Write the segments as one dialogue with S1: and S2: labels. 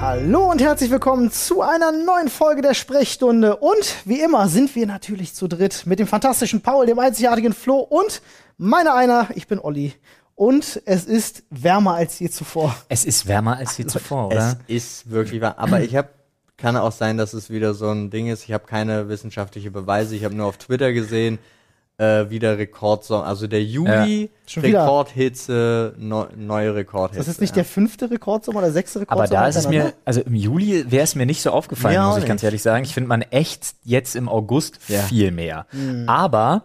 S1: Hallo und herzlich willkommen zu einer neuen Folge der Sprechstunde. Und wie immer sind wir natürlich zu dritt mit dem fantastischen Paul, dem einzigartigen Flo und meiner einer, ich bin Olli. Und es ist wärmer als je zuvor.
S2: Es ist wärmer als je zuvor,
S3: Es
S2: oder?
S3: ist wirklich wahr. Aber ich habe, kann auch sein, dass es wieder so ein Ding ist. Ich habe keine wissenschaftliche Beweise. Ich habe nur auf Twitter gesehen, äh, wieder Rekordsommer. Also der Juli,
S1: Schon wieder.
S3: Rekordhitze, neu, neue Rekordhitze.
S1: Das ist nicht
S3: ja.
S1: der fünfte Rekordsommer oder sechste
S2: Aber
S1: Rekordsommer.
S2: da ist es mir,
S1: hintereinander.
S2: also im Juli wäre es mir nicht so aufgefallen,
S3: ne? Mir auch
S2: muss ich ganz
S3: nicht.
S2: ehrlich sagen. Ich finde man echt jetzt im August
S3: Ja. Hm.
S2: viel mehr. Aber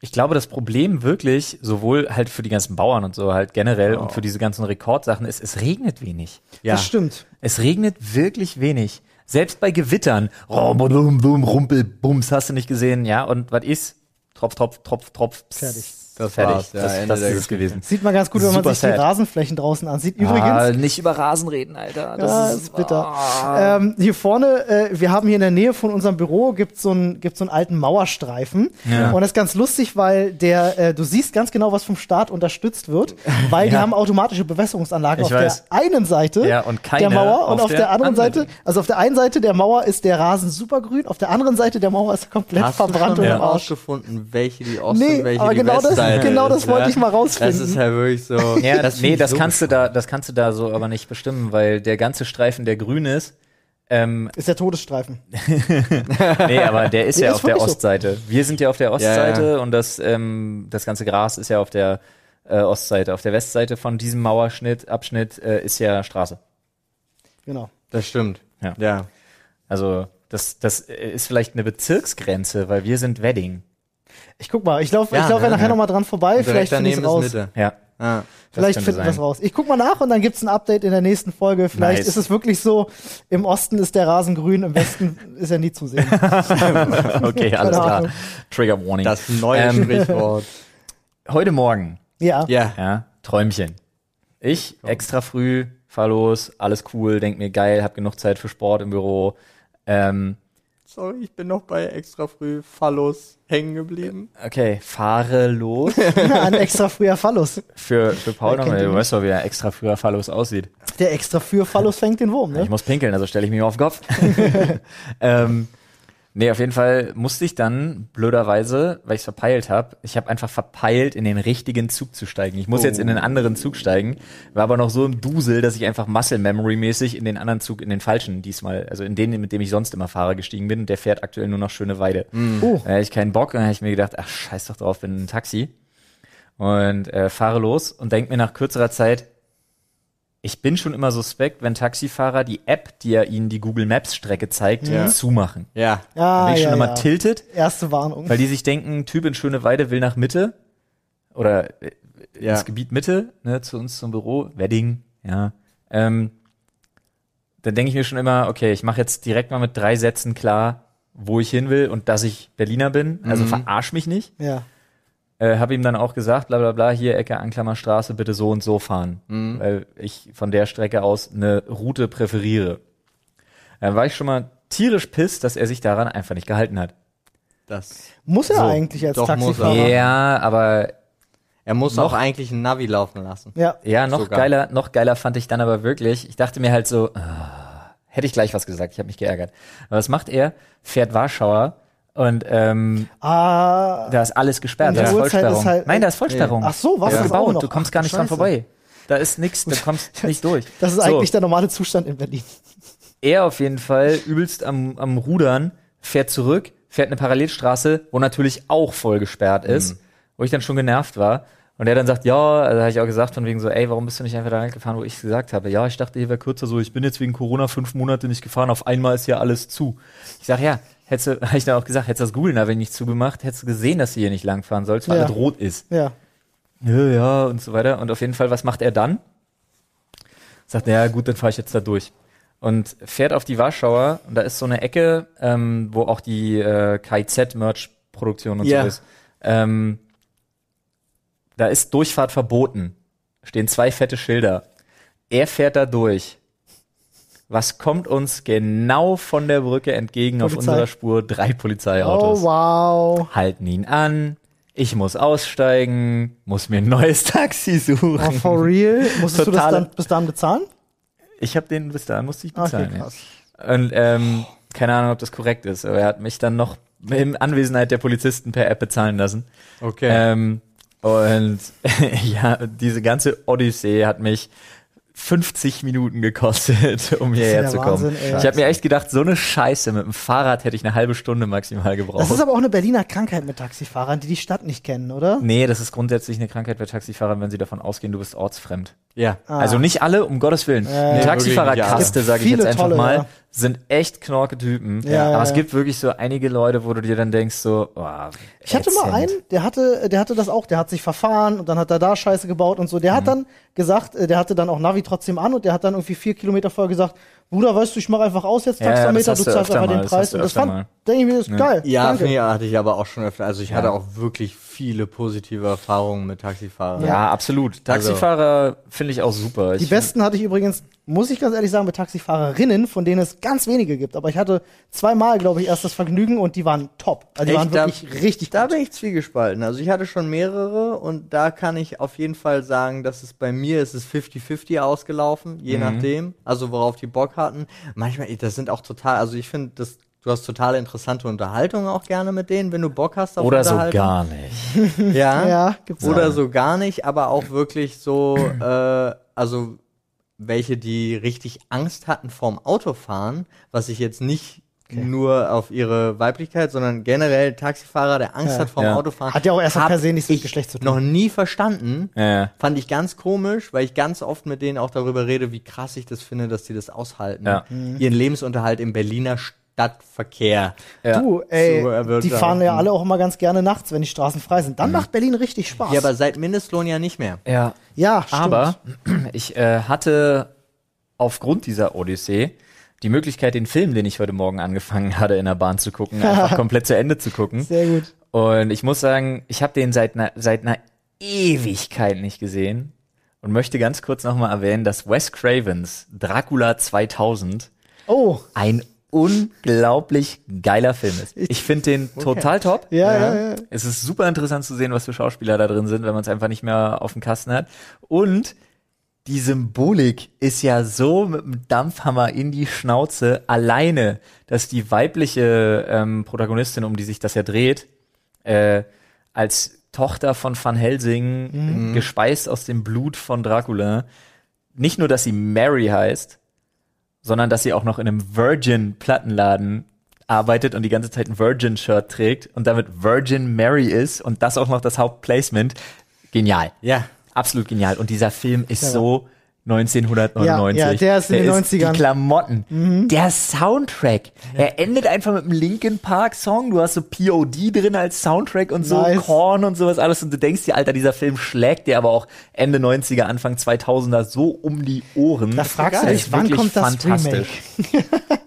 S2: ich glaube, das Problem wirklich, sowohl halt für die ganzen Bauern und so halt generell und für diese ganzen Rekordsachen ist, es regnet wenig.
S3: Ja.
S1: Das stimmt.
S2: Es regnet wirklich wenig. Selbst bei Gewittern. Oh, Rumpel, Rumpel, Bums, hast du nicht gesehen, ja? Und was ist? Tropf, Tropf, Tropf, Tropf. pss,
S1: Fertig.
S3: Das
S2: fertig.
S3: war's, ja,
S2: das
S3: Ende
S2: das
S3: der
S2: ist es gewesen.
S1: Sieht man ganz gut, wenn man
S2: Super
S1: sich die
S2: sad.
S1: Rasenflächen draußen ansieht.
S2: Ah,
S1: Übrigens,
S2: nicht über Rasen reden, Alter. Das
S1: ja,
S2: ist,
S1: ist bitter. Ähm, hier vorne, äh, wir haben hier in der Nähe von unserem Büro gibt's so einen gibt's so einen alten Mauerstreifen
S2: Ja.
S1: und das ist ganz lustig, weil der äh, du siehst ganz genau, was vom Staat unterstützt wird, weil die
S2: Ja.
S1: haben automatische Bewässerungsanlagen
S2: Ich
S1: auf
S2: weiß.
S1: der einen Seite
S2: Ja, und
S1: der
S2: keine
S1: Mauer und auf der, anderen Seite,
S2: anderen.
S1: also auf der einen Seite der Mauer ist der Rasen supergrün, auf der anderen Seite der Mauer ist er komplett
S3: Hast du
S1: verbrannt
S3: schon
S1: und
S3: mal
S1: im Arsch.
S3: rausgefunden, welche die Ost-
S1: Nee,
S3: und welche
S1: aber
S3: die
S1: genau das-
S3: Westseite
S1: genau das
S3: ist,
S1: wollte
S3: ja?
S1: ich mal rausfinden.
S3: Das ist halt wirklich so.
S2: Ja, das,
S3: find
S2: nee,
S3: ich
S2: das
S3: so
S2: kannst du da, das kannst du da so aber nicht bestimmen, weil der ganze Streifen, der grün ist, ähm,
S1: Ist der Todesstreifen.
S2: nee, aber der ist
S1: Der
S2: ja
S1: ist
S2: auf der
S1: wirklich so.
S2: Ostseite. Wir sind ja auf der Ostseite
S3: Ja,
S2: und das, ähm, das ganze Gras ist ja auf der äh, Ostseite. Auf der Westseite von diesem Mauerschnitt, Abschnitt äh, ist ja Straße.
S1: Genau.
S3: Das stimmt.
S2: Ja.
S3: ja.
S2: Also das, das äh, ist vielleicht eine Bezirksgrenze, weil wir sind Wedding.
S1: Ich guck mal, ich laufe
S3: Ja,
S1: ich lauf ja
S3: ne,
S1: nachher
S3: ne.
S1: nochmal dran vorbei,
S3: Und direkt
S1: vielleicht finde ich
S3: daneben ist
S1: raus.
S3: Mitte.
S2: Ja.
S3: Ah.
S2: das
S1: Vielleicht
S2: könnte
S1: finden wir es
S2: sein.
S1: raus. Ich guck mal nach und dann gibt's ein Update in der nächsten Folge. Vielleicht
S2: Nice.
S1: ist es wirklich so, im Osten ist der Rasen grün, im Westen ist er nie zu sehen.
S2: Okay, alles
S1: Keine
S2: klar.
S1: Ahnung.
S2: Trigger Warning.
S3: Das neue
S2: Ähm,
S3: Sprichwort.
S2: heute Morgen
S1: Ja.
S3: Ja.
S2: Ja, Träumchen. Ich extra früh, fahr los, alles cool, denk mir geil, hab genug Zeit für Sport im Büro. Ähm,
S3: Sorry, ich bin noch bei extra früh Phallus hängen geblieben.
S2: okay, fahre los.
S1: Ein extra früher Phallus.
S2: Für, für Paul
S1: Wer kennt
S2: nochmal,
S1: ihn
S2: du weißt doch, wie der extra früher fahrlos aussieht.
S1: Der extra früher Phallus fängt den Wurm,
S2: Ich
S1: ne?
S2: muss pinkeln, also stelle ich mich mal auf den Kopf. ähm, nee, auf jeden Fall musste ich dann blöderweise, weil ich es verpeilt habe, ich habe einfach verpeilt, in den richtigen Zug zu steigen. Ich muss jetzt in den anderen Zug steigen, war aber noch so im Dusel, dass ich einfach Muscle Memory mäßig in den anderen Zug, in den falschen diesmal, also in den, mit dem ich sonst immer fahre, gestiegen bin. Und Der fährt aktuell nur noch schöne Weide.
S1: Oh.
S2: Da hätte ich keinen Bock. Dann habe ich mir gedacht, ach, scheiß doch drauf, bin ein Taxi. Und äh, fahre los und denke mir nach kürzerer Zeit, ich bin schon immer suspekt, wenn Taxifahrer die App, die ja ihnen die Google Maps Strecke zeigt,
S3: Ja.
S2: zumachen.
S3: Ja.
S1: Ja,
S2: bin ich
S1: Ah, ja,
S2: schon immer
S1: ja.
S2: tiltet,
S1: Erste Warnung.
S2: weil die sich denken, Typ in Schöneweide will nach Mitte oder äh,
S3: Ja.
S2: ins Gebiet Mitte, ne, zu uns zum Büro, Wedding, ja. Ähm, dann denke ich mir schon immer, okay, ich mache jetzt direkt mal mit drei Sätzen klar, wo ich hin will und dass ich Berliner bin. Also verarsch mich nicht.
S1: Ja.
S2: Äh, habe ihm dann auch gesagt, bla bla bla, hier Ecke Anklammerstraße, bitte so und so fahren, weil ich von der Strecke aus eine Route präferiere. Dann war ich schon mal tierisch pisst, dass er sich daran einfach nicht gehalten hat.
S3: Das.
S1: Muss er
S3: So,
S1: eigentlich als
S3: doch
S1: Taxifahrer?
S3: muss Aber-
S2: ja, aber
S3: Er muss auch eigentlich ein Navi laufen lassen.
S1: Ja.
S2: ja, noch
S3: Sogar.
S2: geiler, noch geiler fand ich dann aber wirklich. Ich dachte mir halt so, ah, hätte ich gleich was gesagt, ich habe mich geärgert. Aber was macht er? Fährt Warschauer und ähm,
S1: Ah,
S2: da ist alles gesperrt,
S1: Und
S2: da
S1: die
S2: ist
S1: Uhrzeit
S2: Vollsperrung.
S1: ist halt-
S2: Nein, da ist Vollsperrung.
S1: Ach so, was
S2: ja.
S1: ist auch
S2: gebaut,
S1: noch?
S2: du kommst gar nicht dran
S1: Scheiße.
S2: vorbei. Da ist nichts, du kommst nicht durch.
S1: das ist
S2: So.
S1: eigentlich der normale Zustand in Berlin.
S2: er auf jeden Fall übelst am, am Rudern, fährt zurück, fährt eine Parallelstraße, wo natürlich auch voll gesperrt ist, wo ich dann schon genervt war. Und er dann sagt, ja, also habe ich auch gesagt, von wegen so, ey, warum bist du nicht einfach da lang gefahren, wo ich es gesagt habe? Ja, ich dachte, hier wäre kürzer so, ich bin jetzt wegen Corona fünf Monate nicht gefahren, auf einmal ist hier alles zu. Ich sag, ja, hättest du, habe ich dann auch gesagt, hättest du das Google Navi nicht zugemacht, hättest du gesehen, dass du hier nicht lang fahren sollst, weil
S1: Ja.
S2: alles rot ist.
S1: Ja.
S2: Ja, ja, und so weiter. Und auf jeden Fall, was macht er dann? Sagt, naja, gut, dann fahre ich jetzt da durch. Und fährt auf die Warschauer und da ist so eine Ecke, ähm, wo auch die äh, KIZ-Merch-Produktion und
S3: Ja.
S2: so ist. Ähm, da ist Durchfahrt verboten. Stehen zwei fette Schilder. Er fährt da durch. Was kommt uns genau von der Brücke entgegen auf
S1: Polizei.
S2: unserer Spur? Drei Polizeiautos
S1: Oh, wow.
S2: halten ihn an. Ich muss aussteigen, muss mir ein neues Taxi
S1: Oh,
S2: suchen.
S1: for real? Musstest du das
S2: Totale-
S1: dann bis dahin bezahlen?
S2: Ich habe den bis dahin musste ich
S1: Okay,
S2: bezahlen.
S1: krass.
S2: ja. Und ähm, keine Ahnung, ob das korrekt ist, aber er hat mich dann noch in Anwesenheit der Polizisten per App bezahlen lassen.
S3: Okay.
S1: Äh,
S2: Ähm, und ja, diese ganze Odyssee hat mich 50 Minuten gekostet, um
S1: ja
S2: hierher zu kommen.
S1: Wahnsinn, ey.
S2: ich habe mir echt gedacht, so eine Scheiße mit dem Fahrrad hätte ich eine halbe Stunde maximal gebraucht.
S1: Das ist aber auch eine Berliner Krankheit mit Taxifahrern, die die Stadt nicht kennen, oder?
S2: nee, das ist grundsätzlich eine Krankheit bei Taxifahrern, wenn sie davon ausgehen, du bist ortsfremd.
S3: ja.
S1: Ah.
S2: Also nicht alle, um Gottes Willen.
S1: ja.
S2: die
S3: Es
S2: Taxifahrerkaste,
S1: gibt
S2: sage ich
S1: viele
S2: jetzt einfach
S1: tolle,
S2: mal,
S1: ja.
S2: sind echt knorke Typen.
S1: Ja,
S2: aber
S1: ja,
S2: es
S1: ja.
S2: gibt wirklich so einige Leute, wo du dir dann denkst, so, boah,
S1: Ich hatte mal
S2: ätzend.
S1: einen, der hatte, äh, der hatte das auch, der hat sich verfahren und dann hat er da Scheiße gebaut und so.
S2: Mhm.
S1: Der hat dann gesagt, äh, der hatte dann auch Navi trotzdem an und der hat dann irgendwie vier Kilometer vorher gesagt, Bruder, weißt du, ich mache einfach aus jetzt
S2: Ja, ja, das
S1: Taxameter,
S2: hast
S1: du
S2: du
S1: zahlst
S2: öfter
S1: einfach
S2: mal,
S1: den
S2: das
S1: Preis.
S2: hast du
S1: Und das
S2: öfter mal.
S1: fand, denke ich mir, ist geil.
S3: Ja,
S1: danke.
S3: finde ich- hatte ich aber auch schon öfter. Also ich hatte auch wirklich viele positive Erfahrungen mit Taxifahrern.
S2: Ja, absolut. Taxifahrer finde ich auch super.
S1: Also Die
S2: ich
S1: besten hatte ich übrigens, muss ich ganz ehrlich sagen, mit Taxifahrerinnen, von denen es ganz wenige gibt. Aber ich hatte zweimal, glaube ich, erst das Vergnügen und die waren top. Also die
S3: Echt?
S1: waren
S3: Da-
S1: wirklich richtig
S3: Da
S1: gut.
S3: bin ich zwiegespalten. Also ich hatte schon mehrere und da kann ich auf jeden Fall sagen, dass es bei mir es ist 50-50 ausgelaufen,
S1: Mhm.
S3: je nachdem. Also worauf die Bock hatten. Manchmal, das sind auch total, also ich finde, das du hast total interessante Unterhaltung auch gerne mit denen, wenn du Bock hast auf
S2: oder so
S3: Unterhaltung.
S2: gar nicht.
S3: Ja.
S1: Ja, gibt's
S3: Oder
S1: auch.
S3: so gar nicht, aber auch wirklich so, äh, also welche, die richtig Angst hatten vorm Autofahren, was ich jetzt nicht nur auf ihre Weiblichkeit, sondern generell Taxifahrer, der Angst
S1: Ja.
S3: hat vorm
S2: Ja.
S3: Autofahren.
S1: Hat ja auch erstmal
S3: hab
S1: per se nichts mit
S3: ich
S1: Geschlecht zu tun.
S3: Noch nie verstanden.
S2: Ja.
S3: Fand ich ganz komisch, weil ich ganz oft mit denen auch darüber rede, wie krass ich das finde, dass die das aushalten,
S2: Ja.
S3: ihren Lebensunterhalt im Berliner Stadtverkehr.
S2: Ja.
S1: Du, ey,
S3: So erwirkt
S1: die
S3: er
S1: fahren
S3: auch.
S2: Mhm.
S1: ja alle auch immer ganz gerne nachts, wenn die Straßen frei sind. Dann macht Berlin richtig Spaß.
S3: Ja, aber seit Mindestlohn ja nicht mehr.
S2: ja.
S1: Ja, stimmt.
S2: Aber ich äh, hatte aufgrund dieser Odyssee die Möglichkeit, den Film, den ich heute Morgen angefangen hatte, in der Bahn zu gucken, einfach komplett zu Ende zu gucken.
S1: Sehr gut.
S2: Und ich muss sagen, ich habe den seit einer, seit einer Ewigkeit nicht gesehen und möchte ganz kurz nochmal erwähnen, dass Wes Cravens Dracula 2000
S1: Oh,
S2: ein unglaublich geiler Film ist. Ich finde den total top.
S1: ja, ja, ja.
S2: Es ist super interessant zu sehen, was für Schauspieler da drin sind, wenn man es einfach nicht mehr auf dem Kasten hat. Und die Symbolik ist ja so mit dem Dampfhammer in die Schnauze alleine, dass die weibliche ähm, Protagonistin, um die sich das ja dreht, äh, als Tochter von Van Helsing, gespeist aus dem Blut von Dracula, nicht nur, dass sie Mary heißt, sondern dass sie auch noch in einem Virgin-Plattenladen arbeitet und die ganze Zeit ein Virgin-Shirt trägt und damit Virgin Mary ist und das auch noch das Hauptplacement. Genial.
S3: Ja.
S2: Absolut genial. Und dieser Film ist so 1999.
S1: Ja, ja, der ist in den Mhm. 90ern.
S2: die Klamotten, der Soundtrack. Er endet einfach mit einem Linkin Park Song. Du hast so POD drin als Soundtrack und so
S1: Nice.
S2: Korn und sowas alles. Und du denkst dir, Alter, dieser Film schlägt dir aber auch Ende 90er, Anfang 2000er so um die Ohren.
S1: da fragst du
S2: Der
S1: dich,
S2: ist
S1: wann
S2: wirklich
S1: kommt das Remake?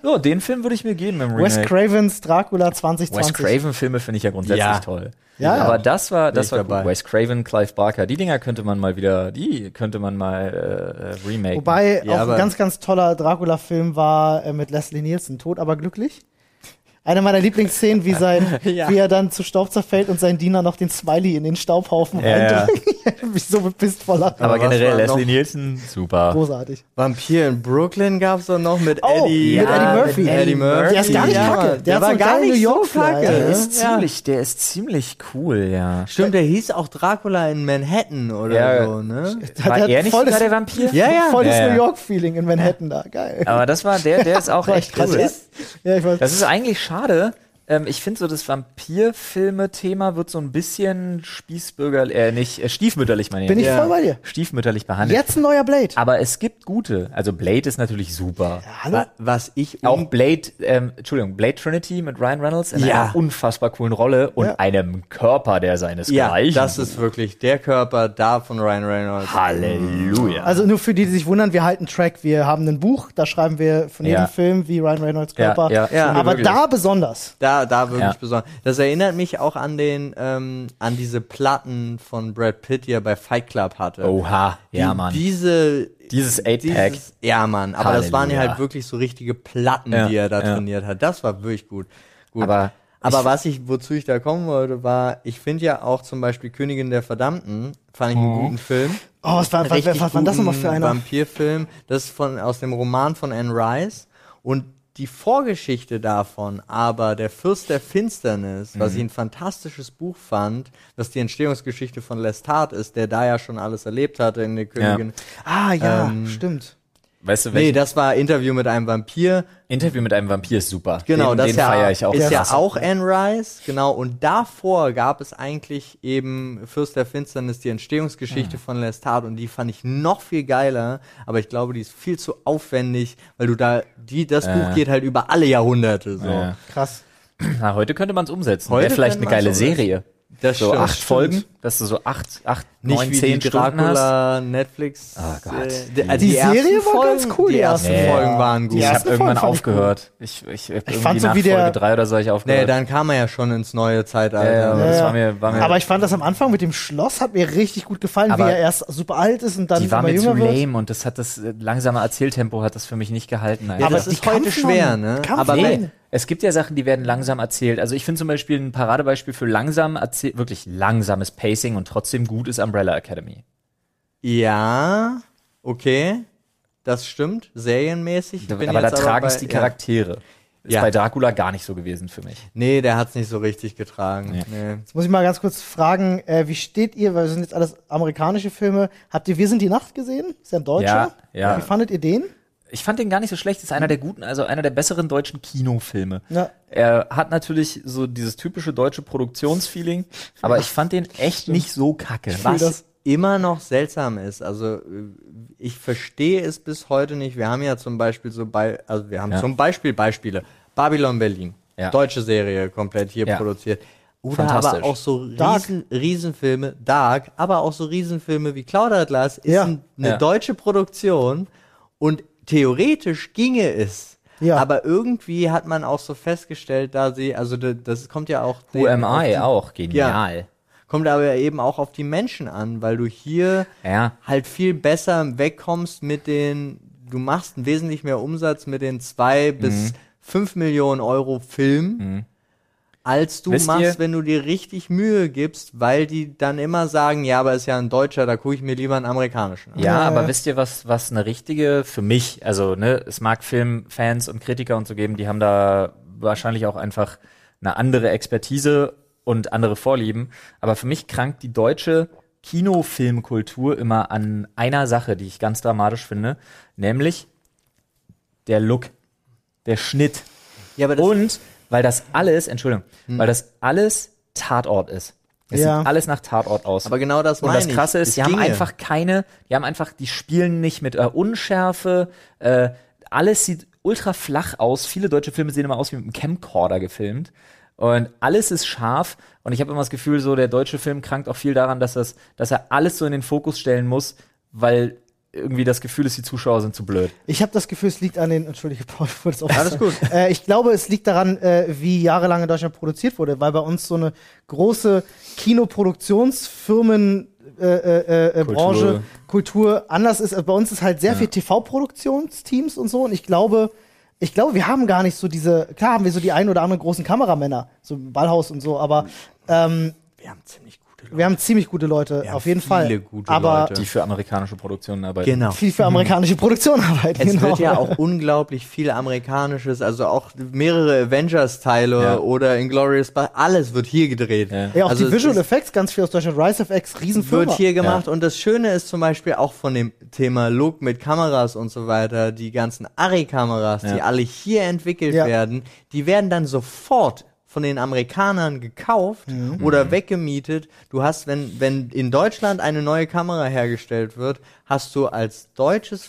S2: so, den Film würde ich mir geben im
S1: Wes
S2: Remake.
S1: Cravens Dracula
S2: Wes
S1: 2020.
S2: Craven Filme finde ich ja grundsätzlich
S3: Ja.
S2: toll.
S1: Ja, ja.
S2: aber das war das
S3: ich
S2: war
S3: dabei.
S2: gut. Wes Craven, Clive Barker, die Dinger könnte man mal wieder, die könnte man mal äh, äh, remake.
S1: Wobei
S3: Ja,
S1: auch
S3: aber-
S1: ein ganz, ganz toller Dracula-Film war äh, mit Leslie Nielsen, Tot aber glücklich. Eine meiner Lieblingsszenen, wie, sein,
S3: Ja.
S1: wie er dann zu Staub zerfällt und sein Diener noch den Smiley in den Staubhaufen
S2: Ja,
S1: reindrückt. Mich so bepisst vor Lachen.
S2: aber
S3: Aber was
S2: generell
S3: war
S2: Leslie
S3: noch-
S2: Nielsen, super.
S1: Großartig.
S3: Vampir in Brooklyn gab's doch noch mit
S1: Oh,
S3: Eddie.
S1: mit Eddie Murphy.
S3: Mit Eddie Murphy.
S1: Der ist gar nicht kacke. Der
S3: Der,
S1: hat so
S3: war
S1: einen
S3: gar
S1: geilen
S3: nicht
S1: New
S3: so
S1: York-Fly,
S3: kacke.
S1: ja.
S2: Der
S1: Der
S2: ist ziemlich, der ist ziemlich cool, ja.
S3: Stimmt, der hieß auch Dracula in Manhattan oder
S2: Ja.
S3: so, ne?
S2: War
S1: der hat
S2: er nicht
S1: voll
S2: sogar
S1: das-
S2: der Vampir?
S3: Ja, ja.
S1: Voll das
S2: Ja, ja.
S1: New York-Feeling in Manhattan da. Geil.
S2: Aber das war der, der ist auch
S1: War
S2: echt
S1: krass,
S2: cool.
S1: ja. ja, ich weiß.
S2: Das ist eigentlich schade. Ähm, ich finde so das Vampirfilme-Thema wird so ein bisschen spießbürger, äh, nicht, äh, stiefmütterlich meine
S1: Bin ich
S2: ja.
S1: voll bei dir.
S2: Stiefmütterlich behandelt.
S1: Jetzt ein neuer Blade.
S2: Aber es gibt gute. Also Blade ist natürlich super.
S1: Hallo?
S3: Wa- Was ich
S2: Auch Blade, ähm, Entschuldigung, Blade Trinity mit Ryan Reynolds in
S3: Ja.
S2: einer unfassbar coolen Rolle und
S1: Ja.
S2: einem Körper, der
S3: ja,
S2: seinesgleichen.
S3: das ist wirklich der Körper da von Ryan Reynolds.
S2: Halleluja.
S1: Also nur für die, die sich wundern, wir halten Track. Wir haben ein Buch, da schreiben wir von jedem
S2: Ja.
S1: Film, wie Ryan Reynolds
S2: Ja,
S1: Körper.
S2: ja,
S3: ja,
S1: Aber
S2: wirklich.
S1: da besonders.
S3: Da, da wirklich
S2: Ja.
S3: besonders. Das erinnert mich auch an den, ähm, an diese Platten von Brad Pitt, die er bei Fight Club hatte.
S2: Oha, Oh, ja
S3: Die-
S2: Mann.
S3: Diese,
S2: Dieses 8-Pack.
S3: dieses- Ja, Mann. Aber das waren ja
S2: Halleluja.
S3: halt wirklich so richtige Platten,
S2: Ja,
S3: die er da
S2: ja.
S3: trainiert hat. Das war wirklich gut. gut.
S2: Aber
S3: Aber was ich, wozu ich da kommen wollte, war, ich finde ja auch zum Beispiel Königin der Verdammten, fand ich einen guten Film.
S1: Oh, was war, was,
S3: Richtig
S1: was, was war das nochmal
S3: guten
S1: für einer?
S3: Vampirfilm, das ist von, aus dem Roman von Anne Rice. Und die Vorgeschichte davon, aber der Fürst der Finsternis, was ich ein fantastisches Buch fand, was die Entstehungsgeschichte von Lestat ist, der da ja schon alles erlebt hatte in der Königin.
S1: Ah, ja,
S2: Ähm,
S1: stimmt.
S2: Weißt du,
S3: Nee,
S2: welches
S3: das war Interview mit einem Vampir.
S2: Interview mit einem Vampir ist super.
S3: Genau,
S2: den,
S3: das
S2: den
S3: ja,
S2: feiere ich auch.
S3: ist ja
S2: krass.
S3: auch Anne Rice, genau. Und davor gab es eigentlich eben Fürst der Finsternis, die Entstehungsgeschichte
S2: Ah.
S3: von Lestat und die fand ich noch viel geiler, aber ich glaube, die ist viel zu aufwendig, weil du da, die, das Buch geht halt über alle Jahrhunderte, so.
S2: Ah. Ja.
S1: Krass.
S2: Na, heute könnte man es umsetzen.
S3: Heute
S2: Wäre vielleicht
S3: könnte
S2: eine geile
S3: man's umsetzen.
S2: Serie.
S3: Das
S2: So
S3: stimmt.
S2: acht
S3: Stimmt.
S2: Folgen, dass du so acht, acht
S3: Nicht
S2: neun,
S3: wie
S2: zehn
S3: die
S2: Stunden hast.
S3: Dracula, Netflix. äh,
S2: Ah, Gott.
S3: die,
S1: Die Serie
S3: ersten
S1: war ganz
S3: Folgen-
S1: cool,
S3: Die
S1: die
S3: ersten
S1: ersten.
S3: Folgen waren gut.
S1: Die
S2: Äh, Ich
S1: ersten
S2: habe irgendwann
S1: Folgen fand ich
S2: aufgehört. Ich, ich, ich, irgendwie
S1: fand so
S2: nach
S1: wie der-
S2: Folge drei oder so hab ich aufgehört.
S3: Nee, dann kam er ja schon ins neue Zeitalter.
S2: Ja, ja. Das
S1: Ja,
S2: war mir- war mir-
S1: aber ich fand das am Anfang mit dem Schloss hat mir richtig gut gefallen, wie
S2: Aber
S1: er erst super alt ist und dann
S2: die war
S1: immer
S2: mir zu
S1: jünger wird.
S2: lame und das hat das äh, langsame Erzähltempo hat das für mich nicht gehalten. Alter.
S3: Ja,
S1: Aber
S3: das
S1: die
S3: ist heute
S1: Kampfnorm-
S3: schwer, ne?
S1: Kampf-
S3: Aber
S1: Nee.
S2: Nee, es gibt ja Sachen, die werden langsam erzählt. Also ich finde zum Beispiel ein Paradebeispiel für langsam erzählt, wirklich langsames Pacing und trotzdem gut ist Umbrella Academy.
S3: Ja, okay. Das stimmt, serienmäßig. Ich bin
S2: aber da
S3: jetzt
S2: tragen es
S3: bei-
S2: die
S3: ja.
S2: Charaktere. Ist
S3: Ja.
S2: bei Dracula gar nicht so gewesen für mich.
S3: Nee, der hat's nicht so richtig getragen.
S2: Ja.
S3: Nee.
S1: Jetzt muss ich mal ganz kurz fragen, äh, wie steht ihr, weil wir sind jetzt alles amerikanische Filme. Habt ihr Wir sind die Nacht gesehen? Ist ja ein deutscher.
S2: Ja, ja.
S1: Wie fandet ihr den?
S2: Ich fand den gar nicht so schlecht. Ist einer der guten, also einer der besseren deutschen Kinofilme.
S1: Ja.
S2: Er hat natürlich so dieses typische deutsche Produktionsfeeling, aber ich fand den echt nicht so kacke.
S1: fühl das.
S3: Was immer noch seltsam ist, also äh, ich verstehe es bis heute nicht. Wir haben ja zum Beispiel so bei, also wir haben
S2: Ja.
S3: zum Beispiel Beispiele. Babylon Berlin,
S2: Ja.
S3: deutsche Serie komplett hier
S2: Ja.
S3: produziert. Oder
S2: Fantastisch.
S3: aber auch so
S1: Dark.
S3: Riesen, Riesenfilme, Dark, aber auch so Riesenfilme wie Cloud Atlas ist
S1: Ja.
S3: ein, eine
S2: Ja.
S3: deutsche Produktion und theoretisch ginge es.
S1: Ja.
S3: Aber irgendwie hat man auch so festgegestellt, da sie, also d- das kommt ja auch. den- auf
S2: UMI
S3: die-
S2: auch, genial.
S3: Kommt aber eben auch auf die Menschen an, weil du hier
S2: Ja.
S3: halt viel besser wegkommst mit den, du machst wesentlich mehr Umsatz mit den zwei
S2: Mhm.
S3: bis fünf Millionen Euro Filmen, als du
S2: Wisst
S3: machst,
S2: ihr-
S3: wenn du dir richtig Mühe gibst, weil die dann immer sagen, ja, aber ist ja ein Deutscher, da gucke ich mir lieber einen amerikanischen an.
S1: Ja.
S2: Ja, aber wisst ihr, was, was eine richtige, für mich, also ne, es mag Filmfans und Kritiker und so geben, die haben da wahrscheinlich auch einfach eine andere Expertise und andere Vorlieben. Aber für mich krankt die deutsche Kinofilmkultur immer an einer Sache, die ich ganz dramatisch finde, nämlich der Look, der Schnitt.
S3: Ja, aber das
S2: Und weil das alles, Entschuldigung, weil das alles Tatort ist. Es
S1: Ja.
S2: sieht alles nach Tatort aus.
S3: aber genau das
S2: Und
S3: meine
S2: das Krasse
S3: ich.
S2: ist,
S3: Es
S2: die haben
S3: ginge.
S2: einfach keine, die haben einfach, die spielen nicht mit äh, Unschärfe, äh, alles sieht ultra flach aus. Viele deutsche Filme sehen immer aus wie mit einem Camcorder gefilmt. Und alles ist scharf. Und ich habe immer das Gefühl, so der deutsche Film krankt auch viel daran, dass, das, dass er alles so in den Fokus stellen muss, weil irgendwie das Gefühl ist, die Zuschauer sind zu blöd.
S1: Ich habe das Gefühl, es liegt an den. Entschuldige, Paul, ich wollte es auch
S3: Alles
S1: sagen.
S3: gut.
S1: Äh, ich glaube, es liegt daran, äh, wie jahrelang in Deutschland produziert wurde, weil bei uns so eine große Kinoproduktionsfirmen. Äh, äh, äh, Branche, Kultur anders ist. Also Bei uns ist halt sehr viel TV-Produktionsteams und so. Und ich glaube, ich glaube, wir haben gar nicht so diese. Klar haben wir so die ein oder anderen großen Kameramänner, so Ballhaus und so. Aber ähm,
S3: Wir haben ziemlich gute Leute.
S1: wir haben ziemlich gute Leute,
S3: Wir haben
S1: auf jeden Fall.
S3: viele gute
S1: aber
S3: Leute.
S2: Die für amerikanische Produktionen arbeiten.
S3: Genau.
S1: viel für amerikanische Produktion arbeiten.
S3: Es
S1: genau.
S3: wird ja auch unglaublich viel Amerikanisches, also auch mehrere Avengers-Teile
S2: Ja.
S3: oder Inglourious, Ba- alles wird hier gedreht.
S2: Ja.
S1: Ja, auch
S3: also
S1: die
S3: es
S1: Visual
S3: ist-
S1: Effects, ganz viel aus Deutschland. Rise FX, Riesenfirma.
S3: wird hier gemacht und das Schöne ist zum Beispiel auch von dem Thema Look mit Kameras und so weiter, die ganzen Arri-Kameras, die
S2: Ja.
S3: alle hier entwickelt
S1: Ja.
S3: werden, die werden dann sofort von den Amerikanern gekauft oder weggemietet. Du hast, wenn, wenn in Deutschland eine neue Kamera hergestellt wird, hast du als deutsches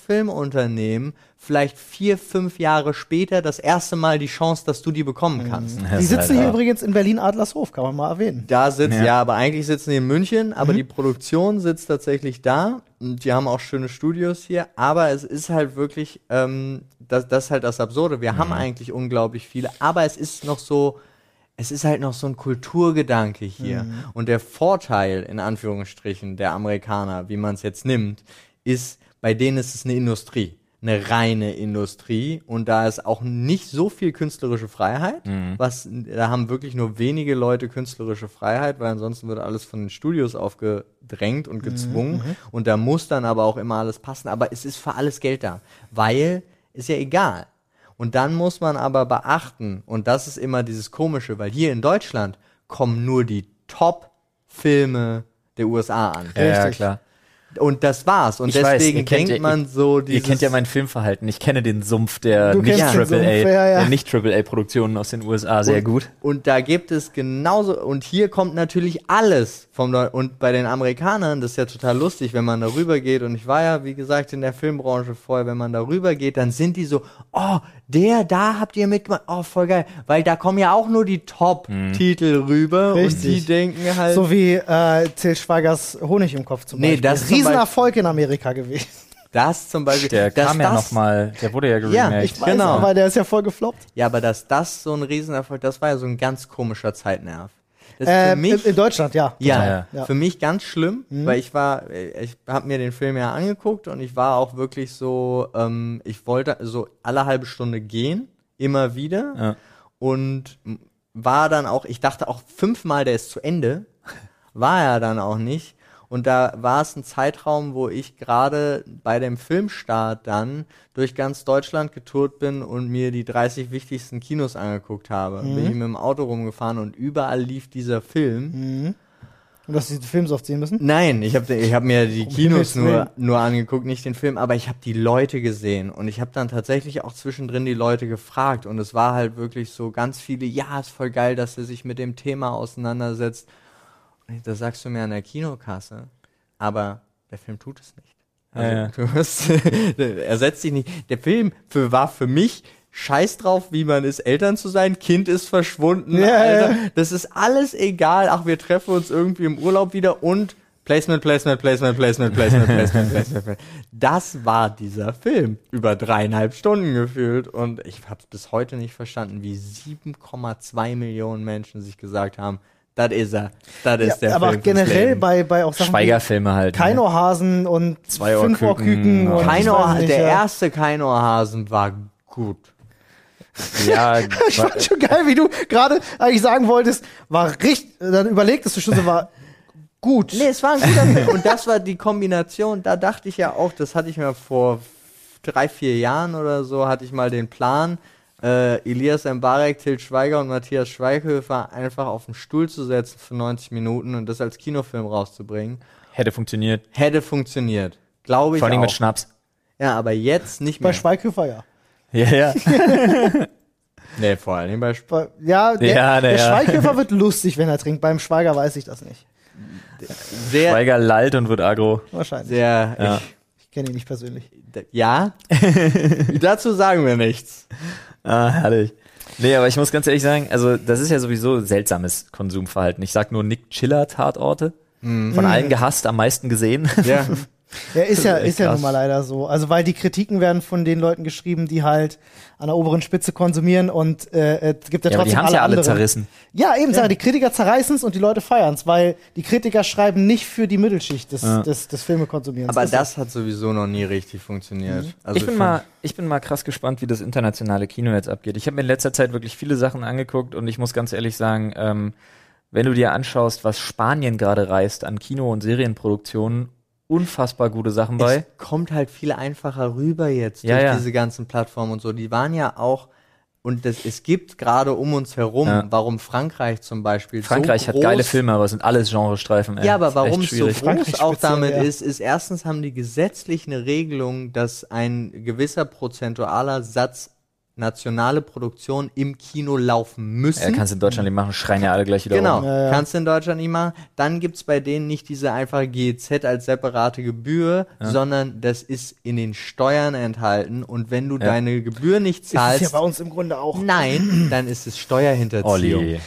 S3: Filmunternehmen vielleicht vier, fünf Jahre später das erste Mal die Chance, dass du die bekommen kannst.
S1: Die sitzen hier
S2: Ja.
S1: übrigens in Berlin Adlershof, kann man mal erwähnen.
S3: Da sitzt, ja.
S2: Ja.
S3: aber eigentlich sitzen die in München, aber die Produktion sitzt tatsächlich da und die haben auch schöne Studios hier, aber es ist halt wirklich, ähm, das, das ist halt das Absurde. Wir haben eigentlich unglaublich viele, aber es ist noch so, es ist halt noch so ein Kulturgedanke hier. Und der Vorteil, in Anführungsstrichen, der Amerikaner, wie man es jetzt nimmt, ist, bei denen ist es eine Industrie. eine reine Industrie und da ist auch nicht so viel künstlerische Freiheit. Was, da haben wirklich nur wenige Leute künstlerische Freiheit, weil ansonsten wird alles von den Studios aufgedrängt und gezwungen und da muss dann aber auch immer alles passen. Aber es ist für alles Geld da, weil ist ja egal. Und dann muss man aber beachten, und das ist immer dieses Komische, weil hier in Deutschland kommen nur die Top-Filme der USA an.
S4: Ja, ja, klar.
S3: Und das war's. Und
S2: Ich weiß,
S3: deswegen
S2: ihr kennt ja-
S3: denkt man so
S2: Ihr
S3: dieses.
S2: kennt ja mein Filmverhalten. Ich kenne den Sumpf der
S1: Du
S2: nicht
S1: kennst den
S2: Triple A,
S1: Sumpf, ja, ja.
S2: der nicht Triple A Produktionen aus den USA sehr gut.
S3: Und da gibt es genauso, und hier kommt natürlich alles vom Neu Und bei den Amerikanern, das ist ja total lustig, wenn man da rüber geht, und ich war ja, wie gesagt, in der Filmbranche vorher, wenn man da rüber geht, dann sind die so, oh, der, da habt ihr mitgemacht, oh, voll geil, weil da kommen ja auch nur die Top-Titel rüber, und
S1: Richtig.
S3: die denken halt,
S1: So wie äh, Till Schweigers Honig im Kopf zum
S3: Nee,
S1: Beispiel.
S3: das zum
S1: Riesenerfolg in Amerika gewesen.
S3: das zum Beispiel,
S2: Der
S3: dass
S2: kam ja
S3: das-
S2: nochmal, der wurde ja
S3: Ja,
S2: geremaked.
S1: Ich weiß,
S3: Genau.
S1: aber der ist ja voll gefloppt.
S3: Ja, aber dass das so ein Riesenerfolg, das war ja so ein ganz komischer Zeitnerv. Das ist
S1: Ähm, in, in Deutschland, ja.
S3: Ja,
S2: Ja,
S1: ja.
S3: für mich ganz schlimm, weil ich war, äh, ich habe mir den Film ja angeguckt und ich war auch wirklich so, ähm, ich wollte so alle halbe Stunde gehen, immer wieder.
S2: Ja.
S3: Und m- war dann auch, ich dachte auch fünfmal, der ist zu Ende, war er dann auch nicht. Und da war es ein Zeitraum, wo ich gerade bei dem Filmstart dann durch ganz Deutschland getourt bin und mir die 30 wichtigsten Kinos angeguckt habe. Bin ich mit dem Auto rumgefahren und überall lief dieser Film.
S1: Und dass sie den Film so oft sehen müssen.
S3: Nein, ich habe ich hab mir die
S1: Himmels
S3: Kinos
S1: Willen.
S3: nur, nur angeguckt, nicht den Film, aber ich habe die Leute gesehen und ich habe dann tatsächlich auch zwischendrin die Leute gefragt und es war halt wirklich so ganz viele, ja, ist voll geil, dass er sich mit dem Thema auseinandersetzt. Und das sagst du mir an der Kinokasse, aber der Film tut es nicht. Also,
S2: Ja, ja.
S3: Du wirst, er setzt dich nicht. Der Film für, war für mich Scheiß drauf, wie man ist, Eltern zu sein. Kind ist verschwunden.
S1: Ja,
S3: Alter. Ne? Also, Das ist alles egal. Ach, wir treffen uns irgendwie im Urlaub wieder und Placement, Placement, Placement, Placement, Placement, Placement, Placement. Placement. Das war dieser Film. Über dreieinhalb Stunden gefühlt. Und ich habe bis heute nicht verstanden, wie 7,2 Millionen Menschen sich gesagt haben, das ist er. Das
S1: Ja,
S3: ist der
S1: aber
S3: Film. fürs
S1: generell
S3: Leben."
S1: bei, bei auch Sachen wie
S2: Schweigerfilme halt. ne?
S1: Keinohasen und
S2: Zwei Ohrküken.
S1: Fünfohrküken. und ich
S3: Kein
S1: weiß
S3: Ohr,
S1: nicht,
S3: der
S1: ja.
S3: erste Keinohasen war gut.
S2: Ja,
S1: Ich fand schon geil, wie du gerade eigentlich sagen wolltest, war richtig, dann überlegtest du schon so, war gut.
S3: Nee, es war ein guter Film. Und das war die Kombination, da dachte ich ja auch, das hatte ich mir vor drei, vier Jahren oder so, hatte ich mal den Plan, äh, Elias Mbarek, Til Schweiger und Matthias Schweighöfer einfach auf den Stuhl zu setzen für 90 Minuten und das als Kinofilm rauszubringen.
S2: hätte funktioniert.
S3: Hätte funktioniert. Glaube ich
S2: Vor allem mit
S3: auch.
S2: Schnaps.
S3: Ja, aber jetzt nicht
S1: Bei
S3: mehr.
S1: Schweighöfer, ja.
S2: Ja, ja.
S3: nee, vor allem bei Sp
S1: Bei- Ja, der,
S2: Ja, na
S1: der
S2: ja.
S1: Schweighöfer wird lustig, wenn er trinkt. Beim Schweiger weiß ich das nicht.
S3: sehr,
S2: Schweiger lallt und wird aggro.
S1: Wahrscheinlich.
S3: sehr,
S2: Ja.
S3: Ich,
S1: Ich kenne ihn nicht persönlich.
S3: d- ja. Dazu sagen wir nichts.
S2: Ah, herrlich. Nee, aber ich muss ganz ehrlich sagen, also das ist ja sowieso seltsames Konsumverhalten. Ich sag nur Nick Chiller Tatorte. Von allen gehasst, am meisten gesehen.
S3: Ja.
S1: Ja, ist ja,
S2: echt
S1: ist ja nun
S2: krass.
S1: mal leider so. Also, weil die Kritiken werden von den Leuten geschrieben, die halt an der oberen Spitze konsumieren und äh, es gibt ja,
S2: Ja, aber die
S1: trotzdem
S2: haben
S1: alle
S2: ja alle
S1: anderen.
S2: zerrissen.
S1: Ja, eben, sag ich, die Kritiker zerreißen es und die Leute feiern es, weil die Kritiker schreiben nicht für die Mittelschicht des, des, des Filmekonsumierens.
S3: Aber
S1: Ist
S3: das hat sowieso noch nie richtig funktioniert. Also
S2: ich bin
S3: fand-
S2: mal, ich bin mal krass gespannt, wie das internationale Kino jetzt abgeht. Ich habe mir in letzter Zeit wirklich viele Sachen angeguckt und ich muss ganz ehrlich sagen, ähm, wenn du dir anschaust, was Spanien gerade reißt an Kino- und Serienproduktionen, unfassbar gute Sachen bei.
S3: Es kommt halt viel einfacher rüber jetzt
S2: Ja,
S3: durch
S2: ja.
S3: diese ganzen Plattformen und so. Die waren ja auch und das, es gibt gerade um uns herum,
S2: Ja.
S3: warum Frankreich zum Beispiel
S2: Frankreich
S3: so
S2: hat
S3: groß,
S2: geile Filme, aber es sind alles Genrestreifen. ey.
S3: Ja, aber
S2: Ist echt
S3: warum es so
S2: schwierig.
S3: groß auch
S1: speziell,
S3: damit
S1: ja.
S3: ist, ist erstens haben die gesetzlich eine Regelung, dass ein gewisser prozentualer Satz nationale Produktion im Kino laufen
S2: Ja,
S3: müssen.
S2: kannst du in Deutschland nicht machen, schreien ja alle gleich wieder
S3: Genau,
S2: rum.
S1: Ja, ja.
S3: kannst du in Deutschland nicht machen. Dann gibt's bei denen nicht diese einfache GEZ als separate Gebühr, sondern das ist in den Steuern enthalten. Und wenn du deine Gebühr nicht
S1: das ist ja
S3: zahlst,
S1: bei uns im Grunde auch.
S3: nein, dann ist es Steuerhinterziehung.
S2: Olli.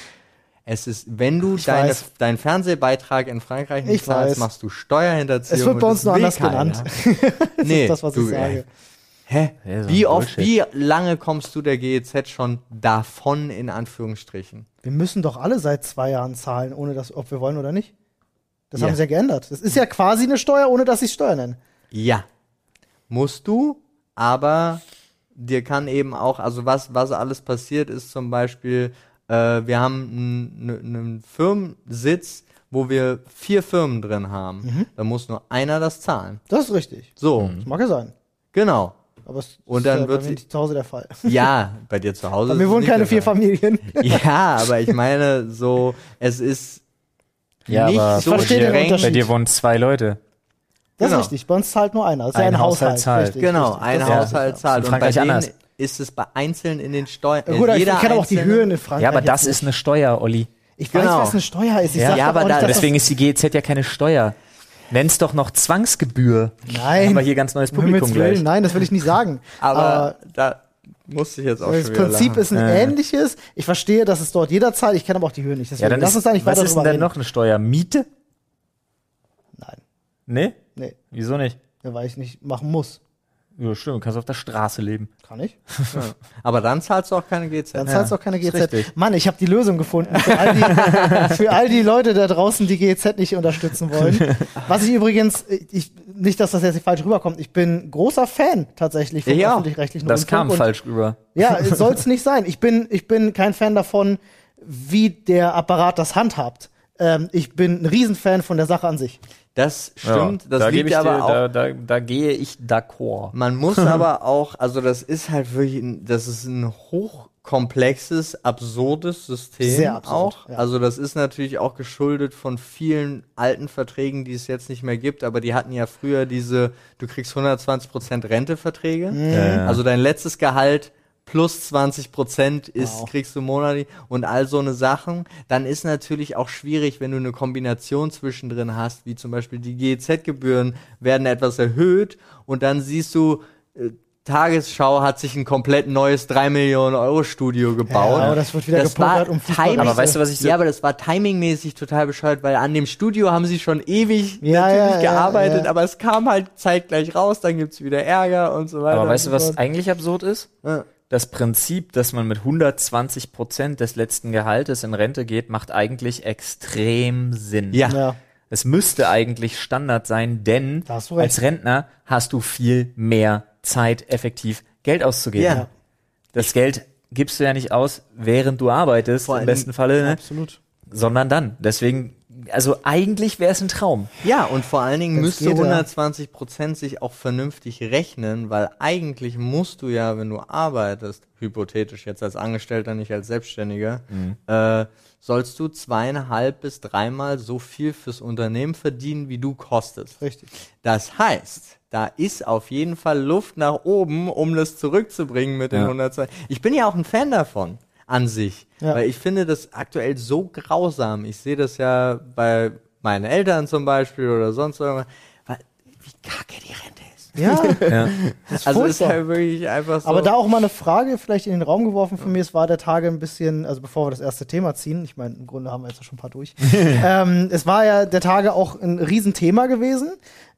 S3: Es ist, wenn du deine,
S1: weiß.
S3: deinen Fernsehbeitrag in Frankreich nicht
S1: Ich
S3: zahlst,
S1: weiß.
S3: machst du Steuerhinterziehung.
S1: Es wird bei
S3: und
S1: uns
S3: das
S1: nur
S3: will
S1: anders
S3: keiner.
S1: genannt.
S3: nee,
S1: das, was
S3: du,
S1: ich sage.
S3: ey, Hä?
S2: Ja, so ein
S3: wie oft, wie
S2: Bullshit.
S3: lange kommst du der GEZ schon davon in Anführungsstrichen?
S1: Wir müssen doch alle seit zwei Jahren zahlen, ohne dass, ob wir wollen oder nicht. Das
S3: Ja.
S1: haben sie ja geändert. Das ist ja quasi eine Steuer, ohne dass ich Steuer nenne.
S3: Ja. Musst du, aber dir kann eben auch, also was, was alles passiert ist zum Beispiel, äh, wir haben einen Firmensitz, wo wir vier Firmen drin haben.
S1: Mhm.
S3: Da muss nur einer das zahlen.
S1: Das ist richtig.
S3: So,
S1: Das mag ja sein.
S3: genau.
S1: Aber es
S3: Und
S1: ist
S3: dann
S1: ja
S3: wird
S1: bei
S3: sie-
S1: mir zu Hause der Fall.
S3: Ja, bei dir zu Hause.
S1: Bei mir
S3: ist
S1: wohnen
S3: nicht
S1: keine
S3: der
S1: vier
S3: Fall.
S1: Familien.
S3: Ja, aber ich meine, so, es ist
S2: Ja,
S3: nicht
S2: aber
S3: so
S1: Ich verstehe den
S3: streng.
S1: Unterschied.
S2: bei dir wohnen zwei Leute.
S1: Das
S3: Genau.
S1: ist richtig. Bei uns zahlt nur einer. Das ist ja
S2: Ein
S1: ein Haushalt.
S2: Haushalt zahlt.
S1: Richtig,
S3: Genau,
S1: richtig.
S3: ein
S1: Das-
S2: Ja.
S3: Haushalt
S2: In
S3: zahlt. Und bei
S2: Frankreich
S3: denen
S2: anders.
S3: ist es bei einzeln in den Steuern.
S1: Ja, Gut, aber ich kenne auch die Höhen in
S3: Ah,
S1: Frankreich.
S2: Ja, aber
S1: jetzt
S2: das
S1: nicht.
S2: ist eine Steuer, Olli.
S1: Ich
S3: Genau.
S1: weiß, was eine Steuer ist. Ich
S3: Ja,
S1: sag
S3: ja,
S1: doch
S3: aber
S1: auch
S3: da-
S1: nicht, dass
S2: Deswegen ist die GEZ ja keine Steuer. Nenn's doch noch Zwangsgebühr.
S1: Nein.
S2: Haben wir hier ganz neues
S1: das, um Himmels
S2: Publikum gleich.
S1: Willen, nein, das will ich nicht sagen.
S3: Aber da musste ich jetzt auch
S1: Aber das
S3: schon wieder
S1: Prinzip
S3: lachen.
S1: ist ein ähnliches. Ich verstehe, dass es dort jeder zahlt. Ich kenne aber auch die Höhen nicht. Deswegen
S2: Ja, dann
S1: lass
S2: ist,
S1: uns da nicht
S2: was
S1: weiter
S2: ist denn
S1: drüber
S2: dann
S1: reden.
S2: noch eine Steuer? Miete?
S1: Nein,
S2: Nee?
S1: nee,
S2: Ne? Wieso nicht?
S1: ja, weil ich nicht machen muss.
S2: Ja, stimmt, du kannst auf der Straße leben.
S1: Kann ich?
S3: Aber dann zahlst du auch keine GZ.
S1: Dann zahlst du auch keine
S3: ist
S1: GZ.
S3: richtig.
S1: Mann, ich habe die Lösung gefunden für all, die, für all die Leute da draußen, die GZ nicht unterstützen wollen. Was ich übrigens, ich, nicht, dass das jetzt falsch rüberkommt, ich bin großer Fan tatsächlich vom
S3: Ich auch.
S1: öffentlich-rechtlichen
S2: Das
S1: Rundfunk
S2: kam
S1: und-
S2: falsch rüber.
S1: Ja, soll es nicht sein. Ich bin, ich bin kein Fan davon, wie der Apparat das handhabt. Ähm, ich bin ein Riesenfan von der Sache an sich.
S3: Das stimmt,
S2: Ja,
S3: das
S2: da geb
S3: liegt
S2: ich
S3: aber
S2: dir,
S3: auch.
S2: Da, da, da gehe ich d'accord.
S1: Mhm.
S3: Man muss aber auch, also das ist halt wirklich, ein, das ist ein hochkomplexes, absurdes System
S1: Sehr absurd,
S3: auch.
S1: ja.
S3: Also das ist natürlich auch geschuldet von vielen alten Verträgen, die es jetzt nicht mehr gibt, aber die hatten ja früher diese, du kriegst 120% Renteverträge.
S1: Mhm.
S2: Ja.
S3: Also dein letztes Gehalt plus 20 Prozent ist,
S1: Wow.
S3: kriegst du monatlich und all so eine Sachen. Dann ist natürlich auch schwierig, wenn du eine Kombination zwischendrin hast, wie zum Beispiel die GEZ-Gebühren werden etwas erhöht und dann siehst du, äh, Tagesschau hat sich ein komplett neues 3 Millionen Euro Studio gebaut.
S1: aber das wird wieder gepokert
S3: war
S1: um Fußball.
S3: timing-
S1: Aber
S2: weißt du, was ich so-
S3: Ja, aber das war timingmäßig total bescheuert, weil an dem Studio haben sie schon ewig
S1: Ja,
S3: natürlich
S1: ja, ja,
S3: gearbeitet,
S1: ja.
S3: aber es kam halt zeitgleich raus, dann gibt's wieder Ärger und so weiter.
S2: Aber weißt du,
S3: und so
S2: was
S3: fort.
S2: eigentlich absurd ist?
S3: Ja.
S2: Das Prinzip, dass man mit 120 Prozent des letzten Gehaltes in Rente geht, macht eigentlich extrem Sinn.
S3: Ja.
S1: Ja.
S2: Es müsste eigentlich Standard sein, denn
S1: Da hast du recht.
S2: als Rentner hast du viel mehr Zeit, effektiv Geld auszugeben.
S3: Ja.
S2: Das Geld gibst du ja nicht aus, während du arbeitest,
S3: Vor
S2: im
S3: allem-
S2: besten Falle, ne?
S1: Absolut.
S2: sondern dann. Deswegen, also eigentlich wäre es ein Traum.
S3: Ja, und vor allen Dingen
S1: Das
S3: müsste
S1: geht, ja.
S3: 120 Prozent sich auch vernünftig rechnen, weil eigentlich musst du ja, wenn du arbeitest, hypothetisch jetzt als Angestellter, nicht als Selbstständiger,
S1: Mhm.
S3: äh, sollst du zweieinhalb bis dreimal so viel fürs Unternehmen verdienen, wie du kostest.
S1: Richtig.
S3: Das heißt, da ist auf jeden Fall Luft nach oben, um das zurückzubringen mit den
S2: Ja.
S3: 120. Ich bin ja auch ein Fan davon an sich,
S1: Ja.
S3: weil ich finde das aktuell so grausam. Ich sehe das ja bei meinen Eltern zum Beispiel oder sonst irgendwas, weil, wie kacke die Rente ist.
S1: Ja,
S2: Ja.
S1: das ist
S3: Also ist
S1: furchtbar.
S3: ja wirklich einfach so.
S1: Aber da auch mal eine Frage vielleicht in den Raum geworfen von mir. Es war der Tage ein bisschen, also bevor wir das erste Thema ziehen, ich meine, im Grunde haben wir jetzt schon ein paar durch. ähm, es war ja der Tage auch ein Riesenthema gewesen.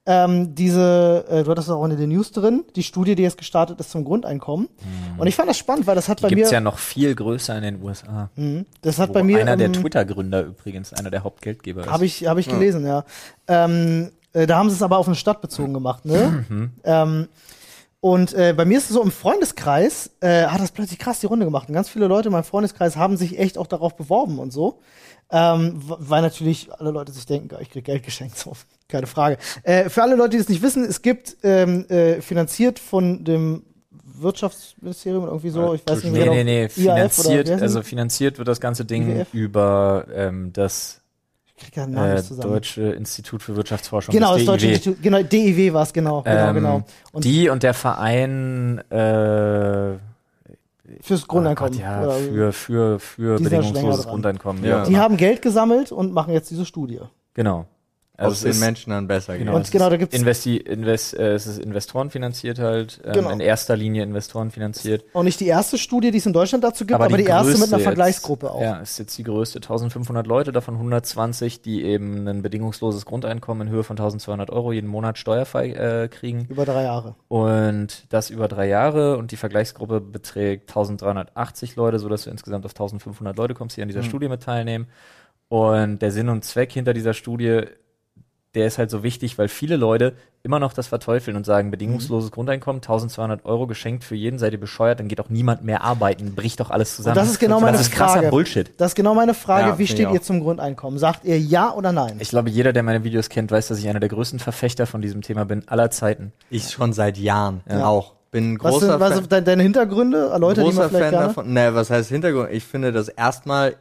S1: Ähm, diese, äh, du hattest das auch in den News drin, die Studie, die jetzt gestartet ist zum Grundeinkommen. Und ich fand das spannend, weil das hat bei
S2: Hm. Gibt's
S1: mir,
S2: ja noch viel größer in den USA.
S1: das hat
S2: Wo
S1: bei mir,
S2: einer der
S1: ähm,
S2: Twitter-Gründer übrigens, einer der Hauptgeldgeber ist.
S1: Habe ich, hab ich gelesen, ja. Ähm, äh, da haben sie es aber auf eine Stadt bezogen gemacht, ne?
S2: Mhm.
S1: ähm, und äh, bei mir ist es so, im Freundeskreis äh, hat das plötzlich krass die Runde gemacht. Und ganz viele Leute in meinem Freundeskreis haben sich echt auch darauf beworben und so. Ähm, w- weil natürlich alle Leute sich denken, ich krieg Geld geschenkt, so. Keine Frage. Äh, für alle Leute, die es nicht wissen, es gibt ähm, äh, finanziert von dem Wirtschaftsministerium oder irgendwie so, ich weiß nicht
S2: Äh, Nee,
S1: mehr genau.
S2: nee, nee,
S1: IAF oder
S2: finanziert,
S1: wie heißt
S2: also
S1: das?
S2: finanziert wird das ganze Ding
S1: IWF?
S2: über ähm, das
S1: Ich krieg da den Namen
S2: äh,
S1: nicht zusammen.
S2: Deutsche Institut für Wirtschaftsforschung.
S1: genau, das
S2: das
S1: Deutsche
S2: DIW.
S1: Institut, genau, DIW war es, genau, genau,
S2: Ähm,
S1: genau. Und
S2: Die und der Verein äh,
S1: Fürs Grundeinkommen.
S2: Oh Gott, ja,
S1: Oder-
S2: für, für, für
S1: Die sind länger
S2: bedingungsloses
S1: dran.
S2: Grundeinkommen.
S3: Ja.
S2: Ja.
S1: die haben Geld gesammelt und machen jetzt diese Studie.
S2: Genau.
S3: also
S2: es
S3: es den
S2: ist-
S3: Menschen dann besser
S2: Genau,
S1: Und
S2: es
S1: genau,
S2: ist
S1: da gibt's-
S2: Investi invest, äh, es ist Investoren finanziert halt, ähm,
S1: Genau.
S2: in erster Linie Investoren finanziert.
S1: Auch nicht die erste Studie, die es in Deutschland dazu gibt, aber, die, erste
S2: größte
S1: mit einer
S2: jetzt-
S1: Vergleichsgruppe auch.
S2: Ja, ist jetzt die größte. 1500 Leute, davon 120, die eben ein bedingungsloses Grundeinkommen in Höhe von 1200 Euro jeden Monat steuerfrei äh, kriegen.
S1: Über drei Jahre.
S2: Und das über drei Jahre. Und die Vergleichsgruppe beträgt 1380 Leute, sodass du insgesamt auf 1500
S1: Mhm.
S2: Leute kommst, die an dieser Studie mit teilnehmen. Und der Sinn und Zweck hinter dieser Studie der ist halt so wichtig, weil viele Leute immer noch das verteufeln und sagen,
S1: Mhm.
S2: bedingungsloses Grundeinkommen, 1200 Euro geschenkt für jeden, seid ihr bescheuert, dann geht auch niemand mehr arbeiten, bricht doch alles zusammen.
S1: Und das ist genau meine
S2: Das ist krasser
S1: Frage.
S2: Bullshit.
S1: Das ist genau meine Frage.
S3: Ja,
S1: Wie
S3: finde
S1: steht
S3: ich
S1: ihr
S3: auch.
S1: zum Grundeinkommen? Sagt ihr ja oder nein?
S2: Ich glaube, jeder, der meine Videos kennt, weiß, dass ich einer der größten Verfechter von diesem Thema bin aller Zeiten.
S3: Ich schon seit Jahren auch. Bin ein
S1: was
S3: großer
S1: sind, was
S3: Fan-
S1: sind de deine Hintergründe? Erläutert die mal
S3: großer
S1: vielleicht
S3: Fan
S1: gerne?
S3: davon. Ne, was heißt Hintergrund? Ich finde, dass erstmal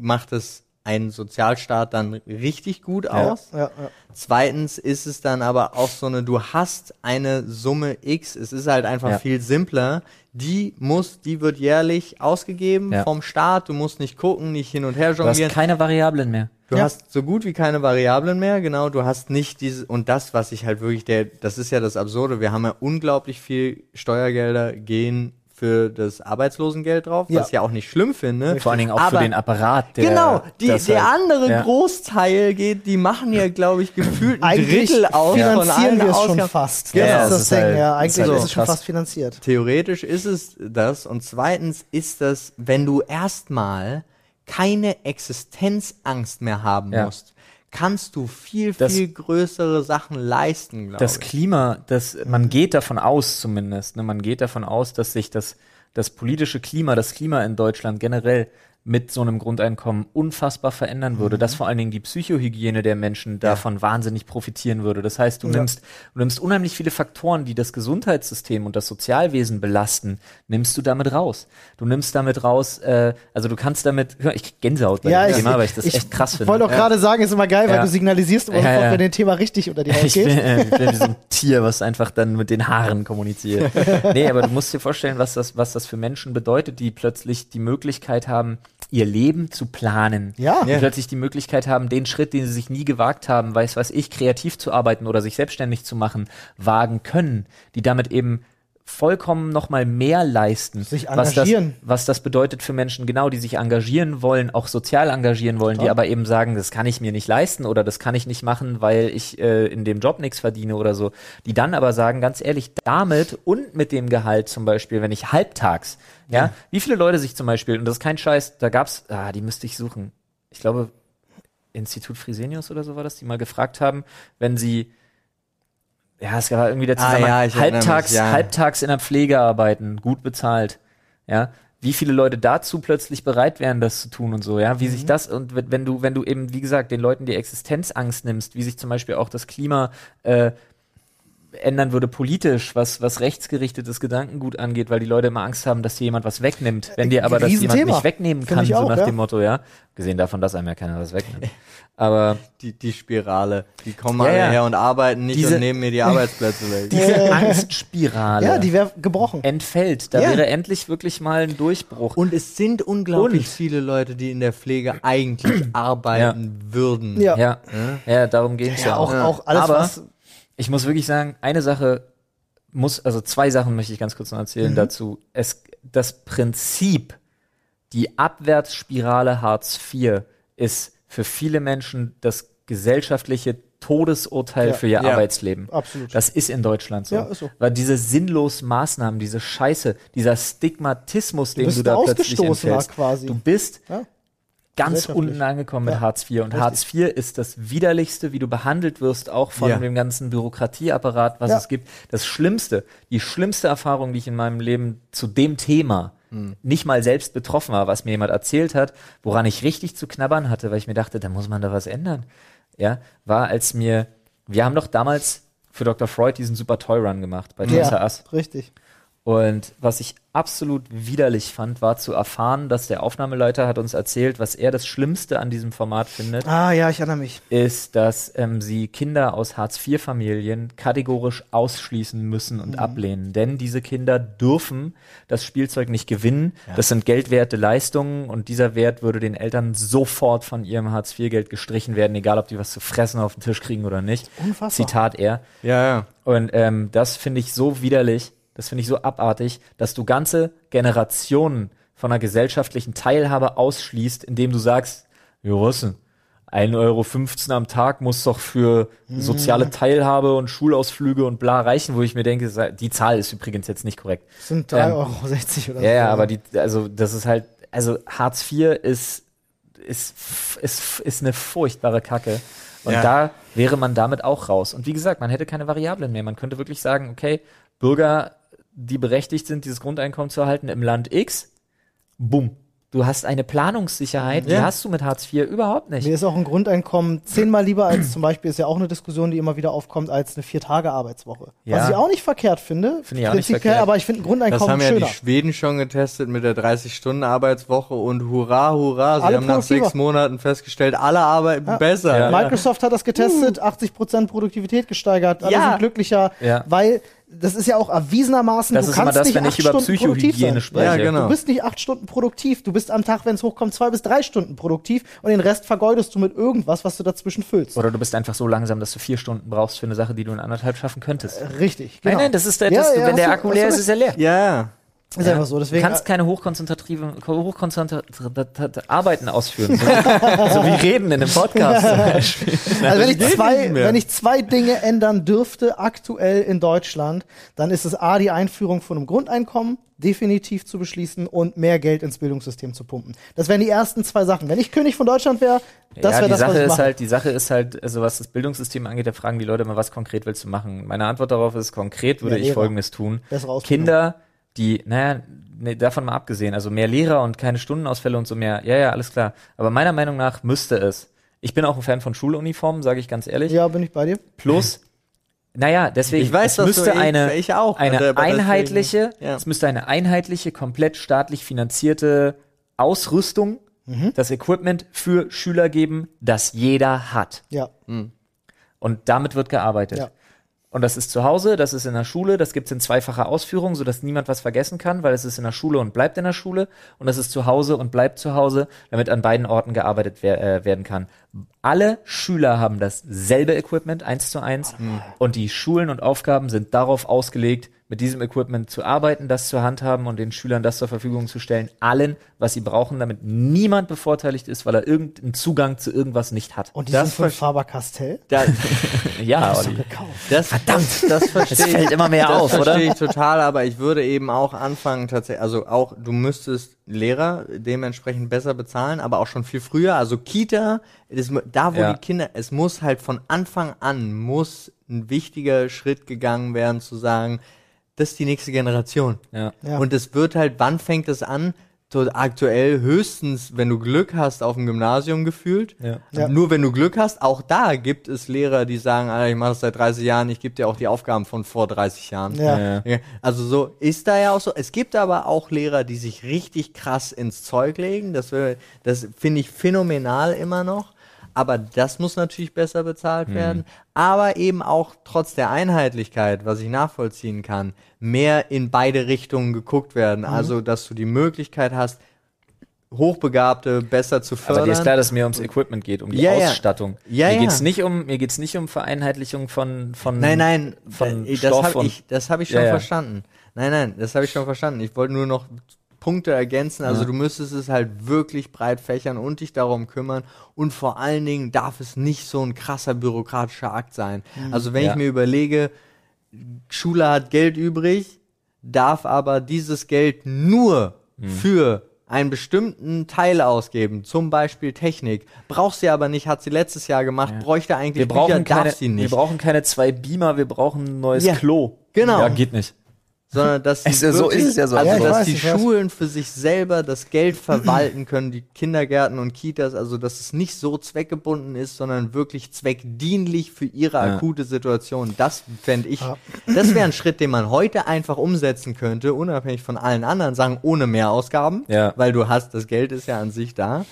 S3: macht es einen Sozialstaat dann richtig gut aus.
S1: Ja, ja.
S3: Zweitens ist es dann aber auch so eine, du hast eine Summe X, es ist halt einfach
S2: Ja.
S3: viel simpler. Die muss, die wird jährlich ausgegeben
S2: Ja.
S3: vom Staat, du musst nicht gucken, nicht hin und her
S2: Du hast
S3: jonglieren.
S2: keine Variablen mehr.
S3: Du
S1: Ja.
S3: hast so gut wie keine Variablen mehr, genau. Du hast nicht diese und das, was ich halt wirklich der, das ist ja das Absurde. Wir haben ja unglaublich viel Steuergelder gehen für das Arbeitslosengeld drauf,
S1: Ja.
S3: was ich ja auch nicht schlimm finde.
S2: Vor allen Dingen auch
S3: Aber-
S2: für den Apparat, der
S3: genau, die,
S2: das
S3: der
S2: halt-
S3: andere
S2: ja.
S3: Großteil geht, die machen ja, glaube ich, gefühlt ein
S1: Eigentlich
S3: Drittel aus von
S1: finanzieren
S3: allen
S1: wir es schon
S3: Ausgaben.
S1: fast.
S3: Genau.
S1: Das
S2: Ja,
S1: ist
S2: das
S1: das
S2: ist
S1: Ding. ja,
S2: halt- das ist
S1: eigentlich
S2: halt
S1: ist es schon
S2: krass.
S1: fast finanziert.
S3: Theoretisch ist es das. Und zweitens ist das, wenn du erstmal keine Existenzangst mehr haben
S2: Ja.
S3: musst, kannst du viel,
S2: Das-
S3: viel größere Sachen leisten, glaube
S2: das
S3: ich.
S2: Klima, das, man geht davon aus zumindest, ne, man geht davon aus, dass sich das, das politische Klima, das Klima in Deutschland generell mit so einem Grundeinkommen unfassbar verändern
S3: Mhm.
S2: würde, dass vor allen Dingen die Psychohygiene der Menschen davon wahnsinnig profitieren würde. Das heißt, du nimmst, du nimmst unheimlich viele Faktoren, die das Gesundheitssystem und das Sozialwesen belasten, nimmst du damit raus. Du nimmst damit raus, äh, also du kannst damit, ich krieg Gänsehaut bei dem Thema, weil ich das echt krass finde.
S1: wollte auch gerade sagen, ist immer geil, weil
S2: Ja.
S1: du signalisierst immer
S2: Ja,
S1: sofort,
S2: ja.
S1: wenn dem Thema richtig unter die Haut
S2: Ich bin,
S1: geht.
S2: äh, ich bin so ein Tier, was einfach dann mit den Haaren kommuniziert. Nee, aber du musst dir vorstellen, was das, was das für Menschen bedeutet, die plötzlich die Möglichkeit haben, ihr Leben zu planen.
S1: Ja.
S2: Die
S1: Ja.
S2: plötzlich die Möglichkeit haben, den Schritt, den sie sich nie gewagt haben, weiß was ich, kreativ zu arbeiten oder sich selbstständig zu machen, wagen können. Die damit eben vollkommen noch mal mehr leisten.
S1: Sich
S2: Was das,
S1: engagieren.
S2: was das bedeutet für Menschen genau, die sich engagieren wollen, auch sozial engagieren wollen, die aber eben sagen, das kann ich mir nicht leisten oder das kann ich nicht machen, weil ich äh, in dem Job nichts verdiene oder so, die dann aber sagen, ganz ehrlich, damit und mit dem Gehalt zum Beispiel, wenn ich halbtags, ja, wie viele Leute sich zum Beispiel, und das ist kein Scheiß, da gab's, ah, die müsste ich suchen. Ich glaube, Institut Frisenius oder so war das, die mal gefragt haben, wenn sie ja, es war irgendwie der
S3: Ah,
S2: Zusammenhang.
S3: ja, ich erinnere mich,
S2: halbtags,
S3: ja.
S2: halbtags in der Pflege arbeiten, gut bezahlt. Ja, wie viele Leute dazu plötzlich bereit wären, das zu tun und so, ja, wie sich
S3: Mhm.
S2: das und wenn wenn du, wenn du eben, wie gesagt, den Leuten die Existenzangst nimmst, wie sich zum Beispiel auch das Klima äh, ändern würde politisch, was, was rechtsgerichtetes Gedankengut angeht, weil die Leute immer Angst haben, dass dir jemand was wegnimmt. Wenn dir aber das jemand
S1: Riesenthema.
S2: nicht wegnehmen
S1: Finde
S2: kann,
S1: ich
S2: so
S1: auch,
S2: nach
S1: ja.
S2: dem Motto, ja. Gesehen davon, dass einem ja keiner was wegnimmt. Aber
S3: Die, die Spirale. Die kommen
S2: Ja,
S3: alle
S2: ja.
S3: her und arbeiten nicht
S2: Diese-
S3: und nehmen mir die Arbeitsplätze weg.
S2: diese Angstspirale
S1: Äh. Ja, die wäre gebrochen.
S2: entfällt. Da
S3: Ja.
S2: wäre endlich wirklich mal ein Durchbruch.
S3: Und es sind unglaublich
S2: Und-
S3: viele Leute, die in der Pflege eigentlich arbeiten würden.
S1: Ja.
S2: ja, ja, darum geht's ja,
S1: Ja, auch,
S2: auch.
S1: auch alles,
S2: Aber
S1: was
S2: Ich muss wirklich sagen, eine Sache muss, also zwei Sachen möchte ich ganz kurz noch erzählen
S1: Mhm.
S2: dazu. Es, das Prinzip, die Abwärtsspirale Hartz IV ist für viele Menschen das gesellschaftliche Todesurteil
S1: Ja.
S2: für ihr
S3: Ja.
S2: Arbeitsleben.
S1: Absolut.
S2: Das ist in Deutschland so.
S1: Ja, ist so.
S2: Weil diese sinnlosen Maßnahmen, diese Scheiße, dieser Stigmatismus, dem
S1: bist
S2: du da
S1: ein
S2: plötzlich
S1: Ausgestoßener
S2: entfällst.
S1: quasi.
S2: Du bist
S1: Ja.
S2: ganz
S1: Gesellschaftlich.
S2: unten angekommen
S1: Ja,
S2: mit Hartz IV. Und Hartz IV ist das widerlichste, wie du behandelt wirst, auch von
S3: Ja.
S2: dem ganzen Bürokratieapparat, was
S1: Ja.
S2: es gibt. Das Schlimmste, die schlimmste Erfahrung, die ich in meinem Leben zu dem Thema
S1: Hm.
S2: nicht mal selbst betroffen war, was mir jemand erzählt hat, woran ich richtig zu knabbern hatte, weil ich mir dachte, da muss man da was ändern. Ja, war als mir, wir haben doch damals für Dr. Freud diesen super Toy Run gemacht bei Toys R
S1: ja,
S2: Us.
S1: richtig.
S2: Und was ich absolut widerlich fand, war zu erfahren, dass der Aufnahmeleiter hat uns erzählt, was er das Schlimmste an diesem Format findet,
S1: Ah ja, ich erinnere mich.
S2: ist, dass ähm, sie Kinder aus Hartz-IV-Familien kategorisch ausschließen müssen und ablehnen. Denn diese Kinder dürfen das Spielzeug nicht gewinnen. Das sind geldwerte Leistungen und dieser Wert würde den Eltern sofort von ihrem Hartz-IV-Geld gestrichen werden, egal ob die was zu fressen auf den Tisch kriegen oder nicht.
S1: Unfassbar.
S2: Zitat er.
S3: ja. ja.
S2: Und ähm, das finde ich so widerlich, das finde ich so abartig, dass du ganze Generationen von einer gesellschaftlichen Teilhabe ausschließt, indem du sagst, ja, was denn? 1,15 Euro am Tag muss doch für soziale Teilhabe und Schulausflüge und bla reichen, wo ich mir denke, sei- die Zahl ist übrigens jetzt nicht korrekt.
S1: Das sind 3,60
S2: Ähm,
S1: Euro sechzig oder
S2: Ja,
S1: so.
S2: ja, aber die, also das ist halt, also Hartz IV ist, ist, f- ist, f- ist eine furchtbare Kacke. Und
S3: Ja.
S2: da wäre man damit auch raus. Und wie gesagt, man hätte keine Variablen mehr. Man könnte wirklich sagen, okay, Bürger, die berechtigt sind, dieses Grundeinkommen zu erhalten im Land X, bumm. Du hast eine Planungssicherheit, die
S3: Ja.
S2: hast du mit Hartz IV überhaupt nicht.
S1: Mir ist auch ein Grundeinkommen zehnmal lieber als zum Beispiel, ist ja auch eine Diskussion, die immer wieder aufkommt, als eine Vier-Tage-Arbeitswoche.
S2: Ja.
S1: Was ich auch nicht verkehrt finde.
S2: Finde ich auch nicht
S1: prinzipiell,
S2: verkehrt.
S1: Aber ich finde ein
S3: Das
S1: Grundeinkommen
S3: haben ja
S1: schöner.
S3: die Schweden schon getestet mit der 30-Stunden-Arbeitswoche und hurra, hurra. Sie
S1: Alle
S3: haben nach
S1: produktiver.
S3: sechs Monaten festgestellt, alle arbeiten besser.
S2: Ja. Uh.
S1: Microsoft hat das getestet, 80% Produktivität gesteigert, alle
S3: Ja.
S1: sind glücklicher,
S2: Ja.
S1: weil das ist ja auch erwiesenermaßen,
S2: das
S1: du
S2: ist immer
S1: kannst
S2: das,
S1: nicht
S2: wenn
S1: acht
S2: ich über
S1: Stunden produktiv sein.
S2: Psychohygiene spreche.
S3: Ja, genau.
S1: Du bist nicht acht Stunden produktiv, du bist am Tag, wenn es hochkommt, zwei bis drei Stunden produktiv und den Rest vergeudest du mit irgendwas, was du dazwischen füllst.
S2: Oder du bist einfach so langsam, dass du vier Stunden brauchst für eine Sache, die du in anderthalb schaffen
S1: Äh,
S2: könntest.
S1: Richtig. genau.
S2: Nein, nein, das ist der, das, wenn der Akku leer ist, ist er leer.
S3: Ja.
S1: ist, ist einfach so.
S2: Also Du
S1: Deswegen, äh,
S2: kannst keine hochkonzentrativen, hochkonzentrativen Arbeiten ausführen. So, so wie Reden in einem Podcast zum Beispiel.
S1: Also wenn ich,
S3: geht
S1: zwei,
S3: nicht mehr.
S1: wenn ich zwei Dinge ändern dürfte aktuell in Deutschland, dann ist es A, die Einführung von einem Grundeinkommen definitiv zu beschließen und mehr Geld ins Bildungssystem zu pumpen. Das wären die ersten zwei Sachen. Wenn ich König von Deutschland wäre, das
S2: ja,
S1: wäre
S2: die
S1: das, was
S2: Sache
S1: ich
S2: ist
S1: mache.
S2: halt, die Sache ist halt, also was das Bildungssystem angeht, da fragen die Leute immer, was konkret willst du machen? Meine Antwort darauf ist, konkret würde
S1: Mehr
S2: ich
S1: Lehrer.
S2: Folgendes tun.
S1: Bessere Ausbildung.
S2: Kinder, die, naja, nee, davon mal abgesehen, also mehr Lehrer und keine Stundenausfälle und so mehr. Ja, ja, alles klar. Aber meiner Meinung nach müsste es. Ich bin auch ein Fan von Schuluniformen, sage ich ganz ehrlich.
S1: ja, bin ich bei dir.
S2: Plus, naja, deswegen,
S3: Ich weiß,
S2: es
S3: was
S2: müsste
S3: du- ich-
S2: eine,
S3: ich auch,
S2: eine
S3: aber deswegen-
S2: einheitliche,
S3: ja.
S2: es müsste eine einheitliche, komplett staatlich finanzierte Ausrüstung,
S3: Mhm.
S2: das Equipment für Schüler geben, das jeder hat.
S1: Ja.
S2: Und damit wird gearbeitet.
S1: Ja.
S2: Und das ist zu Hause, das ist in der Schule, das gibt's in zweifacher Ausführung, sodass niemand was vergessen kann, weil es ist in der Schule und bleibt in der Schule und das ist zu Hause und bleibt zu Hause, damit an beiden Orten gearbeitet wer äh, werden kann. Alle Schüler haben dasselbe Equipment, eins zu eins,
S1: Mhm.
S2: und die Schulen und Aufgaben sind darauf ausgelegt, mit diesem Equipment zu arbeiten, das zur Hand haben und den Schülern das zur Verfügung zu stellen, allen, was sie brauchen, damit niemand bevorteiligt ist, weil er irgendeinen Zugang zu irgendwas nicht hat.
S1: Und die
S3: Das
S1: sind von
S3: verste-
S1: Faber-Castell?
S3: Da,
S2: ja, Olli.
S3: das, Verdammt, das
S2: Es
S3: verstehe ich.
S2: fällt immer mehr
S3: das
S2: auf, oder?
S3: verstehe ich total, aber ich würde eben auch anfangen, tatsächlich, also auch, du müsstest Lehrer dementsprechend besser bezahlen, aber auch schon viel früher, also Kita, das, mu- da wo
S2: Ja.
S3: die Kinder, es muss halt von Anfang an, muss ein wichtiger Schritt gegangen werden, zu sagen, das ist die nächste Generation.
S2: Ja.
S1: Ja.
S3: Und es wird halt, wann fängt es an? So aktuell höchstens, wenn du Glück hast, auf dem Gymnasium gefühlt.
S2: Ja.
S1: Ja.
S3: Nur wenn du Glück hast, auch da gibt es Lehrer, die sagen, Alter, ich mache das seit 30 Jahren, ich gebe dir auch die Aufgaben von vor 30 Jahren.
S1: Ja.
S2: Ja.
S3: Ja, Also so ist da ja auch so. Es gibt aber auch Lehrer, die sich richtig krass ins Zeug legen. Das, wär- das finde ich phänomenal immer noch. Aber das muss natürlich besser bezahlt
S2: Mhm.
S3: werden. Aber eben auch trotz der Einheitlichkeit, was ich nachvollziehen kann, mehr in beide Richtungen geguckt werden.
S2: Mhm.
S3: Also, dass du die Möglichkeit hast, Hochbegabte besser zu fördern.
S2: Aber dir ist klar, dass es mir ums Equipment geht, um die
S3: Ja, ja.
S2: Ausstattung.
S3: Ja,
S2: mir
S3: ja.
S2: geht's nicht um, mir geht's nicht um Vereinheitlichung von, von
S3: Nein, nein,
S2: von
S3: äh, das
S2: Stoff
S3: habe
S2: und-
S3: ich, das hab ich schon
S2: Ja, ja.
S3: verstanden. Nein, nein, das habe ich schon verstanden. Ich wollte nur noch Punkte ergänzen. Also du müsstest es halt wirklich breit fächern und dich darum kümmern. Und vor allen Dingen darf es nicht so ein krasser bürokratischer Akt sein. Also wenn
S2: Hm. Ja.
S3: ich mir überlege, Schule hat Geld übrig, darf aber dieses Geld nur
S2: Hm.
S3: für einen bestimmten Teil ausgeben, zum Beispiel Technik. Braucht sie aber nicht, hat sie letztes Jahr gemacht, bräuchte eigentlich
S2: wir brauchen
S3: Bücher,
S2: keine,
S3: darf sie nicht.
S2: wir brauchen keine zwei Beamer, wir brauchen ein neues
S3: Ja,
S2: Klo.
S3: genau.
S2: Ja, geht nicht.
S3: sondern dass sie
S2: Es ist- so
S3: wirklich,
S2: ist es ja so.
S3: also
S1: Ja, ich
S3: dass
S1: weiß,
S3: die
S1: ich weiß.
S3: Schulen für sich selber das Geld verwalten können, die Kindergärten und Kitas, also dass es nicht so zweckgebunden ist, sondern wirklich zweckdienlich für ihre akute Situation. Das fände ich,
S1: Ja.
S3: das wäre ein Schritt, den man heute einfach umsetzen könnte, unabhängig von allen anderen Sachen, ohne Mehrausgaben,
S2: Ja.
S3: weil du hast, das Geld ist ja an sich da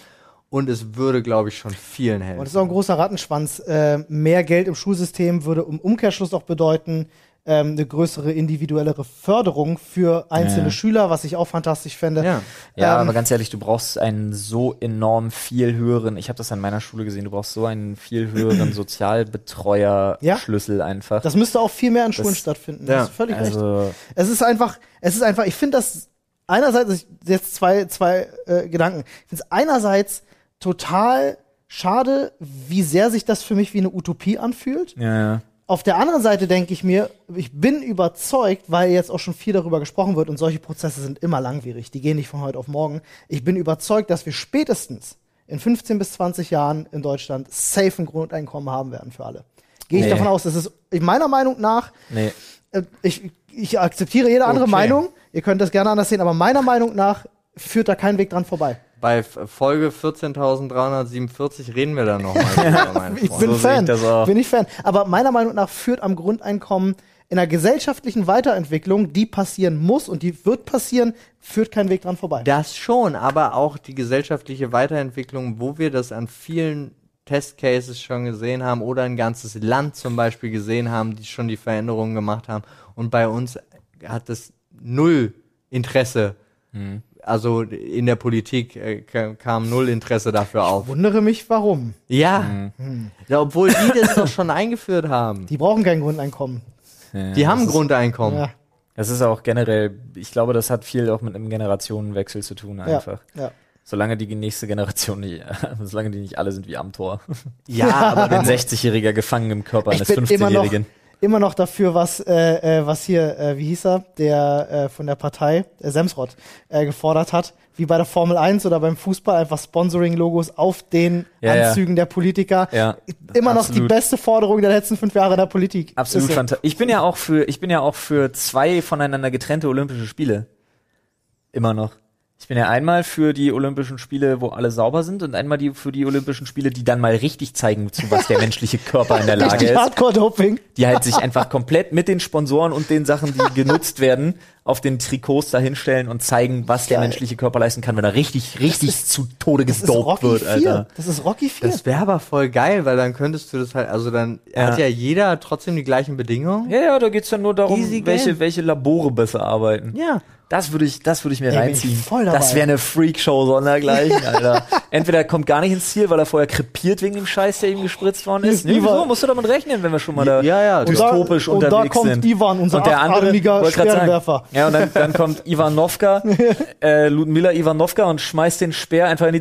S3: und es würde, glaube ich, schon vielen
S1: Und das
S3: helfen.
S1: ist auch ein großer Rattenschwanz. Äh, mehr Geld im Schulsystem würde im Umkehrschluss auch bedeuten, ähm, eine größere individuellere Förderung für einzelne
S2: Ja.
S1: Schüler, was ich auch fantastisch fände.
S3: Ja.
S2: Ja,
S1: Ähm,
S2: aber ganz ehrlich, du brauchst einen so enorm viel höheren, ich habe das an meiner Schule gesehen, du brauchst so einen viel höheren
S1: Ja.
S2: Sozialbetreuer-Schlüssel einfach.
S1: Das müsste auch viel mehr in Schulen
S2: Das-
S1: stattfinden.
S3: ja,
S1: Das ist völlig recht.
S2: also,
S1: Es ist einfach, es ist einfach, ich finde das einerseits, also ich- jetzt zwei, zwei äh, Gedanken. Ich finde es einerseits total schade, wie sehr sich das für mich wie eine Utopie anfühlt.
S2: ja, ja.
S1: Auf der anderen Seite denke ich mir, ich bin überzeugt, weil jetzt auch schon viel darüber gesprochen wird und solche Prozesse sind immer langwierig, die gehen nicht von heute auf morgen. Ich bin überzeugt, dass wir spätestens in 15 bis 20 Jahren in Deutschland safe ein Grundeinkommen haben werden für alle. Gehe ich
S2: Nee.
S1: davon aus, das ist meiner Meinung nach,
S2: Nee.
S1: äh, ich, ich akzeptiere jede andere
S3: Okay.
S1: Meinung, ihr könnt das gerne anders sehen, aber meiner Meinung nach führt da kein Weg dran vorbei.
S3: Bei F- Folge 14.347 reden wir dann nochmal drüber, mein
S1: Ich
S3: Freund.
S1: bin
S2: So sehe ich
S1: Fan.
S2: das auch.
S1: Bin ich Fan. Aber meiner Meinung nach führt am Grundeinkommen in einer gesellschaftlichen Weiterentwicklung, die passieren muss und die wird passieren, führt kein Weg dran vorbei.
S3: Das schon, aber auch die gesellschaftliche Weiterentwicklung, wo wir das an vielen Testcases schon gesehen haben oder ein ganzes Land zum Beispiel gesehen haben, die schon die Veränderungen gemacht haben. Und bei uns hat das null Interesse.
S1: Mhm.
S3: Also in der Politik äh, ka- kam null Interesse dafür auf.
S1: Wundere mich, warum.
S3: Ja, ja obwohl die das doch schon eingeführt haben.
S1: Mhm. Die brauchen kein Grundeinkommen.
S3: Die haben ein Grundeinkommen.
S1: Ja,
S2: Das ist auch generell, ich glaube, das hat viel auch mit einem Generationenwechsel zu tun
S1: ja,
S2: einfach.
S1: ja.
S2: Solange die nächste Generation nicht, solange die nicht alle sind wie Amtor.
S3: Ja, aber
S2: Ein 60-Jähriger gefangen im Körper
S1: Ah. Ich
S2: eines
S1: bin immer noch,
S2: 15-Jährigen.
S1: immer noch dafür, was, äh, äh, was hier, äh, wie hieß er, der äh, von der Partei, äh, Semsrott, äh, gefordert hat, wie bei der Formel 1 oder beim Fußball, einfach Sponsoring-Logos auf den
S2: Ja, ja.
S1: Anzügen der Politiker.
S2: Ja,
S1: immer noch die
S2: absolut.
S1: beste Forderung der letzten fünf Jahre der Politik.
S2: Absolut
S1: Ist so.
S2: fantastisch. Ich bin ja auch für, ich bin ja auch für zwei voneinander getrennte Olympische Spiele. Immer noch. Ich bin ja einmal für die Olympischen Spiele, wo alle sauber sind und einmal die, für die Olympischen Spiele, die dann mal richtig zeigen, zu was der menschliche Körper in der Lage
S1: Richtig
S2: ist.
S1: Hardcore-Doping.
S2: Die halt sich einfach komplett mit den Sponsoren und den Sachen, die genutzt werden, auf den Trikots dahinstellen und zeigen, was der
S1: Geil.
S2: menschliche Körper leisten kann, wenn er richtig, richtig zu Tode
S1: Das ist
S2: gedopt
S1: Rocky
S2: wird,
S1: 4.
S2: Alter.
S1: Das ist Rocky 4.
S3: das wäre aber voll geil, weil dann könntest du das halt, also dann hat ja jeder trotzdem die gleichen Bedingungen.
S2: Ja, ja, da geht's dann nur darum,
S3: Easy game.
S2: welche, welche Labore besser arbeiten.
S3: Ja.
S2: Das würde ich, das würde ich mir
S1: bin
S2: reinziehen.
S1: ich voll dabei.
S2: das wäre eine Freakshow sondergleichen, Alter. Entweder er kommt gar nicht ins Ziel, weil er vorher krepiert wegen dem Scheiß, der ihm gespritzt worden ist.
S1: ist
S2: Nee,
S1: Ivan.
S2: wieso? Musst du damit rechnen, wenn wir schon mal da
S3: Ja, ja,
S1: Und da-
S2: dystopisch
S1: und da
S2: unterwegs
S1: kommt
S2: sind.
S1: Ivan, unser
S2: und der andere,
S1: achtarmiger
S2: wollte grad
S1: Speerwerfer.
S2: Sagen, ja, und dann, dann kommt Ivanovka, äh, Ludmila Ivanovka und schmeißt den Speer einfach in die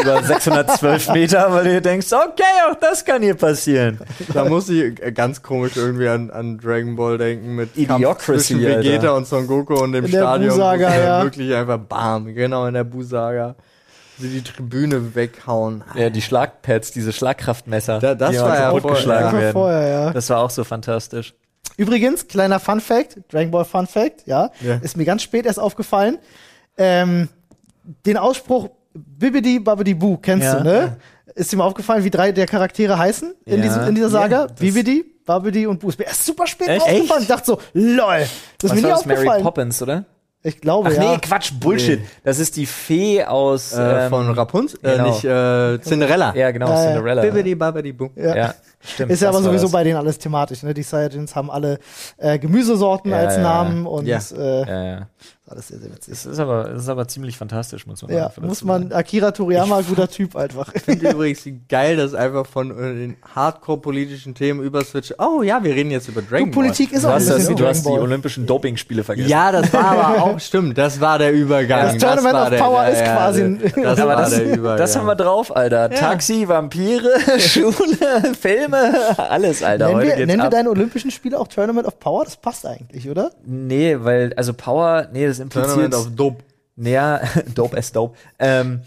S2: über 612 Meter, weil du dir denkst, okay, auch das kann hier passieren.
S3: Da muss ich äh, ganz komisch irgendwie an, an Dragon Ball denken mit Kampf
S2: Idiocracy,
S3: zwischen Vegeta
S2: Alter.
S3: und Son Goku und dem
S1: In der
S3: Stadion. wo
S1: Busaga,
S3: sie dann
S1: ja.
S3: Wirklich einfach bam, genau in der Busaga. Sie die Tribüne weghauen.
S2: Ja, die Schlagpads, diese Schlagkraftmesser,
S3: Da- das
S2: die
S3: war ja
S2: totgeschlagen
S3: voll-
S1: Einfach
S2: werden.
S1: vorher, ja.
S2: Das war auch so fantastisch.
S1: Übrigens, kleiner Fun Fact, Dragon Ball Fun Fact, ja,
S3: Ja.
S1: ist mir ganz spät erst aufgefallen. Ähm, den Ausspruch Bibidi Babidi Bu kennst
S2: Ja.
S1: du, ne? Ist dir mal aufgefallen, wie drei der Charaktere heißen in,
S2: Ja.
S1: diesem, in dieser
S2: Ja,
S1: Saga?
S2: das-
S1: Bibidi, Babidi und Bu. Ist mir erst super spät
S2: Echt?
S1: aufgefallen. Ich dachte so, lol, das ist mir
S2: Was war
S1: nie
S2: das? Mary
S1: aufgefallen.
S2: Poppins, oder?
S1: Ich glaube,
S2: Ach
S1: ja.
S2: nee, Quatsch, Bullshit. Das ist die Fee aus
S3: Äh,
S2: ähm,
S3: von Rapunzel,
S2: genau.
S3: äh, nicht äh, Cinderella.
S2: ja genau
S1: Ja, ja.
S2: Cinderella.
S3: Bibbidi babbidi boom.
S1: Ja.
S2: Ja, stimmt.
S1: Ist ja
S2: das
S1: aber
S2: war
S1: sowieso
S2: das.
S1: bei denen alles thematisch. Ne? Die Saiyajins haben alle äh, Gemüsesorten
S2: Ja,
S1: als
S2: ja, ja.
S1: Namen und
S3: Ja.
S1: Äh,
S2: Ja, ja.
S1: alles sehr, sehr witzig.
S2: Das ist aber, das ist aber ziemlich fantastisch, muss man
S1: Ja,
S2: einfach dazu
S1: muss
S2: sagen.
S1: man, Akira Toriyama, guter Typ einfach.
S3: Ich finde übrigens geil, dass einfach von äh, den hardcore-politischen Themen überswitcht. Oh ja, wir reden jetzt über Dragon
S1: Du, Politik
S3: Ball.
S1: ist
S2: Du
S1: auch ein
S2: hast,
S1: bisschen
S2: das, du
S1: Dragon
S2: hast die
S1: Ball.
S2: olympischen Dopingspiele vergessen.
S3: Ja, das war aber auch, stimmt, das war der Übergang.
S1: Das Tournament
S3: war
S1: of
S3: der,
S1: Power
S3: ja,
S1: ist
S3: ja,
S1: quasi ein-
S3: Das
S2: aber
S3: war
S2: das,
S3: der Übergang.
S2: das haben wir drauf, Alter. Taxi, Vampire, Schule, Filme, alles, Alter.
S1: Nennen,
S2: Heute
S1: wir,
S2: geht's
S1: nennen wir
S2: ab.
S1: deine Olympischen Spiele auch Tournament of Power? Das passt eigentlich, oder?
S2: nee, weil, also Power, nee, das impliziert.
S3: Tournament of Dope.
S2: Naja, dope as dope. Ähm,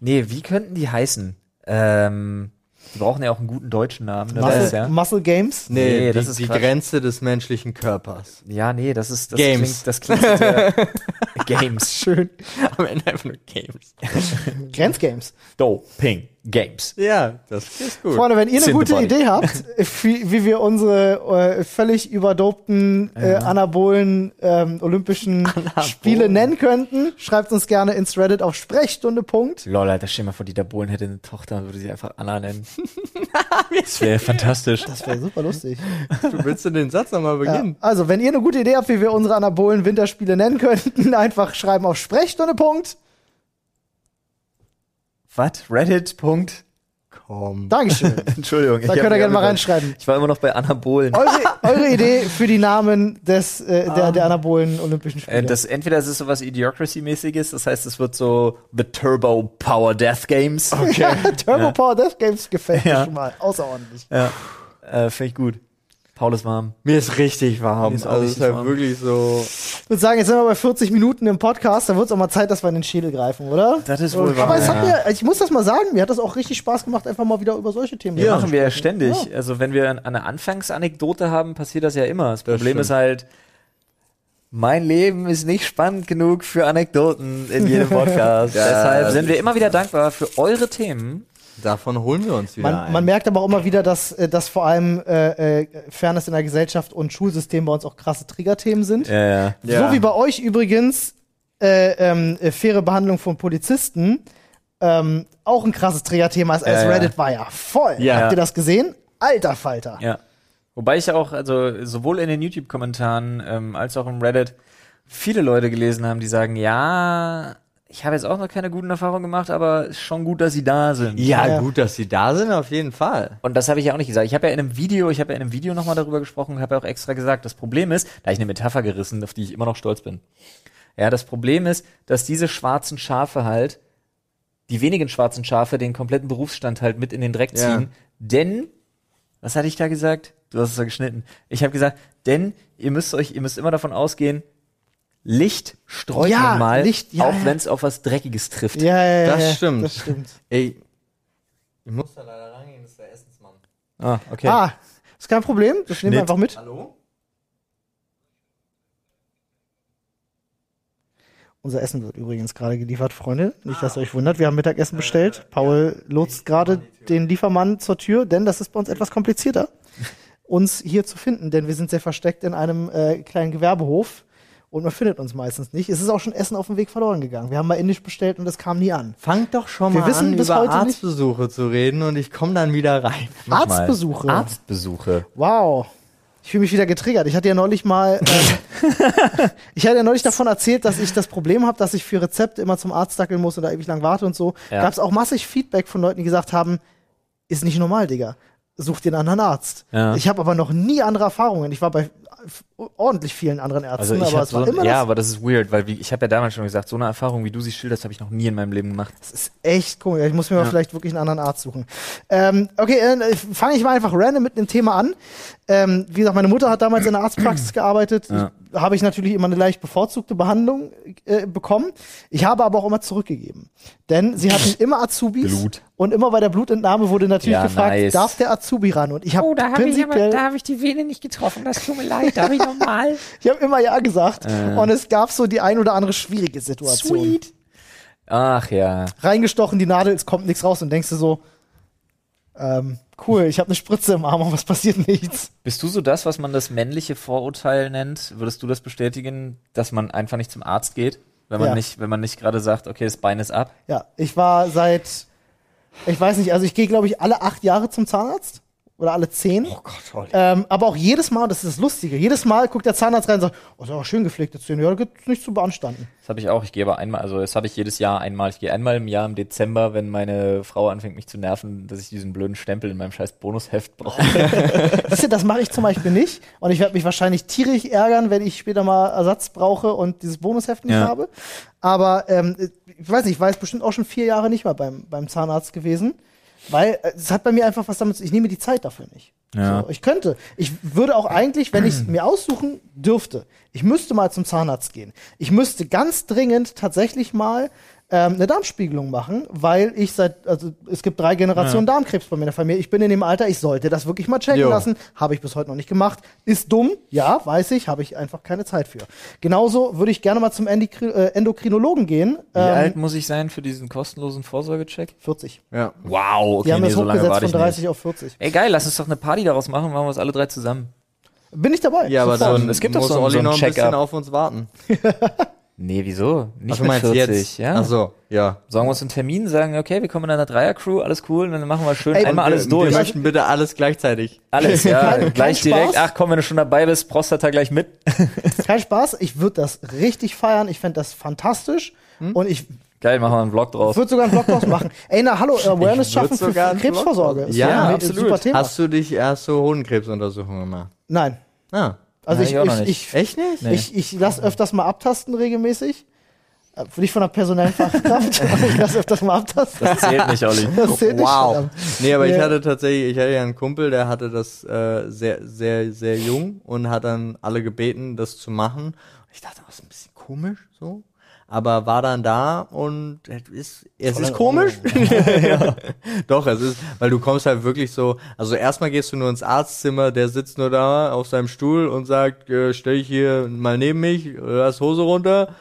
S2: nee, wie könnten die heißen? Ähm, die brauchen ja auch einen guten deutschen Namen. Ne?
S1: Muscle,
S2: Das, ja?
S1: Muscle Games?
S3: Nee,
S2: Nee,
S3: die,
S2: das ist
S3: die
S2: Quatsch.
S3: Grenze des menschlichen Körpers.
S2: ja, nee, das ist das
S3: Games.
S2: klingt, das klingt jetzt, äh, Games.
S1: Schön.
S3: Am Ende einfach nur Games.
S1: Grenzgames.
S2: Doping Games.
S3: Ja, das ist gut.
S1: Freunde, wenn ihr eine
S2: Sind
S1: gute
S2: the body.
S1: Idee habt, wie, wie wir unsere äh, völlig überdopten äh, anabolen ähm, Olympischen Spiele nennen könnten, schreibt uns gerne ins Reddit auf Sprechstunde. Punkt.
S2: Lol, Alter, stell dir mal vor, Dieter Bohlen hätte eine Tochter, würde sie einfach Anna nennen. das wäre fantastisch.
S1: Das wäre super lustig.
S3: Du willst du den Satz nochmal
S1: Ja.
S3: beginnen?
S1: Also, wenn ihr eine gute Idee habt, wie wir unsere anabolen Winterspiele nennen könnten, einfach schreiben auf Sprechstunde. Punkt.
S2: Was? Reddit. Punkt.
S3: Komm.
S1: Dankeschön.
S2: Entschuldigung.
S1: Da könnt ihr gerne mal Oh, reinschreiben.
S2: Ich war immer noch bei Anna Bohlen.
S1: Eure, eure Idee für die Namen des, äh, der, der anabolen Olympischen Spiele.
S2: Äh, das, entweder es ist sowas Idiocracy-mäßiges, das heißt, es wird so The Turbo Power Death Games.
S1: Ja, Turbo Power Death Games gefällt mir
S2: Ja.
S1: schon mal. Außerordentlich.
S2: Ja, äh, finde ich gut. Paul ist warm.
S3: Mir ist richtig warm.
S2: Mir ist auch
S3: also es
S2: richtig
S3: ist halt
S2: warm.
S3: wirklich so.
S1: würde sagen, jetzt sind wir bei 40 Minuten im Podcast, da wird es auch mal Zeit, dass wir in den Schädel greifen, oder?
S2: Das ist wohl
S1: Oh, Aber
S2: wahr.
S1: es hat mir, ich muss das mal sagen, mir hat das auch richtig Spaß gemacht, einfach mal wieder über solche Themen
S2: Das
S1: zu
S2: machen wir ja
S1: sprechen.
S2: ständig.
S1: Ja.
S2: Also wenn wir an- eine Anfangsanekdote haben, passiert das ja immer. Das Problem
S3: stimmt.
S2: ist halt, mein Leben ist nicht spannend genug für Anekdoten in jedem Podcast.
S3: Ja,
S2: Deshalb
S3: das
S2: sind wir immer wieder dankbar für eure Themen.
S3: Davon holen wir uns wieder
S1: Man,
S3: ein.
S1: man merkt aber auch immer wieder, dass, äh, dass vor allem äh, äh, Fairness in der Gesellschaft und Schulsystem bei uns auch krasse Triggerthemen sind.
S2: Ja,
S3: Ja.
S1: So wie bei euch übrigens äh, ähm, äh, faire Behandlung von Polizisten ähm, auch ein krasses Triggerthema ist. Als
S2: Ja, ja.
S1: Reddit war ja voll.
S2: Ja.
S1: Habt ihr das gesehen? Alter Falter.
S2: ja. Wobei ich ja auch, also sowohl in den YouTube-Kommentaren ähm, als auch im Reddit viele Leute gelesen haben, die sagen, ja, ich habe jetzt auch noch keine guten Erfahrungen gemacht, aber ist schon gut, dass sie da sind.
S3: ja,
S1: Ja.
S3: gut, dass sie da sind, auf jeden Fall.
S2: Und das habe ich ja auch nicht gesagt. Ich habe ja in einem Video, ich habe ja in einem Video nochmal darüber gesprochen und habe ja auch extra gesagt, das Problem ist, da habe ich eine Metapher gerissen, auf die ich immer noch stolz bin. Ja, das Problem ist, dass diese schwarzen Schafe halt, die wenigen schwarzen Schafe, den kompletten Berufsstand halt mit in den Dreck
S3: Ja.
S2: ziehen. Denn, was hatte ich da gesagt? Du hast es ja geschnitten. Ich habe gesagt, denn ihr müsst euch, ihr müsst immer davon ausgehen, Licht streut
S1: Ja,
S2: man mal,
S1: Licht, ja,
S2: auch
S1: ja.
S2: wenn es auf was Dreckiges trifft.
S1: Ja, ja, ja,
S3: Das
S1: ja,
S3: stimmt.
S1: Das stimmt.
S3: Ey, ich muss da leider rangehen, das ist der Essensmann.
S2: Ah, okay.
S1: Ah, ist kein Problem. Das nehmen wir
S2: Schnitt.
S1: einfach mit.
S3: Hallo?
S1: Unser Essen wird übrigens gerade geliefert, Freunde. Nicht, dass ihr euch wundert. Wir haben Mittagessen bestellt. Paul lotst gerade den Liefermann zur Tür, denn das ist bei uns etwas komplizierter, uns hier zu finden, denn wir sind sehr versteckt in einem äh, kleinen Gewerbehof und man findet uns meistens nicht. Es ist auch schon Essen auf dem Weg verloren gegangen. Wir haben mal indisch bestellt und es kam nie an.
S3: Fang doch schon
S1: Wir
S3: mal
S1: wissen
S3: an,
S1: bis
S3: über
S1: heute nicht-
S3: Arztbesuche zu reden und ich komme dann wieder rein.
S2: Mach mal.
S1: Arztbesuche.
S2: Arztbesuche.
S1: Wow. Ich fühle mich wieder getriggert. Ich hatte ja neulich mal, ähm, ich hatte ja neulich davon erzählt, dass ich das Problem habe, dass ich für Rezepte immer zum Arzt dackeln muss und da ewig lang warte und so.
S2: Ja.
S1: Gab es auch massig Feedback von Leuten, die gesagt haben, ist nicht normal, Digga. Such dir einen anderen Arzt.
S2: Ja.
S1: Ich habe aber noch nie andere Erfahrungen. Ich war bei ordentlich vielen anderen
S2: Also
S1: Ärzten,
S2: ich
S1: aber
S2: hab
S1: es
S2: so
S1: war
S2: ein,
S1: immer
S2: ja,
S1: das,
S2: aber das ist weird, weil wie, ich habe ja damals schon gesagt, so eine Erfahrung, wie du sie schilderst, habe ich noch nie in meinem Leben gemacht.
S1: das ist echt komisch. Ich muss mir mal vielleicht wirklich einen anderen Arzt suchen. Ähm, okay, äh, fange ich mal einfach random mit einem Thema an. Ähm, wie gesagt, meine Mutter hat damals in der Arztpraxis gearbeitet.
S2: Ja.
S1: Ich, habe ich natürlich immer eine leicht bevorzugte Behandlung äh, bekommen. Ich habe aber auch immer zurückgegeben. Denn sie hatten immer Azubis.
S2: Blut.
S1: Und immer bei der Blutentnahme wurde natürlich
S2: Ja,
S1: gefragt,
S2: nice.
S1: darf der Azubi ran? Und ich habe
S5: Oh, da habe ich, aber-
S1: prinzipiell,
S5: da hab ich die Vene nicht getroffen. Das tut mir leid. Darf ich nochmal?
S1: ich habe immer ja gesagt.
S2: Äh.
S1: Und es gab so die ein oder andere schwierige Situation.
S5: Sweet.
S2: Ach ja.
S1: reingestochen, die Nadel, es kommt nichts raus und denkst du so, ähm, cool, ich habe eine Spritze im Arm, aber es passiert nichts.
S2: Bist du so das, was man das männliche Vorurteil nennt? Würdest du das bestätigen, dass man einfach nicht zum Arzt geht, wenn man
S1: Ja.
S2: nicht, wenn man nicht gerade sagt, okay, das Bein ist ab?
S1: Ja, ich war seit, ich weiß nicht, also ich gehe, glaube ich, alle acht Jahre zum Zahnarzt oder alle zehn. Oh Gott, ähm, aber auch jedes Mal, das ist das Lustige, jedes Mal guckt der Zahnarzt rein und sagt, oh, ist aber schön gepflegte Zähne, ja, da gibt's nichts zu beanstanden.
S2: Das habe ich auch. Ich gehe aber einmal, also das habe ich jedes Jahr einmal. Ich gehe einmal im Jahr im Dezember, wenn meine Frau anfängt, mich zu nerven, dass ich diesen blöden Stempel in meinem scheiß Bonusheft brauche.
S1: Das, hier, das mache ich zum Beispiel nicht und ich werde mich wahrscheinlich tierisch ärgern, wenn ich später mal Ersatz brauche und dieses Bonusheft nicht
S2: Ja.
S1: habe. Aber ähm, ich weiß nicht, ich war jetzt bestimmt auch schon vier Jahre nicht mal beim, beim Zahnarzt gewesen, weil äh, es hat bei mir einfach was damit zu Ich nehme die Zeit dafür nicht.
S2: Ja.
S1: So, ich könnte. Ich würde auch eigentlich, wenn ich es mir aussuchen dürfte, ich müsste mal zum Zahnarzt gehen. Ich müsste ganz dringend tatsächlich mal ähm, eine Darmspiegelung machen, weil ich seit, also es gibt drei Generationen Darmkrebs bei mir in der Familie. Ich bin in dem Alter, ich sollte das wirklich mal checken
S3: Jo.
S1: lassen. Habe ich bis heute noch nicht gemacht. Ist dumm, ja, weiß ich, habe ich einfach keine Zeit für. Genauso würde ich gerne mal zum Endikri äh, Endokrinologen gehen.
S2: Wie
S1: Ähm,
S2: alt muss ich sein für diesen kostenlosen Vorsorgecheck?
S1: 40.
S3: Ja.
S2: Wow,
S1: Die
S2: okay,
S1: haben
S2: nee,
S1: das
S2: so lange
S1: hochgesetzt
S2: warte
S1: von
S2: ich nicht.
S1: 30 auf 40.
S2: Ey, geil, lass uns doch eine Party daraus machen, machen wir es alle drei zusammen.
S1: Bin ich dabei.
S3: Ja, aber
S1: sofort.
S3: dann
S2: Es gibt doch
S3: muss
S2: so einen-
S3: Olli
S2: so einen
S3: noch ein bisschen
S2: Check-up.
S3: auf uns warten.
S2: Nee, wieso? Nicht
S3: Ach, du Also- meinst
S2: ja.
S3: Ach so, ja.
S2: Sagen wir uns einen Termin, sagen, okay, wir kommen in einer Dreier-Crew, alles cool, und dann machen wir schön
S1: Ey,
S2: einmal
S3: Und
S2: alles
S3: wir,
S2: durch.
S3: Wir möchten bitte alles gleichzeitig.
S2: alles, ja.
S1: Kein- kein
S2: gleich direkt,
S1: Spaß.
S2: ach komm, wenn du schon dabei bist, Prostata gleich mit.
S1: Kein Spaß, ich würde das richtig feiern, ich fände das fantastisch
S2: Hm?
S1: und ich
S2: Geil, machen wir einen Vlog draus.
S1: würde sogar einen Blog draus machen. Ey, na hallo, Awareness
S3: würd
S1: schaffen für
S3: sogar einen
S1: Krebsvorsorge.
S3: Blog
S1: Ist
S3: draus-
S1: doch
S3: Ja,
S1: ein
S2: absolut.
S1: Super Thema.
S3: Hast du dich, hast du Hodenkrebsuntersuchungen gemacht?
S1: Nein,
S3: Ah.
S1: also
S2: Ja, ich auch noch
S1: ich, ich,
S2: nicht.
S1: ich,
S3: Echt nicht?
S1: ich, ich lasse öfters mal abtasten regelmäßig. Äh, Nicht von der personellen Fachkraft, aber ich lasse öfters mal ab. Das,
S2: Das zählt nicht, Olli.
S1: das zählt nicht.
S3: Wow.
S1: verdammt.
S3: Nee, aber ich
S1: Ja.
S3: hatte tatsächlich, ich hatte ja einen Kumpel, der hatte das äh, sehr, sehr, sehr jung und hat dann alle gebeten, das zu machen. Ich dachte, das ist ein bisschen komisch so. Aber war dann da und es ist, es ist
S2: Oh.
S3: komisch. ja. Doch, es ist, weil du kommst halt wirklich so, also erstmal gehst du nur ins Arztzimmer, der sitzt nur da auf seinem Stuhl und sagt, äh, stell dich hier mal neben mich, lass Hose runter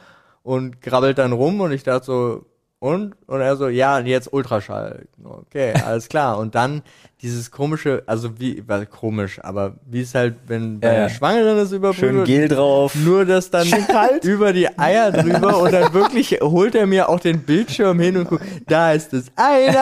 S3: und grabbelt dann rum und ich dachte so, und? Und er so, ja, jetzt Ultraschall. Okay, alles klar. Und dann dieses komische, also wie, weil komisch, aber wie es halt, wenn bei
S2: Ja,
S3: einer
S2: ja.
S3: Schwangeren das
S2: Schön
S3: überbrüht wird,
S2: Gel drauf.
S3: nur das dann
S1: kalt.
S3: über die Eier drüber und dann wirklich holt er mir auch den Bildschirm hin und guckt, da ist das eine,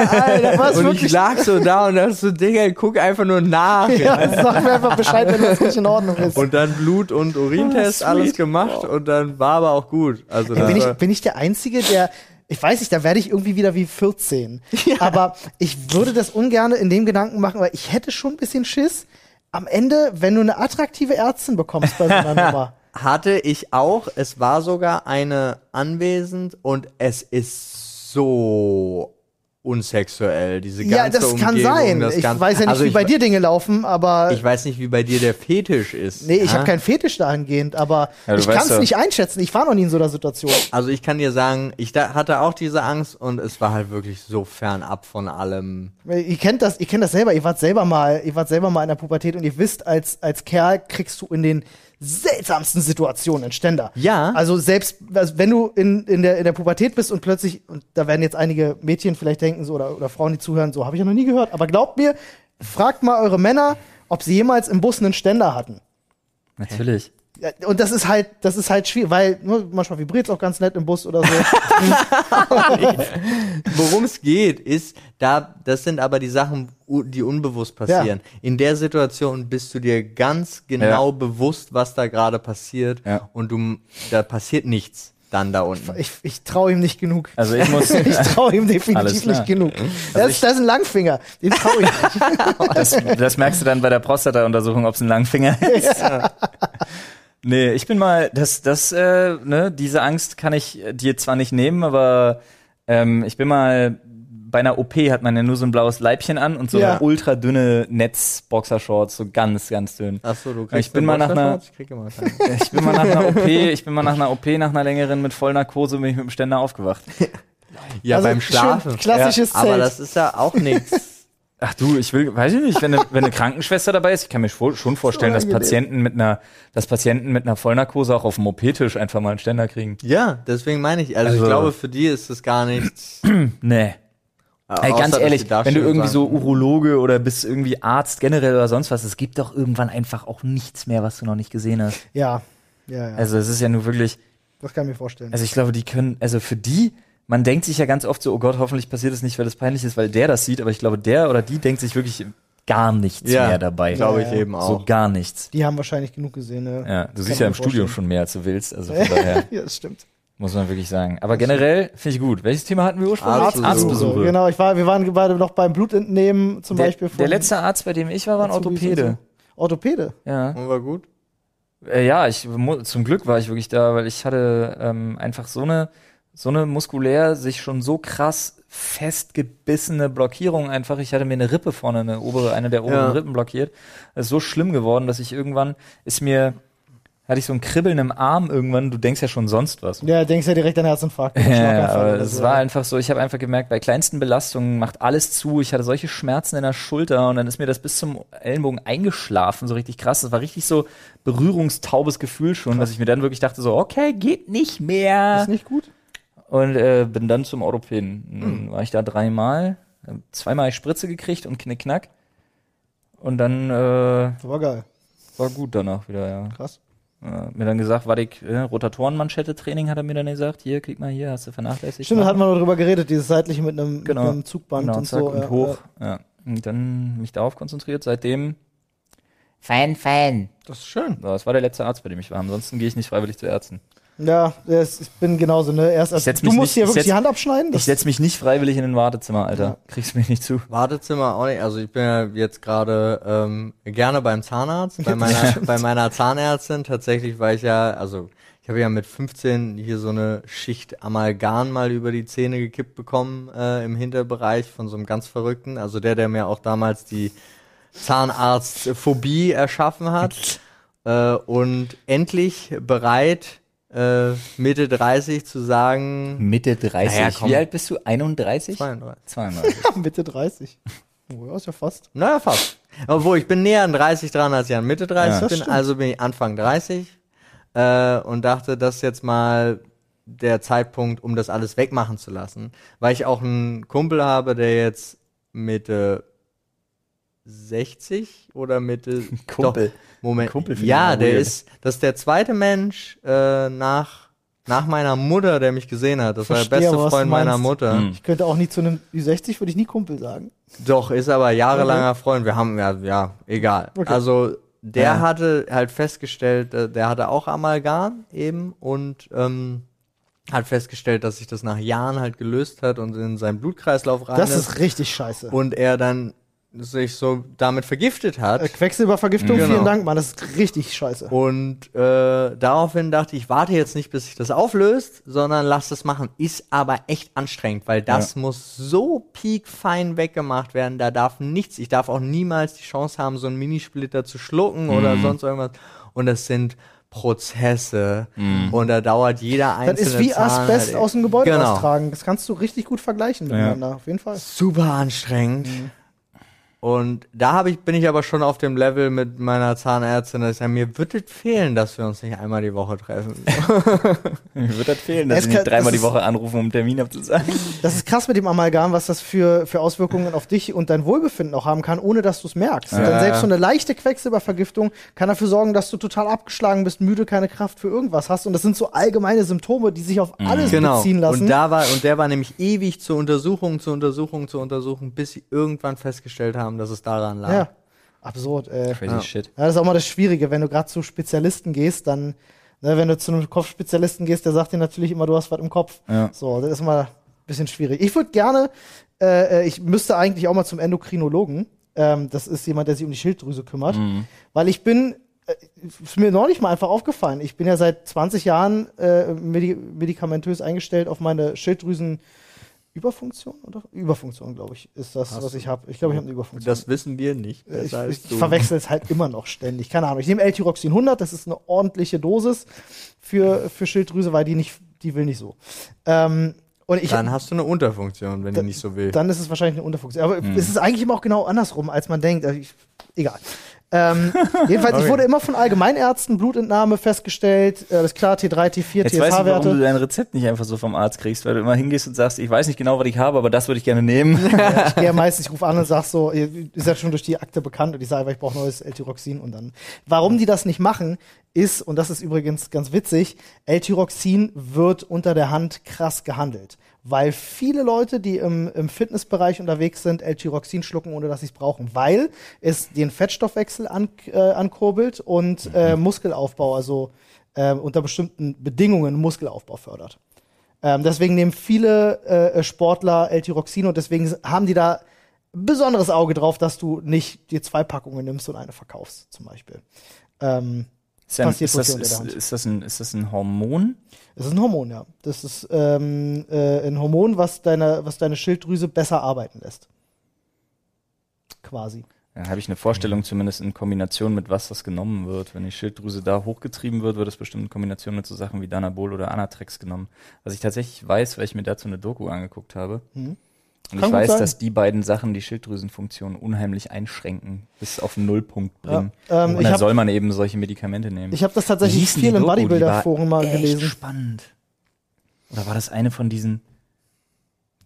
S3: eine.
S1: Was,
S3: und ich
S1: wirklich?
S3: lag so da und dachte so, Digga, guck einfach nur nach.
S1: Ja, sag mir einfach Bescheid, wenn das nicht in Ordnung ist.
S3: Und dann Blut- und
S1: Oh,
S3: Urintest, alles gemacht und dann war aber auch gut. Also
S1: Ja,
S3: das
S1: bin, ich,
S3: war-
S1: bin ich der Einzige, der. Ich weiß nicht, da werde ich irgendwie wieder wie 14. Aber ich würde das ungern in dem Gedanken machen, weil ich hätte schon ein bisschen Schiss. Am Ende, wenn du eine attraktive Ärztin bekommst bei so einer Nummer.
S3: Hatte ich auch. Es war sogar eine anwesend und es ist so unsexuell, diese ganze
S1: Ja, das kann
S3: Umgebung,
S1: sein.
S3: das
S1: ich
S3: ganze-
S1: weiß ja nicht,
S3: also
S1: wie
S3: ich,
S1: bei dir Dinge laufen, aber.
S3: Ich weiß nicht, wie bei dir der Fetisch ist.
S1: nee, ich
S3: ja?
S1: habe keinen Fetisch dahingehend, aber
S2: Ja, du
S1: ich
S2: weißt
S1: kann es
S2: ja.
S1: nicht einschätzen. Ich war noch nie in so einer Situation.
S3: Also ich kann dir sagen, ich da, hatte auch diese Angst und es war halt wirklich so fernab von allem.
S1: Ihr kennt das, ihr kennt das selber, ihr wart selber mal, ihr wart selber mal in der Pubertät und ihr wisst, als, als Kerl kriegst du in den seltsamsten Situationen einen Ständer.
S3: Ja.
S1: Also selbst, also wenn du in, in, der, in der Pubertät bist und plötzlich, und da werden jetzt einige Mädchen vielleicht denken so, oder, oder Frauen, die zuhören, so habe ich ja noch nie gehört, aber glaubt mir, fragt mal eure Männer, ob sie jemals im Bus einen Ständer hatten.
S2: Natürlich.
S1: Ja, Und das ist halt, das ist halt schwierig, weil ne, manchmal vibriert es auch ganz nett im Bus oder so.
S3: Worum es geht, ist, da, das sind aber die Sachen, u- die unbewusst passieren. In der Situation bist du dir ganz genau
S2: Ja.
S3: bewusst, was da gerade passiert
S2: Ja.
S3: und du, da passiert nichts dann da unten.
S1: Ich, ich traue ihm nicht genug.
S2: Also ich muss,
S1: Ich traue ihm definitiv
S2: Alles klar. Also
S1: nicht genug. Das, ist- das ist ein Langfinger. Den traue ich nicht.
S2: das, das merkst du dann bei der Prostata-Untersuchung, ob es ein Langfinger ist. nee, ich bin mal, das, das, äh, ne, diese Angst kann ich äh, dir zwar nicht nehmen, aber ähm, ich bin mal bei einer OP hat man ja nur so ein blaues Leibchen an und so
S1: Ja.
S2: eine ultra dünne Netz-Boxershorts, so ganz, ganz dünn.
S3: Ach so, du
S2: Ich bin mal
S3: eine
S2: nach einer-
S3: Boxershorts? Ich krieg immer keine.
S2: Ich bin mal nach einer OP, ich bin mal nach einer OP, nach einer längeren mit Vollnarkose bin ich mit dem Ständer aufgewacht.
S3: Ja,
S1: Also
S3: beim
S1: schön
S3: Schlafen.
S1: klassisches
S3: ja, Aber
S1: Zelt.
S3: das ist ja auch nichts.
S2: Ach du, ich will, weiß ich nicht, wenn eine, wenn eine Krankenschwester dabei ist, ich kann mir schwo- schon vorstellen, dass
S1: Unangenehm.
S2: Patienten mit einer, dass Patienten mit einer Vollnarkose auch auf dem OP-Tisch einfach mal einen Ständer kriegen.
S3: ja, deswegen meine ich. Also, ich
S2: Also-
S3: glaube, für die ist das gar nichts.
S2: Nee. Ey,
S3: außer,
S2: ganz
S3: dass
S2: ehrlich,
S3: die da
S2: wenn du
S3: schön
S2: irgendwie
S3: sagen-
S2: so Urologe oder bist irgendwie Arzt generell oder sonst was, es gibt doch irgendwann einfach auch nichts mehr, was du noch nicht gesehen hast.
S1: Ja, ja, ja.
S2: Also es ist ja nur wirklich,
S1: das kann ich mir vorstellen.
S2: also ich glaube, die können, also für die, man denkt sich ja ganz oft so, oh Gott, hoffentlich passiert es nicht, weil das peinlich ist, weil der das sieht, aber ich glaube, der oder die denkt sich wirklich gar nichts
S3: Ja,
S2: mehr dabei.
S3: Glaube ich
S1: Ja, ja.
S3: eben auch.
S2: So gar nichts.
S1: Die haben wahrscheinlich genug gesehen. Ne?
S2: Ja, du
S1: Das kann
S2: siehst ja
S1: ich
S2: im
S1: mir
S2: Studium
S1: vorstellen.
S2: schon mehr als du willst, also von daher
S1: Ja, das stimmt.
S2: muss man wirklich sagen. Aber generell finde ich gut. Welches Thema hatten wir ursprünglich?
S3: Arztbesuche.
S1: So, genau, ich war, wir waren gerade noch beim Blutentnehmen zum
S2: Der,
S1: Beispiel. von
S2: der letzte Arzt, bei dem ich war, war ein
S1: Azubis und
S2: Orthopäde.
S1: So. Orthopäde?
S2: Ja.
S3: Und war gut.
S2: Äh, ja, ich mu- zum Glück war ich wirklich da, weil ich hatte ähm, einfach so eine so eine muskulär sich schon so krass festgebissene Blockierung einfach. Ich hatte mir eine Rippe vorne, eine obere, eine der oberen
S3: Ja.
S2: Rippen blockiert. Das ist so schlimm geworden, dass ich irgendwann ist mir hatte ich so ein Kribbeln im Arm irgendwann. Du denkst ja schon sonst was.
S1: Ja, denkst ja direkt an Herzinfarkt. oder
S2: Ja, Ja,
S1: Schlaganfall
S2: aber
S1: oder
S2: es
S1: so.
S2: war einfach so, ich habe einfach gemerkt, bei kleinsten Belastungen macht alles zu. Ich hatte solche Schmerzen in der Schulter und dann ist mir das bis zum Ellenbogen eingeschlafen, so richtig krass. Das war richtig so berührungstaubes Gefühl schon, dass ich mir dann wirklich dachte so, okay, geht nicht mehr.
S1: Ist nicht Hm. gut?
S2: Und äh, bin dann zum Orthopäden. Dann war ich da dreimal, äh, zweimal Spritze gekriegt und Knickknack. Und dann äh,
S1: Das war geil.
S2: war gut danach wieder, ja.
S1: Krass.
S2: Äh, mir dann gesagt, war ich äh, Rotatorenmanschette-Training, hat er mir dann gesagt, hier, klick mal hier, hast du vernachlässigt.
S1: Stimmt, da
S2: Mach
S1: hatten wir noch drüber geredet, dieses seitliche mit einem,
S2: Genau.
S1: mit einem Zugband
S2: Genau,
S1: und
S2: zack,
S1: so.
S2: und
S1: ja,
S2: hoch.
S1: ja.
S2: Ja. Und dann mich darauf konzentriert. Seitdem,
S5: Fan, Fan.
S3: Das ist schön.
S2: so, das war der letzte Arzt, bei dem ich war. Ansonsten gehe ich nicht freiwillig zu Ärzten.
S1: Ja, das, ich bin genauso, ne? Erst, als-
S4: setz
S1: du
S4: mich
S1: musst
S4: nicht-
S1: dir
S4: ich
S1: wirklich
S4: setz-
S1: die Hand abschneiden.
S4: Ich
S1: Das,
S4: setz mich nicht freiwillig in ein Wartezimmer, Alter. Kriegst du mich nicht zu.
S3: Wartezimmer auch nicht. Also ich bin ja jetzt gerade ähm, gerne beim Zahnarzt, bei meiner, bei meiner Zahnärztin tatsächlich, weil ich ja, also ich habe ja mit 15 hier so eine Schicht Amalgam mal über die Zähne gekippt bekommen äh, im Hinterbereich von so einem ganz Verrückten. Also der, der mir auch damals die Zahnarztphobie erschaffen hat. äh, und endlich bereit, äh, Mitte 30 zu sagen,
S2: Mitte 30.
S3: Naja, komm.
S2: Wie alt bist du? 31?
S3: 32.
S2: 32.
S1: Mitte 30. Oh, ja, ist ja fast.
S3: Naja, fast. Obwohl, ich bin näher an 30 dran, als ich an Mitte 30
S1: Ja. Das
S3: bin,
S1: stimmt.
S3: also bin ich Anfang 30 äh, und dachte, das ist jetzt mal der Zeitpunkt, um das alles wegmachen zu lassen. Weil ich auch einen Kumpel habe, der jetzt Mitte 60 oder Mitte...
S2: Kumpel.
S3: Doch, Moment.
S2: Kumpel finde ich
S3: ja,
S2: immer
S3: der
S2: weird.
S3: ist... Das ist der zweite Mensch äh, nach, nach meiner Mutter, der mich gesehen hat. Das war
S1: Verstehe,
S3: der
S1: was
S3: beste
S1: du
S3: Freund meiner
S1: meinst.
S3: Mutter.
S1: Ich könnte auch nie zu einem Ü60 würde ich nie Kumpel sagen.
S3: Doch, ist aber jahrelanger Freund. Wir haben, ja, ja egal.
S1: Okay.
S3: Also, der
S2: Ja.
S3: hatte halt festgestellt, äh, der hatte auch Amalgam eben und ähm, hat festgestellt, dass sich das nach Jahren halt gelöst hat und in seinen Blutkreislauf rein
S1: Das
S3: ist.
S1: ist richtig scheiße.
S3: Und er dann sich so damit vergiftet hat.
S1: Äh, Quecksilbervergiftung,
S3: Genau.
S1: vielen Dank, Mann. Das ist richtig scheiße.
S3: Und äh, daraufhin dachte ich, ich warte jetzt nicht, bis sich das auflöst, sondern lass das machen. Ist aber echt anstrengend, weil das muss so piekfein weggemacht werden. Da darf nichts, ich darf auch niemals die Chance haben, so einen Minisplitter zu schlucken
S1: Mhm.
S3: oder sonst irgendwas. Und das sind Prozesse und da dauert jeder einzelne
S1: Mhm. Das ist wie
S3: Zahn halt
S1: Asbest
S3: eben-
S1: aus dem Gebäude
S3: genau.
S1: austragen. Das kannst du richtig gut vergleichen miteinander, auf jeden Fall.
S3: super anstrengend.
S1: Mhm.
S3: Und da hab ich, bin ich aber schon auf dem Level mit meiner Zahnärztin, dass ich sage, mir wird es fehlen, dass wir uns nicht einmal die Woche treffen.
S2: Mir wird das fehlen, dass
S1: Es
S2: ich nicht
S1: kann-
S2: dreimal
S1: das
S2: die
S1: ist-
S2: Woche anrufen, um einen Termin abzusagen.
S1: Das ist krass mit dem Amalgam, was das für, für Auswirkungen auf dich und dein Wohlbefinden auch haben kann, ohne dass du es merkst. Denn selbst so eine leichte Quecksilbervergiftung kann dafür sorgen, dass du total abgeschlagen bist, müde, keine Kraft für irgendwas hast. Und das sind so allgemeine Symptome, die sich auf alles beziehen lassen.
S3: Genau. Und da war und der war nämlich ewig zur Untersuchung, zur Untersuchung, zur Untersuchung, bis sie irgendwann festgestellt haben, dass es daran lag.
S1: ja, absurd. Äh.
S2: Crazy shit.
S1: Ja, das ist auch mal das Schwierige, wenn du gerade zu Spezialisten gehst, dann, ne, wenn du zu einem Kopfspezialisten gehst, der sagt dir natürlich immer, du hast was im Kopf.
S2: Ja.
S1: So, das ist mal ein bisschen schwierig. Ich würde gerne, äh, äh, ich müsste eigentlich auch mal zum Endokrinologen. Ähm, das ist jemand, der sich um die Schilddrüse kümmert. Weil ich bin, äh, ist mir neulich mal einfach aufgefallen, ich bin ja seit 20 Jahren äh, medi medikamentös eingestellt auf meine Schilddrüsen. Überfunktion oder Überfunktion, glaube ich, ist das, was ich habe. Ich glaube, ich habe eine Überfunktion.
S3: Das wissen wir nicht.
S1: Äh, Ich,
S3: Das heißt,
S1: ich
S3: du-
S1: verwechsel es halt immer noch ständig. Keine Ahnung. Ich nehme L-Tyroxin 100, das ist eine ordentliche Dosis für, für Schilddrüse, weil die nicht, die will nicht so. Ähm, und ich,
S3: dann hast du eine Unterfunktion, wenn die Hm. nicht so will.
S1: dann ist es wahrscheinlich eine Unterfunktion. Aber es ist eigentlich immer auch genau andersrum, als man denkt. Also ich, egal. Ähm, jedenfalls, ich
S3: Okay.
S1: wurde immer von Allgemeinärzten Blutentnahme festgestellt. Äh, das ist klar, T3, T4,
S2: Jetzt weiß ich, warum du
S1: TSH-Werte.
S2: dein Rezept nicht einfach so vom Arzt kriegst, weil du immer hingehst und sagst, ich weiß nicht genau, was ich habe, aber das würde ich gerne nehmen.
S1: Ich gehe meistens, ich rufe an und sag so, ihr ihr seid schon durch die Akte bekannt und ich sage, ich brauche neues L-Tyroxin und dann. Warum die das nicht machen, ist, und das ist übrigens ganz witzig, L-Tyroxin wird unter der Hand krass gehandelt. Weil viele Leute, die im, im Fitnessbereich unterwegs sind, L-Tyroxin schlucken, ohne dass sie es brauchen, weil es den Fettstoffwechsel an, äh, ankurbelt und äh, Muskelaufbau, also äh, unter bestimmten Bedingungen Muskelaufbau fördert. Ähm, deswegen nehmen viele äh, Sportler L-Tyroxin und deswegen haben die da ein besonderes Auge drauf, dass du nicht dir zwei Packungen nimmst und eine verkaufst, zum Beispiel. Ähm,
S2: Ist, ein,
S1: Passiert
S2: ist, das,
S1: wohl viel
S2: ist,
S1: unter der Hand.
S2: ist, das ein, ist das ein Hormon?
S1: das ist ein Hormon, ja. Das ist ähm, äh, ein Hormon, was deine, was deine Schilddrüse besser arbeiten lässt. Quasi.
S2: Dann habe ich eine
S1: Mhm.
S2: Vorstellung, zumindest in Kombination mit was das genommen wird. Wenn die Schilddrüse da hochgetrieben wird, wird es bestimmt in Kombination mit so Sachen wie Danabol oder Anatrex genommen. Was ich tatsächlich weiß, weil ich mir dazu eine Doku angeguckt habe. Und
S1: Mhm. Kann
S2: ich
S1: gut
S2: weiß,
S1: sein.
S2: dass die beiden Sachen die Schilddrüsenfunktion unheimlich einschränken, bis auf einen Nullpunkt bringen.
S1: Ja, ähm,
S2: Und
S1: ich
S2: dann
S1: hab-
S2: soll man eben solche Medikamente nehmen.
S1: Ich habe das tatsächlich
S2: Hießen die
S1: viel im
S2: Doku, die war
S1: Bodybuilder-Forum mal
S2: echt
S1: gelesen.
S2: spannend. Oder war das eine von diesen,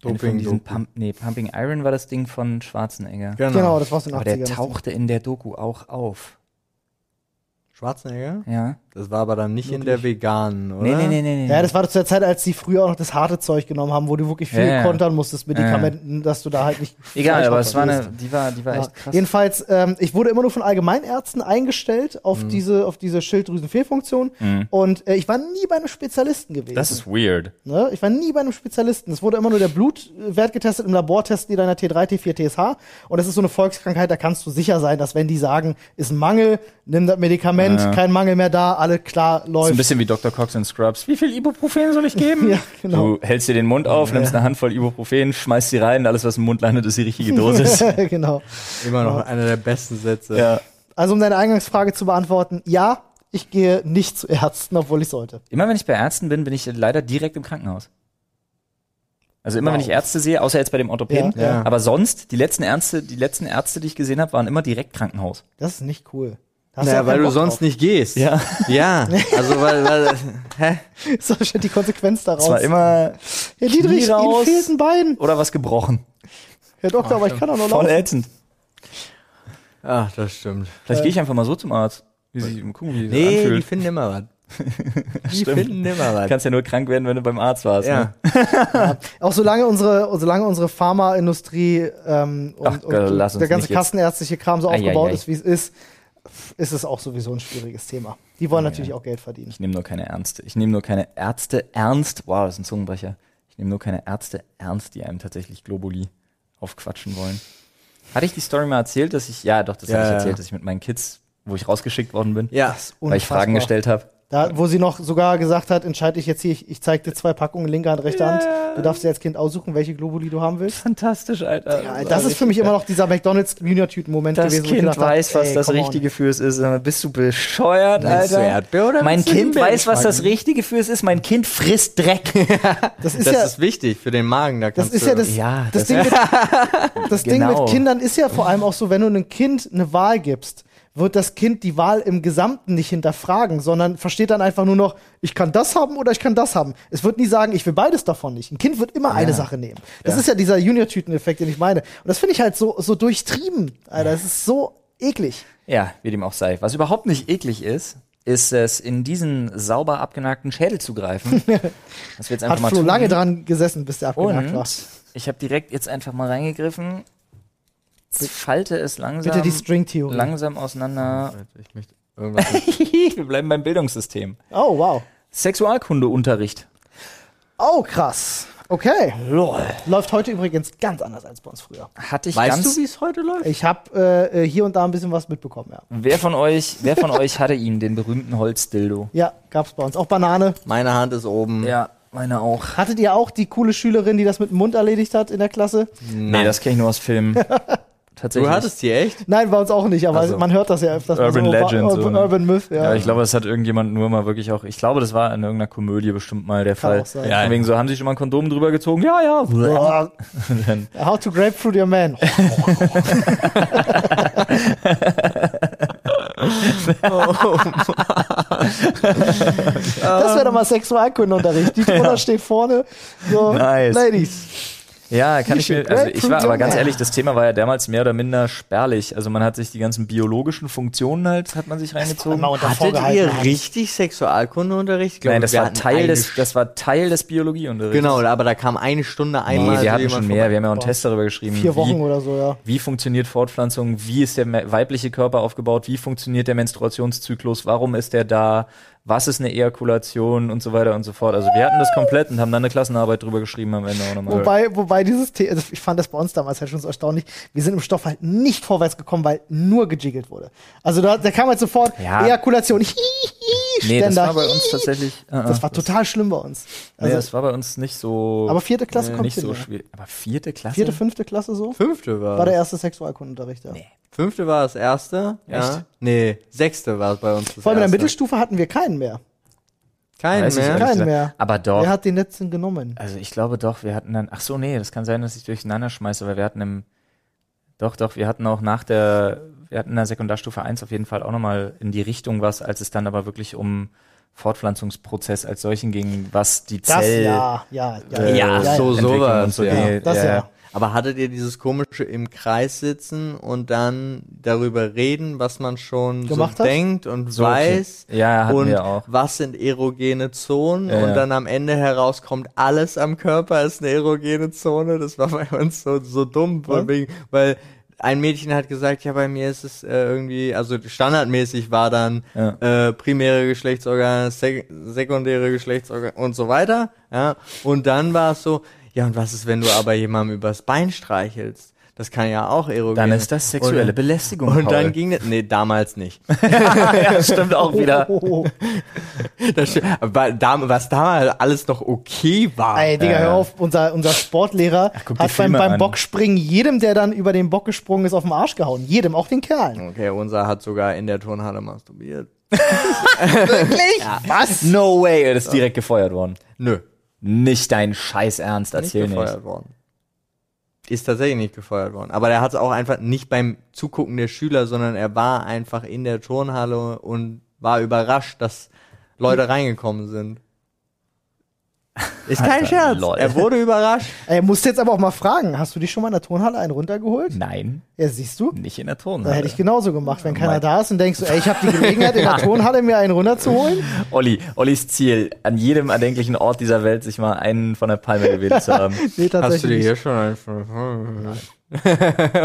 S2: eine von
S3: Doping,
S2: diesen
S3: Doping.
S2: Pump, nee, Pumping Iron war das Ding von Schwarzenegger.
S1: Genau, das war's in den
S2: Aber
S1: 80ern.
S2: der tauchte in der Doku auch auf.
S3: Schwarzenegger?
S2: Ja.
S3: Das war aber dann nicht in der veganen, oder?
S2: nee.
S1: Ja, das war doch zu der Zeit, als die früher auch noch das harte Zeug genommen haben, wo du wirklich viel
S2: Ja, ja.
S1: kontern musstest, Medikamenten, dass du da halt nicht.
S2: Egal,
S1: Fleisch
S2: aber es war
S1: verlierst.
S2: eine, die war, die war
S1: Ja.
S2: echt krass.
S1: Jedenfalls, ähm, ich wurde immer nur von Allgemeinärzten eingestellt auf
S2: Mhm.
S1: diese, auf diese Schilddrüsenfehlfunktion und äh, ich war nie bei einem Spezialisten gewesen.
S2: Das ist weird.
S1: ne? Ich war nie bei einem Spezialisten. Es wurde immer nur der Blutwert getestet. Im Labor testen die deiner T3, T4, TSH und das ist so eine Volkskrankheit, da kannst du sicher sein, dass wenn die sagen, ist ein Mangel, nimm das Medikament, kein Mangel mehr da, alle klar
S2: Ist ein
S1: läuft.
S2: bisschen wie Dr. Cox in Scrubs. Wie viel Ibuprofen soll ich geben?
S1: Ja, genau.
S2: Du hältst dir den Mund auf, nimmst eine Handvoll Ibuprofen, schmeißt sie rein, alles, was im Mund landet, ist die richtige Dosis.
S1: genau.
S3: Immer noch einer der besten Sätze.
S2: ja.
S1: Also um deine Eingangsfrage zu beantworten, ja, ich gehe nicht zu Ärzten, obwohl ich sollte.
S2: Immer wenn ich bei Ärzten bin, bin ich leider direkt im Krankenhaus. Also immer wenn ich Ärzte sehe, außer jetzt bei dem Orthopäden,
S1: Ja,
S3: ja.
S2: aber sonst die letzten Ärzte, die letzten Ärzte, die ich gesehen habe, waren immer direkt Krankenhaus.
S1: Das ist nicht cool. Da hast
S3: Naja,
S1: ja
S3: weil
S1: keinen
S3: du
S1: Bock
S3: sonst
S1: drauf.
S3: nicht gehst.
S2: Ja.
S3: Ja, also weil, weil hä?
S1: Das ist wahrscheinlich die Konsequenz daraus.
S2: Es war
S1: Äh.
S2: immer
S1: ja, Dietrich,
S2: Knie
S1: Ihnen
S2: raus.
S1: fehlt ein Bein.
S2: oder was gebrochen.
S1: Herr Doktor, aber ich kann auch noch
S2: Voll
S1: laufen.
S2: ätzend.
S3: Ach, das stimmt.
S2: Vielleicht gehe ich einfach mal so zum Arzt. Wie sie gucken, wie sie
S3: Nee, die
S2: anfühlt.
S3: finden immer was. die finden immer
S2: Du
S3: was.
S2: kannst ja nur krank werden, wenn du beim Arzt warst. Ne?
S3: ja.
S1: Auch solange unsere, solange unsere Pharmaindustrie ähm, und,
S2: Ach,
S1: und
S2: Gott, lass uns
S1: der ganze
S2: nicht jetzt.
S1: kassenärztliche Kram so
S2: Ei, ei,
S1: aufgebaut
S2: ei.
S1: ist, wie es ist, ist es auch sowieso ein schwieriges Thema. Die wollen natürlich auch Geld verdienen.
S2: Ich nehme nur keine Ernste. Ich nehme nur keine Ärzte ernst. Wow, das ist ein Zungenbrecher. Ich nehme nur keine Ärzte ernst, die einem tatsächlich Globuli aufquatschen wollen. Hatte ich die Story mal erzählt, dass ich, ja, doch, das
S3: Ja,
S2: habe ich
S3: ja.
S2: erzählt, dass ich mit meinen Kids, wo ich rausgeschickt worden bin,
S3: Ja.
S2: weil ich
S1: Unfassbar.
S2: Fragen gestellt habe.
S1: Da, wo sie noch sogar gesagt hat, entscheide ich jetzt hier, ich, ich zeig dir zwei Packungen, linke Hand, rechte Hand. Du darfst dir als Kind aussuchen, welche Globuli du haben willst.
S2: Fantastisch, Alter.
S1: Ja, das ist für mich immer noch dieser McDonalds Junior-Tüten-Moment
S2: das
S1: gewesen. wo ich
S2: Kind
S1: gedacht Also hab,
S2: weiß, was
S1: ey,
S2: das
S1: come on.
S2: Richtige für es ist. Sag mal, Bist du bescheuert,
S3: Willst du
S2: Alter?
S3: Erdbeer oder
S2: mein
S3: willst du
S2: Kind
S3: Himbeeren
S2: weiß, was das
S3: schmecken?
S2: Richtige für es ist. Mein Kind frisst Dreck.
S1: Das ist
S3: Das
S1: ja,
S3: ist wichtig für den Magen. Da
S1: das
S3: kannst
S1: ist
S3: du,
S1: ja das,
S2: Ja,
S1: das,
S2: das-
S1: Ding, mit, das Ding
S2: Genau.
S1: mit Kindern ist ja vor allem auch so, wenn du einem Kind eine Wahl gibst, wird das Kind die Wahl im Gesamten nicht hinterfragen, sondern versteht dann einfach nur noch, ich kann das haben oder ich kann das haben. Es wird nie sagen, ich will beides davon nicht. Ein Kind wird immer eine Sache nehmen. Das ist ja dieser Junior-Tüten-Effekt, den ich meine. Und das finde ich halt so, so durchtrieben, Alter. Es ist so eklig.
S2: Ja, wie dem auch sei. Was überhaupt nicht eklig ist, ist es, in diesen sauber abgenagten Schädel zu greifen. Das wir jetzt einfach
S1: Hat
S2: mal
S1: Flo
S2: tun.
S1: lange dran gesessen, bis der abgenagt
S2: Und
S1: war.
S2: ich habe direkt jetzt einfach mal reingegriffen. Falte es langsam,
S1: Bitte die Stringtheorie.
S2: langsam auseinander.
S3: Ich möchte irgendwas.
S2: wir bleiben beim Bildungssystem.
S1: Oh, wow.
S2: Sexualkundeunterricht.
S1: Oh, krass. Okay.
S2: Lol.
S1: Läuft heute übrigens ganz anders als bei uns früher.
S2: Hatte ich
S3: weißt
S2: ganz.
S3: du, wie es heute läuft?
S1: Ich habe äh, hier und da ein bisschen was mitbekommen, ja.
S2: wer von euch, wer von euch hatte ihn, den berühmten Holzdildo?
S1: Ja, gab's bei uns. Auch Banane.
S3: Meine Hand ist oben.
S2: Ja, meine auch.
S1: Hattet ihr auch die coole Schülerin, die das mit dem Mund erledigt hat in der Klasse?
S2: Nee, das kenne ich nur aus Filmen. Tatsächlich.
S3: Du hattest die echt?
S1: Nein, bei uns auch nicht, aber
S2: Also,
S1: man hört das ja öfters.
S2: Urban
S1: mal
S2: Legend,
S1: Ur-
S2: so, ne?
S1: Urban Myth, ja.
S2: Ja, ich glaube, das hat irgendjemand nur mal wirklich auch. Ich glaube, das war in irgendeiner Komödie bestimmt mal der
S1: Kann
S2: Fall.
S1: auch sein.
S2: Ja, Von wegen so haben sie schon mal ein Kondom drüber gezogen. Ja, ja.
S1: Boah. How to grapefruit your man. das wäre doch mal Sexualkundenunterricht. Die Trona steht vorne. So,
S2: Nice.
S1: Ladies.
S2: Ja, kann
S1: You
S2: ich mir.
S1: should
S2: Also ich war aber ganz
S1: grapefruit.
S2: ehrlich, das Thema war ja damals mehr oder minder spärlich. Also man hat sich die ganzen biologischen Funktionen halt, hat man sich reingezogen.
S1: Immer unter
S3: Hattet
S1: vorgehaltener
S3: ihr
S1: Hand.
S3: richtig Sexualkundeunterricht? Ich glaube,
S2: Nein, das
S3: wir
S2: war
S3: hatten
S2: Teil
S3: eine
S2: des,
S3: St-
S2: das war Teil des Biologieunterrichts.
S3: Genau, aber da kam eine Stunde einmal.
S2: Nee,
S3: so
S2: wir hatten
S3: jemand
S2: schon
S3: vorbei.
S2: mehr. Wir haben ja auch einen Test darüber geschrieben.
S1: Vier Wochen
S2: wie,
S1: oder so, ja.
S2: wie funktioniert Fortpflanzung, wie ist der me- weibliche Körper aufgebaut, wie funktioniert der Menstruationszyklus, warum ist der da, was ist eine Ejakulation und so weiter und so fort. Also wir hatten das komplett und haben dann eine Klassenarbeit drüber geschrieben am Ende auch nochmal.
S1: Wobei, wobei dieses Thema, also ich fand das bei uns damals halt schon so erstaunlich, wir sind im Stoff halt nicht vorwärts gekommen, weil nur gejiggelt wurde. Also da, da kam halt sofort
S2: Ja.
S1: Ejakulation, hi, hi,
S2: nee, das
S1: Ständer,
S2: war bei
S1: hi.
S2: uns tatsächlich. äh, äh,
S1: Das war total schlimm bei uns.
S2: nee,
S1: Also,
S2: das war bei uns nicht so. äh,
S1: aber vierte Klasse kommt
S2: nicht
S1: hin,
S2: so
S1: ja.
S2: schwierig. Aber vierte Klasse?
S1: Vierte, fünfte Klasse so?
S3: Fünfte war.
S1: War der erste Sexualkundenunterricht, ja.
S3: Fünfte war das erste. Ja.
S2: Echt?
S3: Nee, sechste war es bei uns. Das
S1: Vor allem in der
S3: erste.
S1: Mittelstufe hatten wir keinen mehr.
S3: Kein
S2: Weiß ich
S3: mehr.
S2: ehrlich
S1: Keinen
S2: gesagt.
S1: mehr.
S2: Aber doch.
S1: Wer hat den letzten genommen?
S2: Also ich glaube doch, wir hatten dann, ach so, nee, das kann sein, dass ich durcheinander schmeiße, weil wir hatten im, doch, doch, wir hatten auch nach der, wir hatten in der Sekundarstufe 1 auf jeden Fall auch nochmal in die Richtung was, als es dann aber wirklich um Fortpflanzungsprozess als solchen ging, was die
S1: Das
S2: Zell...
S1: ja, ja, ja.
S2: äh,
S3: Ja, so,
S2: Entwicklung
S3: sowas,
S2: und so
S3: ja.
S2: ging.
S1: Das ja.
S3: Aber hattet ihr dieses komische im Kreis sitzen und dann darüber reden, was man schon
S1: Gemacht
S3: so
S1: hat?
S3: denkt und
S2: So, okay.
S3: weiß
S2: Ja, hatten
S3: und
S2: wir auch.
S3: was sind erogene Zonen
S2: Ja,
S3: und
S2: ja.
S3: dann am Ende herauskommt, alles am Körper ist eine erogene Zone. Das war bei uns so, so dumm, von wegen, weil ein Mädchen hat gesagt, ja, bei mir ist es äh, irgendwie, also standardmäßig war dann äh, primäre Geschlechtsorgane, sek sekundäre Geschlechtsorgane und so weiter. Ja, und dann war es so, ja, und was ist, wenn du aber jemandem übers Bein streichelst? Das kann ja auch erogene.
S2: Dann ist das sexuelle
S3: und,
S2: Belästigung.
S3: und dann
S2: Paul.
S3: ging das, nee, damals nicht.
S2: ja, stimmt auch wieder.
S1: Oh, oh, oh.
S3: Das stimmt. Aber dam- was damals alles noch okay war.
S1: Ey, Digga, hör auf, unser, unser Sportlehrer
S2: Ah, äh. guck die
S1: hat beim,
S2: Filme
S1: beim
S2: an.
S1: Bockspringen jedem, der dann über den Bock gesprungen ist, auf den Arsch gehauen. Jedem, auch den Kerlen.
S3: Okay, unser hat sogar in der Turnhalle masturbiert.
S1: Was?
S2: No way, er ist direkt gefeuert worden.
S3: Nö,
S2: Nicht dein Scheiß Ernst,
S3: nicht
S2: erzähl nicht.
S3: gefeuert worden. Ist tatsächlich nicht gefeuert worden. Aber der hat es auch einfach nicht beim Zugucken der Schüler, sondern er war einfach in der Turnhalle und war überrascht, dass Leute reingekommen sind. Ist kein
S2: Alter,
S3: Scherz.
S2: lol.
S3: Er wurde überrascht.
S1: Ey, musst jetzt aber auch mal fragen, hast du dich schon mal in der Turnhalle einen runtergeholt?
S2: Nein,
S1: Ja, siehst du?
S2: nicht in der
S1: Da hätte
S2: Turnhalle.
S1: ich genauso gemacht, wenn keiner da ist und denkst du, ey, ich habe die Gelegenheit, in der Turnhalle mir einen runterzuholen.
S2: Olli, Ollis Ziel, an jedem erdenklichen Ort dieser Welt sich mal einen von der Palme gewählt zu haben.
S1: Nee, tatsächlich. nicht.
S3: schon einfach.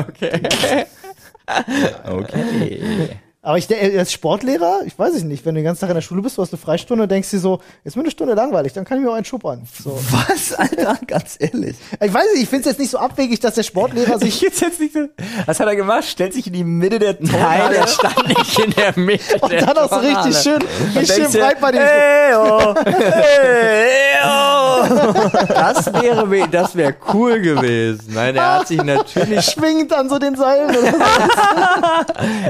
S2: Okay.
S1: Aber ich, der- als Sportlehrer, ich weiß es nicht, wenn du den ganzen Tag in der Schule bist, du hast eine Freistunde und denkst dir so, ist mir eine Stunde langweilig, dann kann ich mir auch einen schuppern. So.
S2: Was, Alter? Ganz ehrlich.
S1: Ich weiß nicht, ich finde es jetzt nicht so abwegig, dass der Sportlehrer sich
S2: Also Ich jetzt jetzt nicht so. Was hat er gemacht? Stellt sich in die Mitte der
S3: Nein,
S2: Turnhalle.
S3: er stand nicht in der Mitte.
S1: und dann auch so richtig schön, richtig schön breit bei dem
S2: Ey, oh, ey, oh.
S3: Das wäre, we- das wäre cool gewesen. Nein, er hat sich natürlich,
S1: schwingend an so den Seilen. Oder so.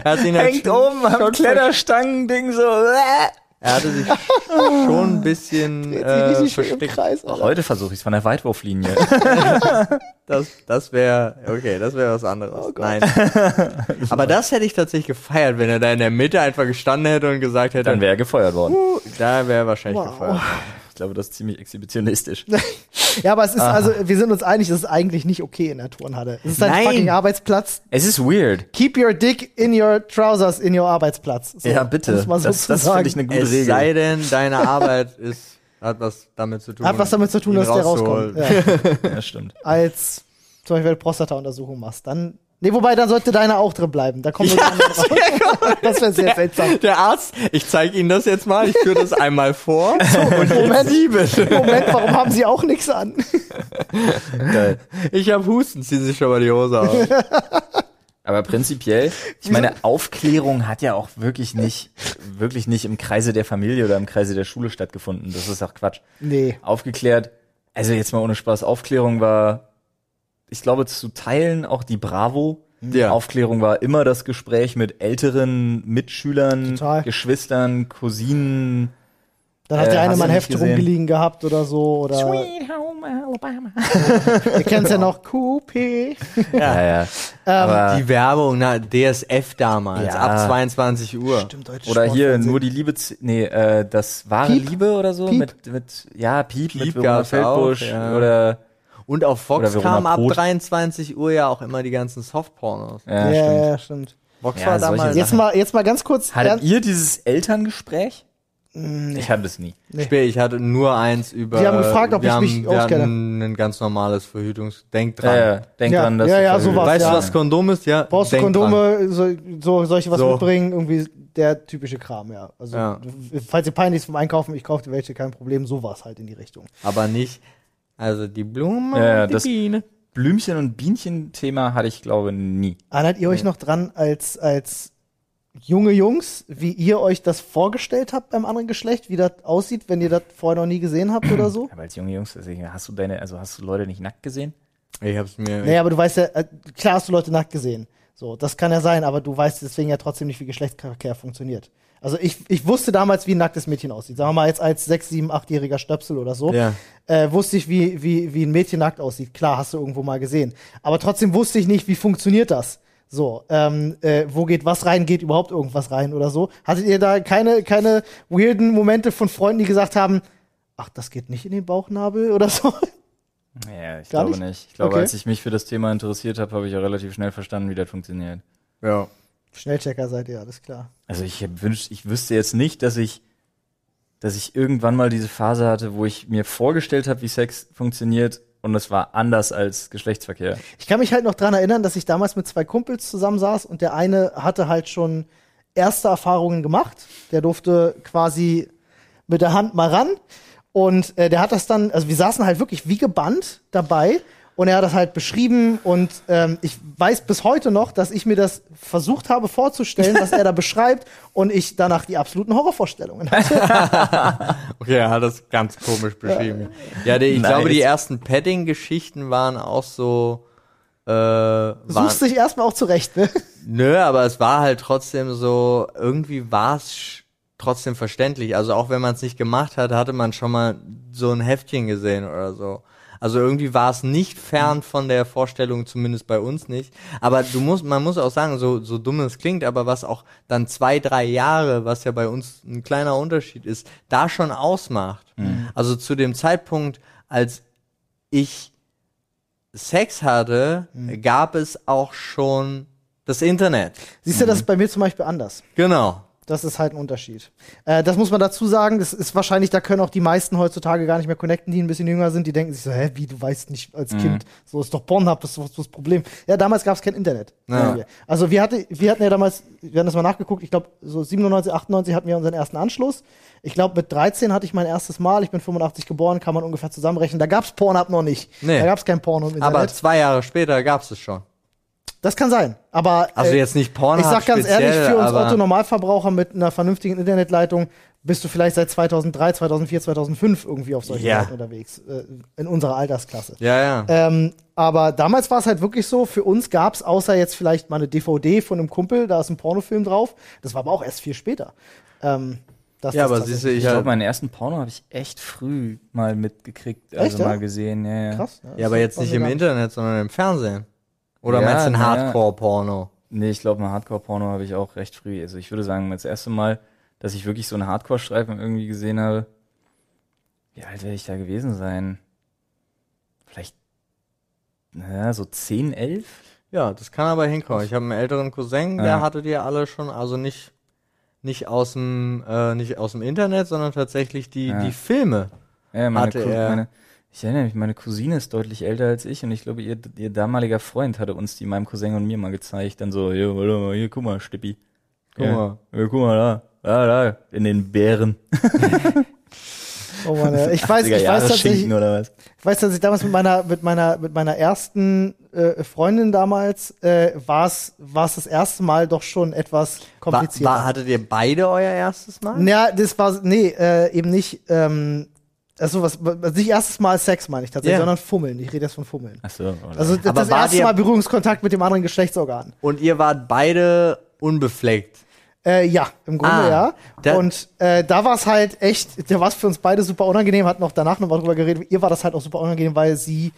S3: er hat sich
S2: Hängt
S3: natürlich,
S2: oben am Kletterstangen-Ding so. äh.
S3: er hatte sich schon ein bisschen
S1: Dreht sich
S3: äh,
S1: richtig schön im
S3: versteckt.
S1: Kreis.
S2: Auch
S1: Alter.
S2: heute versuche ich es von der Weitwurflinie.
S3: Das, das wäre, okay, das wäre was anderes.
S1: Oh
S3: Nein. Aber das hätte ich tatsächlich gefeiert, wenn er da in der Mitte einfach gestanden hätte und gesagt hätte,
S2: Dann wäre er gefeuert worden.
S3: "Uh", da wäre er wahrscheinlich
S1: Wow.
S3: gefeiert.
S2: Ich glaube, das ist ziemlich exhibitionistisch.
S1: Ja, aber es ist, also, wir sind uns einig, es ist eigentlich nicht okay in der Turnhalle. Es ist ein
S3: Nein.
S1: fucking Arbeitsplatz.
S2: Es ist weird.
S1: Keep your dick in your trousers in your Arbeitsplatz. So,
S2: ja, bitte.
S1: muss man so
S2: das
S1: zu
S2: das finde
S1: sagen.
S2: ich eine gute
S3: Es
S2: Regel.
S3: sei denn, deine Arbeit ist, hat was damit zu tun.
S1: Hat was damit zu tun,
S3: ihn
S1: dass der rauskommt.
S3: rauszuholen.
S1: Ja.
S2: ja, stimmt.
S1: Als zum Beispiel eine Prostata-Untersuchung machst, dann. Nee, wobei, dann sollte deine auch drin bleiben. Da kommt ja, das raus. Das wäre sehr seltsam.
S3: Der Arzt, ich zeige Ihnen das jetzt mal, ich führe das einmal vor. Und
S1: Moment.
S3: jetzt Sie bitte.
S1: Moment, warum haben sie auch nichts an?
S2: Geil.
S3: Ich hab Husten, ziehen Sie schon mal die Hose aus.
S2: Aber prinzipiell, ich meine, Aufklärung hat ja auch wirklich nicht, wirklich nicht im Kreise der Familie oder im Kreise der Schule stattgefunden. Das ist auch Quatsch.
S1: Nee.
S2: Aufgeklärt, also jetzt mal ohne Spaß, Aufklärung war, ich glaube, zu teilen auch die Bravo.
S3: Ja.
S2: Aufklärung war immer das Gespräch mit älteren Mitschülern,
S1: Total.
S2: Geschwistern, Cousinen,
S1: Dann hat
S2: Äh,
S1: der eine
S2: hast
S1: mal ein
S2: du nicht
S1: Heft
S2: gesehen.
S1: rumgeliegen gehabt oder so. Oder
S5: Sweet home Alabama.
S1: ihr kennt's ja noch, Coupé.
S2: Ja,
S1: Ähm,
S2: ja. Aber,
S3: Die Werbung, na, DSF damals,
S2: Äh. Ja.
S3: ab 22 Uhr.
S2: oder hier nur die Liebe, z- nee, äh, das wahre
S1: Piep.
S2: Liebe oder so
S1: Piep.
S2: mit mit ja Piep,
S3: Piep
S2: mit Verona
S3: gab's auch,
S2: Feldbusch
S3: ja.
S2: oder
S3: Und auf
S2: Oder
S3: Vox
S2: Verona
S3: kamen ab
S2: Poth.
S3: 23 Uhr ja auch immer die ganzen Softpornos.
S2: ja,
S1: Ja,
S2: stimmt.
S1: ja, stimmt.
S3: Vox
S2: Ja,
S3: war
S2: solche
S3: damals.
S1: Jetzt mal, jetzt mal ganz Hm, kurz.
S2: Hattet
S1: ernst-
S2: ihr dieses Elterngespräch? Ich hatte es nie.
S3: Spät, ich hatte nur eins über.
S1: Die haben gefragt, ob
S3: wir
S1: ich mich
S3: haben, wir
S1: auskenne.
S3: hatten ein ganz normales Verhütungsdenk dran.
S2: Ja, ja, denk
S1: Ja,
S2: dran, dass
S1: ja,
S2: du
S1: ja,
S2: verhütet
S1: so war's,
S2: bist.
S3: Weißt
S1: ja.
S3: du, was Kondom ist? Ja.
S1: Brauchst
S3: denk dran.
S1: Kondome, so, so, soll ich was
S3: So.
S1: mitbringen? Irgendwie der typische Kram, ja. Also,
S3: Ja.
S1: falls ihr peinlich ist vom Einkaufen, ich kaufe dir welche, kein Problem, sowas halt in die Richtung.
S3: Aber nicht. Also die Blume
S2: Ja, ja,
S3: und die
S2: das-
S3: Biene.
S2: Blümchen und Bienchen Thema hatte ich glaube nie.
S1: Erinnert ihr euch noch dran, als, als junge Jungs, wie ihr euch das vorgestellt habt beim anderen Geschlecht, wie das aussieht, wenn ihr das vorher noch nie gesehen habt oder so?
S2: Aber als junge Jungs, deswegen hast du deine, also hast du Leute nicht nackt gesehen?
S3: Ich hab's mir.
S1: Naja, aber du weißt ja, äh, klar hast du Leute nackt gesehen. So, das kann ja sein, aber du weißt deswegen ja trotzdem nicht, wie Geschlechtsverkehr funktioniert. Also ich, ich wusste damals, wie ein nacktes Mädchen aussieht. Sagen wir mal jetzt als sechs, sieben, achtjähriger Stöpsel oder so,
S3: Ja.
S1: äh, wusste ich, wie, wie, wie ein Mädchen nackt aussieht. Klar, hast du irgendwo mal gesehen. Aber trotzdem wusste ich nicht, wie funktioniert das. So, ähm, äh, wo geht was rein, geht überhaupt irgendwas rein oder so. Hattet ihr da keine, keine weirden Momente von Freunden, die gesagt haben, ach, das geht nicht in den Bauchnabel oder so?
S2: Ja, ich
S1: Gar
S2: glaube
S1: nicht?
S2: nicht? Ich glaube,
S1: Okay.
S2: als ich mich für das Thema interessiert habe, habe ich auch relativ schnell verstanden, wie das funktioniert.
S3: Ja.
S1: Schnellchecker seid ihr, alles klar.
S2: Also ich hab wünscht, ich wüsste jetzt nicht, dass ich, dass ich irgendwann mal diese Phase hatte, wo ich mir vorgestellt habe, wie Sex funktioniert und es war anders als Geschlechtsverkehr.
S1: Ich kann mich halt noch dran erinnern, dass ich damals mit zwei Kumpels zusammensaß und der eine hatte halt schon erste Erfahrungen gemacht. Der durfte quasi mit der Hand mal ran und äh, der hat das dann, also wir saßen halt wirklich wie gebannt dabei und er hat das halt beschrieben und ähm, ich weiß bis heute noch, dass ich mir das versucht habe vorzustellen, was er da beschreibt und ich danach die absoluten Horrorvorstellungen hatte.
S3: Okay, er hat das ganz komisch beschrieben. Ja, die, ich
S2: Nice.
S3: glaube, die ersten Padding-Geschichten waren auch so. Äh, waren,
S1: Suchst dich erstmal auch zurecht, ne?
S3: nö, aber es war halt trotzdem so, irgendwie war es trotzdem verständlich. Also auch wenn man es nicht gemacht hat, hatte man schon mal so ein Heftchen gesehen oder so. Also irgendwie war es nicht fern von der Vorstellung, zumindest bei uns nicht. Aber du musst, man muss auch sagen, so, so dumm es klingt, aber was auch dann zwei, drei Jahre, was ja bei uns ein kleiner Unterschied ist, da schon ausmacht. Also zu dem Zeitpunkt, als ich Sex hatte, gab es auch schon das Internet.
S1: Siehst du, das ist bei mir zum Beispiel anders.
S3: Genau.
S1: Das ist halt ein Unterschied. Äh, das muss man dazu sagen. Das ist wahrscheinlich, da können auch die meisten heutzutage gar nicht mehr connecten, die ein bisschen jünger sind. Die denken sich so, hä, wie, du weißt nicht
S3: Mhm.
S1: als Kind. So ist doch Pornhub, das ist doch das Problem. Ja, damals gab es kein Internet.
S3: Ja.
S1: Also wir, hatte, wir hatten ja damals, wir hatten das mal nachgeguckt, ich glaube so 97, 98 hatten wir unseren ersten Anschluss. Ich glaube mit 13 hatte ich mein erstes Mal, ich bin 85 geboren, kann man ungefähr zusammenrechnen. Da gab's Pornhub noch nicht.
S3: Nee.
S1: Da gab's kein Porno im Internet.
S3: Aber zwei Jahre später gab es es schon.
S1: das kann sein. Aber
S3: Also
S1: äh,
S3: jetzt nicht Pornhub
S1: ich sag ganz
S3: speziell,
S1: ehrlich, für uns
S3: aber
S1: Otto-Normalverbraucher mit einer vernünftigen Internetleitung bist du vielleicht seit 2003, 2004, 2005 irgendwie auf solchen
S3: Ja.
S1: Seiten unterwegs. Äh, in unserer Altersklasse.
S3: Ja, ja.
S1: Ähm, aber damals war es halt wirklich so, für uns gab es außer jetzt vielleicht mal eine DVD von einem Kumpel, da ist ein Pornofilm drauf. Das war aber auch erst viel später. Ähm, dass
S3: ja,
S1: das
S3: aber
S1: tatsächlich-
S3: siehst du, ich
S2: Ich glaube,
S3: hab,
S2: meinen ersten Porno habe ich echt früh mal mitgekriegt, also
S1: Echt, ja?
S2: mal gesehen. Ja, ja.
S1: Krass, ne? Das
S3: ja, aber
S1: war
S3: jetzt
S1: bei
S3: nicht
S1: mir
S3: im
S1: gar
S3: Internet, sondern im Fernsehen. Oder
S2: Ja,
S3: meinst du ein
S2: na ja.
S3: Hardcore-Porno?
S2: Nee, ich glaube, ein Hardcore-Porno habe ich auch recht früh. Also ich würde sagen, das erste Mal, dass ich wirklich so einen Hardcore-Streifen irgendwie gesehen habe, wie alt werde ich da gewesen sein? Vielleicht, naja, so 10, 11?
S3: Ja, das kann aber hinkommen. Ich habe einen älteren Cousin, der
S2: Ja.
S3: hatte die alle schon, also nicht nicht aus dem äh, nicht aus dem Internet, sondern tatsächlich die
S2: Ja.
S3: die Filme.
S2: Ja, meine,
S3: Hatte
S2: Cou-
S3: er-
S2: meine ich erinnere mich, meine Cousine ist deutlich älter als ich und ich glaube, ihr, ihr damaliger Freund hatte uns die meinem Cousin und mir mal gezeigt. Dann so, hier, warte mal, hier, guck mal, Stippi.
S3: Guck
S2: Ja.
S3: mal.
S2: Ja, guck mal da, da, da, in den Bären.
S1: Oh Mann, ja. ich weiß,
S2: 80er
S1: ich
S2: Jahre
S1: weiß tatsächlich,
S2: Schinken oder was?
S1: Ich weiß, dass ich damals mit meiner, mit meiner, mit meiner ersten äh, Freundin damals äh, war es das erste Mal doch schon etwas
S3: War,
S1: komplizierter.
S3: war, hattet ihr beide euer erstes Mal?
S1: ja, das war nee, äh, eben nicht. Ähm, also was also nicht erstes Mal Sex meine ich tatsächlich,
S3: Ja.
S1: sondern Fummeln. Ich rede jetzt von Fummeln.
S2: Ach so, oder?
S1: Also das,
S3: Aber
S1: das
S3: war
S1: erste
S3: dir-
S1: Mal Berührungskontakt mit dem anderen Geschlechtsorgan.
S3: Und ihr wart beide unbefleckt.
S1: Äh, ja, im Grunde
S3: Ah,
S1: ja.
S3: da-
S1: Und äh, da war es halt echt, da war es für uns beide super unangenehm, hatten auch danach nochmal drüber geredet. Ihr war das halt auch super unangenehm, weil sie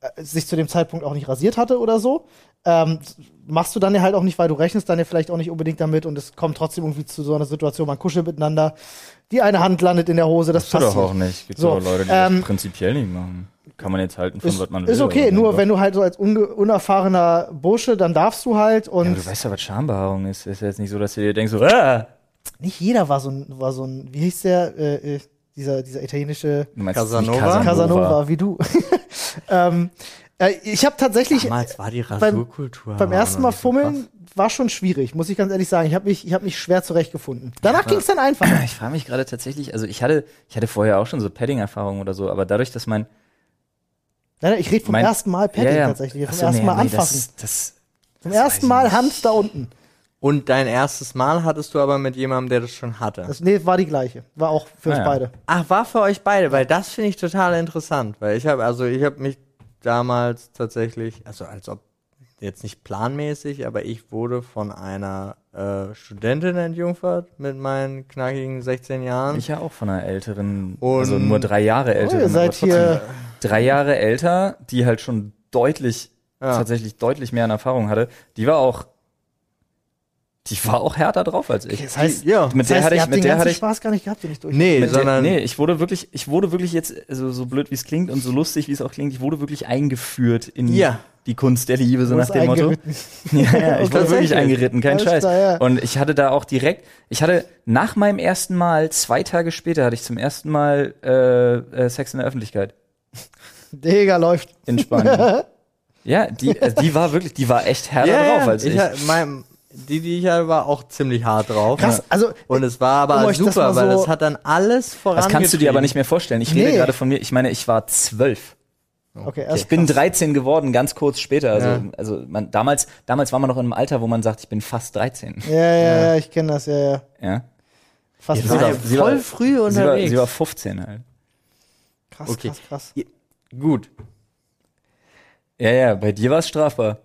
S1: äh, sich zu dem Zeitpunkt auch nicht rasiert hatte oder so. Ähm, machst du dann ja halt auch nicht, weil du rechnest dann ja vielleicht auch nicht unbedingt damit und es kommt trotzdem irgendwie zu so einer Situation, man kuschelt miteinander, die eine Hand landet in der Hose, das,
S2: Das tut
S1: passiert.
S2: doch auch nicht. Gibt
S1: So,
S2: auch Leute, die
S1: ähm,
S2: das prinzipiell nicht machen. Kann man jetzt halten von
S1: Ist,
S2: was man will.
S1: ist okay,
S2: aber mein
S1: nur
S2: Gott.
S1: wenn du halt so als unge- unerfahrener Bursche, dann darfst du halt
S2: Ja,
S1: und
S2: aber du weißt ja, was Schambehaarung ist. Ist ja jetzt nicht so, dass du dir denkst, so, ah!
S1: nicht jeder war so ein, war so ein, wie hieß der, äh, äh, dieser, dieser italienische
S2: Du meinst nicht
S3: Casanova?
S1: Also Casanova, wie du. ähm, äh, ich habe tatsächlich
S3: Damals war die
S1: beim-
S3: Rasurkultur.
S1: beim
S3: aber
S1: ersten Mal
S3: noch nicht so krass.
S1: fummeln war schon schwierig, muss ich ganz ehrlich sagen. Ich habe mich, ich hab mich schwer zurechtgefunden. Danach ging's ging es dann einfach.
S2: Ich frage mich gerade tatsächlich, also ich hatte, ich hatte vorher auch schon so Padding-Erfahrungen oder so, aber dadurch, dass mein
S1: Nein, nein, ich rede vom
S2: Mein-
S1: ersten Mal Padding
S2: ja, ja.
S1: tatsächlich,
S2: Ach
S1: vom
S2: so,
S1: ersten
S2: nee,
S1: Mal
S2: nee,
S1: anfassen.
S2: Das, das,
S1: Vom
S2: das weiß
S1: ersten
S2: ich
S1: Mal
S2: nicht.
S1: Hand da unten.
S3: Und dein erstes Mal hattest du aber mit jemandem, der das schon hatte.
S1: Das, nee, war die gleiche. War auch für uns
S2: Ah, ja.
S1: beide.
S3: Ach, war für euch beide, weil das finde ich total interessant, weil ich habe also ich habe mich damals tatsächlich, also als ob jetzt nicht planmäßig, aber ich wurde von einer äh, Studentin entjungfert mit meinen knackigen 16 Jahren.
S2: ich ja auch von einer älteren,
S3: Und-
S2: also nur drei Jahre
S1: Oh,
S2: älteren.
S1: ihr
S2: aber
S1: seid
S2: trotzdem
S1: hier.
S2: Drei Jahre älter, die halt schon deutlich,
S3: Ja.
S2: tatsächlich deutlich mehr an Erfahrung hatte. Die war auch
S6: Die war auch härter drauf als ich.
S1: Das heißt,
S3: ja.
S2: Mit
S1: das
S2: der
S1: heißt ihr
S2: hatte ich,
S1: habt
S2: mit
S1: den
S2: der
S1: ganzen
S2: hatte ich,
S1: Spaß gar nicht gehabt, wenn ich durch.
S3: Nee,
S2: mit der,
S3: sondern
S2: nee, ich wurde wirklich, ich wurde wirklich jetzt, also so blöd wie es klingt und so lustig wie es auch klingt, ich wurde wirklich eingeführt in
S3: Ja.
S2: die Kunst der Liebe, so
S1: Du
S2: nach
S1: hast
S2: dem Motto.
S1: eingeritten.
S2: Ja, ja, ich wurde
S3: Tatsächlich.
S2: wirklich eingeritten, kein
S1: Alles
S2: Scheiß.
S1: klar, ja.
S2: Und ich hatte da auch direkt, ich hatte nach meinem ersten Mal, zwei Tage später, hatte ich zum ersten Mal äh, äh, Sex in der Öffentlichkeit
S1: Digga, läuft.
S2: in Spanien. ja, die, also die war wirklich, die war echt härter
S3: ja, ja,
S2: drauf als ich.
S3: ich. ha- mein, die, die ich hatte, war auch ziemlich hart drauf.
S1: Krass, also
S3: Und es war aber
S1: Um euch das
S3: super,
S1: mal
S3: weil
S1: so-
S3: das hat dann alles voran.
S2: Das kannst du dir aber nicht mehr vorstellen. Ich
S1: Nee.
S2: rede gerade von mir, ich meine, ich war zwölf.
S1: okay, erst
S2: Ich bin 13 geworden, ganz kurz später. Also,
S3: Ja.
S2: also man, damals, damals war man noch in einem Alter, wo man sagt, ich bin fast 13.
S1: Ja, ja, ja, ich kenne das, ja, ja.
S2: Ja.
S1: Fast
S2: Ja,
S1: krass,
S2: war- sie war-
S3: voll früh
S2: Sie war,
S3: unterwegs.
S2: sie war 15 halt.
S1: krass,
S3: okay.
S1: krass, krass.
S3: Gut.
S2: Ja, ja, bei dir war es strafbar.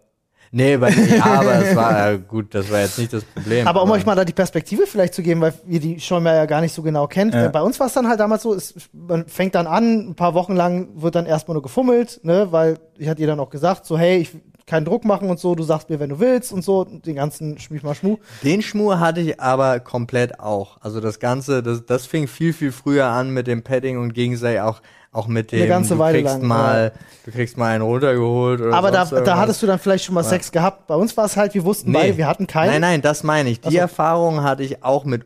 S3: Nee, bei, ja, aber es war äh, gut, das war jetzt nicht das Problem.
S1: Aber um euch mal da die Perspektive vielleicht zu geben, weil ihr die schon mal ja gar nicht so genau kennt.
S2: Ja.
S1: äh, Bei uns war es dann halt damals so, es, man fängt dann an, ein paar Wochen lang wird dann erstmal nur gefummelt, ne, weil ich hatte ihr dann auch gesagt, so, hey, ich keinen Druck machen und so, du sagst mir, wenn du willst und so, und den ganzen Schmiech mal Schmu.
S3: Den Schmur hatte ich aber komplett auch. Also das Ganze, das, das fing viel, viel früher an mit dem Padding und gegenseitig auch, auch mit dem,
S1: Eine ganze
S3: du
S1: Weile
S3: kriegst
S1: lang,
S3: mal, du kriegst mal einen runtergeholt oder
S1: Aber da,
S3: sonst
S1: da
S3: irgendwas.
S1: hattest du dann vielleicht schon mal Sex gehabt. Bei uns war es halt, wir wussten beide, wir hatten keinen. Also-
S3: Nein, nein, das meine ich. Die
S1: Ach so.
S3: Erfahrung hatte ich auch mit,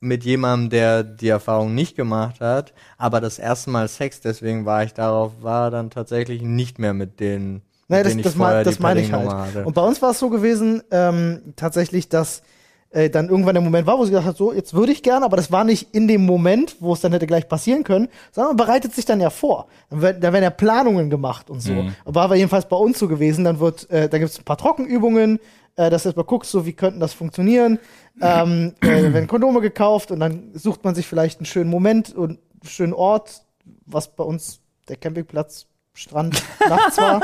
S3: mit jemandem, der die Erfahrung nicht gemacht hat. Aber das erste Mal Sex, deswegen war ich darauf, war dann tatsächlich nicht mehr mit denen.
S1: Nee,
S3: mit
S1: das,
S3: denen ich
S1: das, mein,
S3: vorher die
S1: das meine ich halt.
S3: Padding-Nummer hatte.
S1: Und bei uns war es so gewesen, ähm, tatsächlich, dass äh, dann irgendwann der Moment war, wo sie gesagt hat, so, jetzt würde ich gerne, aber das war nicht in dem Moment, wo es dann hätte gleich passieren können, sondern man bereitet sich dann ja vor. Dann, wer- da werden ja Planungen gemacht und so.
S3: Mhm.
S1: Aber war aber jedenfalls bei uns so gewesen, dann wird, äh, da gibt es ein paar Trockenübungen, äh, dass du erstmal guckst, so, wie könnten das funktionieren, ähm, äh, dann werden Kondome gekauft und dann sucht man sich vielleicht einen schönen Moment und einen schönen Ort, was bei uns der Campingplatz, Strand, nachts war.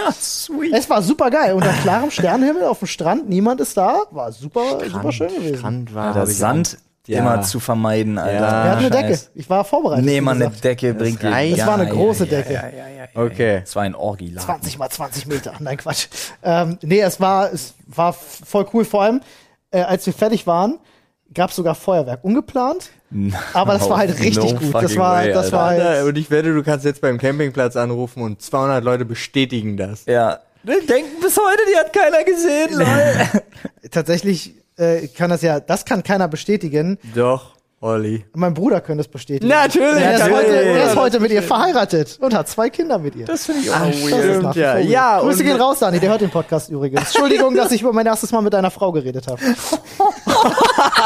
S1: Es war super geil. Unter klarem Sternenhimmel auf dem Strand, niemand ist da. War super, super schön gewesen.
S3: Strand war
S2: Alter,
S3: hab ich
S2: Sand
S3: Ja.
S2: immer zu vermeiden, Alter.
S3: Ja.
S1: Wir hatten eine
S2: Scheiß.
S1: Decke. Ich war vorbereitet.
S2: Ah, Nee,
S1: wie
S2: man, eine
S1: gesagt.
S2: Decke bringt jeden.
S3: reicht.
S1: Es war eine große Decke.
S3: auch- Okay.
S2: Es war ein Orgiladen.
S1: 20 mal 20 Meter. Nein, Quatsch. Ähm, nee, es war, es war f- voll cool. Vor allem, äh, als wir fertig waren, gab es sogar Feuerwerk. Ungeplant. Aber das war halt richtig
S2: No
S1: gut. Das
S2: fucking
S1: war,
S2: way,
S1: das
S2: Alter.
S1: war halt
S3: Alter,
S1: jetzt,
S3: Und ich wette, du kannst jetzt beim Campingplatz anrufen und 200 Leute bestätigen das.
S2: Ja. Denken bis heute, die hat keiner gesehen, Leute.
S1: tatsächlich äh, kann das ja, das kann keiner bestätigen.
S3: Doch, Olli.
S1: Mein Bruder könnte es bestätigen.
S3: Natürlich.
S1: Er ist,
S3: natürlich.
S1: heute, er ist heute mit ihr verheiratet und hat zwei Kinder mit ihr. Das finde ich auch
S3: weird.
S1: ja.
S3: Ah, Ja, ja,
S1: Grüße
S3: und-
S1: gehen raus, Dani, der hört den Podcast übrigens. Entschuldigung, dass ich über mein erstes Mal mit einer Frau geredet habe.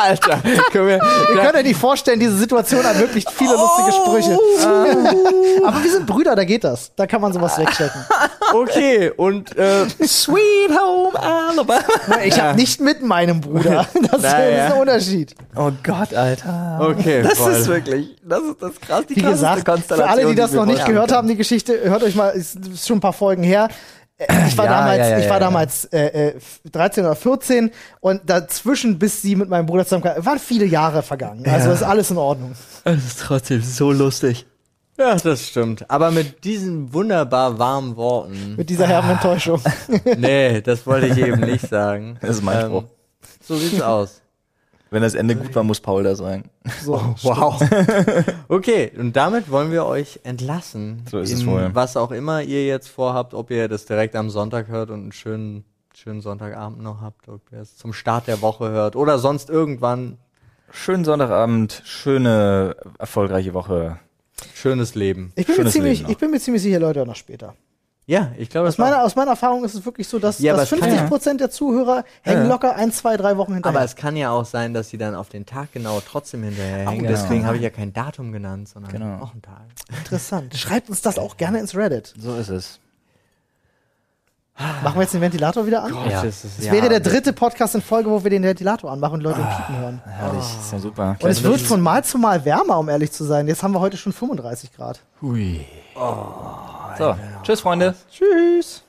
S3: Alter, können wir,
S1: Ihr könnt euch nicht vorstellen, diese Situation ermöglicht viele
S3: Oh.
S1: lustige Sprüche. Ah. Aber wir sind Brüder, da geht das. Da kann man sowas wegstecken.
S3: okay, und äh,
S2: Sweet Home Alabama.
S1: Ich habe nicht mit meinem Bruder. Das
S3: Naja.
S1: ist ein Unterschied.
S2: Oh Gott, Alter.
S3: okay,
S2: Das
S3: voll.
S2: ist wirklich, das ist das krass, die
S1: Wie gesagt, für alle, die das noch nicht gehört haben, die Geschichte, hört euch mal, ist ist schon ein paar Folgen her. Äh, Ich war
S2: Ja,
S1: damals,
S2: ja, ja,
S1: ich war
S2: ja, ja.
S1: damals äh, äh, 13 oder 14 und dazwischen, bis sie mit meinem Bruder zusammenkam, waren viele Jahre vergangen. Also ist alles in Ordnung.
S2: Das ist trotzdem so lustig.
S3: Ja, das stimmt. Aber mit diesen wunderbar warmen Worten.
S1: Mit dieser herben Enttäuschung.
S3: Nee, das wollte ich eben nicht sagen.
S2: Das ist mein
S3: Ähm,
S2: Spruch.
S3: So sieht's aus.
S2: Wenn das Ende gut war, muss Paul da sein.
S1: So.
S3: Wow. Okay, und damit wollen wir euch entlassen.
S2: So ist es
S3: in
S2: wohl.
S3: Was auch immer ihr jetzt vorhabt, ob ihr das direkt am Sonntag hört und einen schönen, schönen Sonntagabend noch habt, ob ihr es zum Start der Woche hört oder sonst irgendwann.
S2: Schönen Sonntagabend, schöne, erfolgreiche Woche.
S3: Schönes Leben.
S1: Ich bin, mir
S2: Schönes
S1: ziemlich,
S2: Leben noch.
S1: ich bin mir ziemlich sicher, Leute, auch noch später.
S3: Ja, ich glaube, das
S1: Aus meiner, aus meiner Erfahrung ist es wirklich so, dass,
S3: Ja, aber
S1: dass
S3: es kann ja-
S1: 50 Prozent der Zuhörer hängen locker ein, zwei, drei Wochen hinterher.
S3: Aber es kann ja auch sein, dass sie dann auf den Tag genau trotzdem hinterherhängen.
S2: Oh, das
S3: Deswegen
S2: kann
S3: habe ich ja kein Datum genannt, sondern
S2: Genau.
S3: auch einen Tag.
S1: Interessant. Schreibt uns das auch gerne ins Reddit.
S2: So ist es.
S1: Machen wir jetzt den Ventilator wieder an?
S3: Ja.
S1: Das wäre der dritte Podcast in Folge, wo wir den Ventilator anmachen und Leute piepen hören.
S2: Herrlich, ist ja super.
S1: Und es wird von Mal zu Mal wärmer, um ehrlich zu sein. Jetzt haben wir heute schon 35 Grad.
S2: So, tschüss, Freunde.
S1: Tschüss.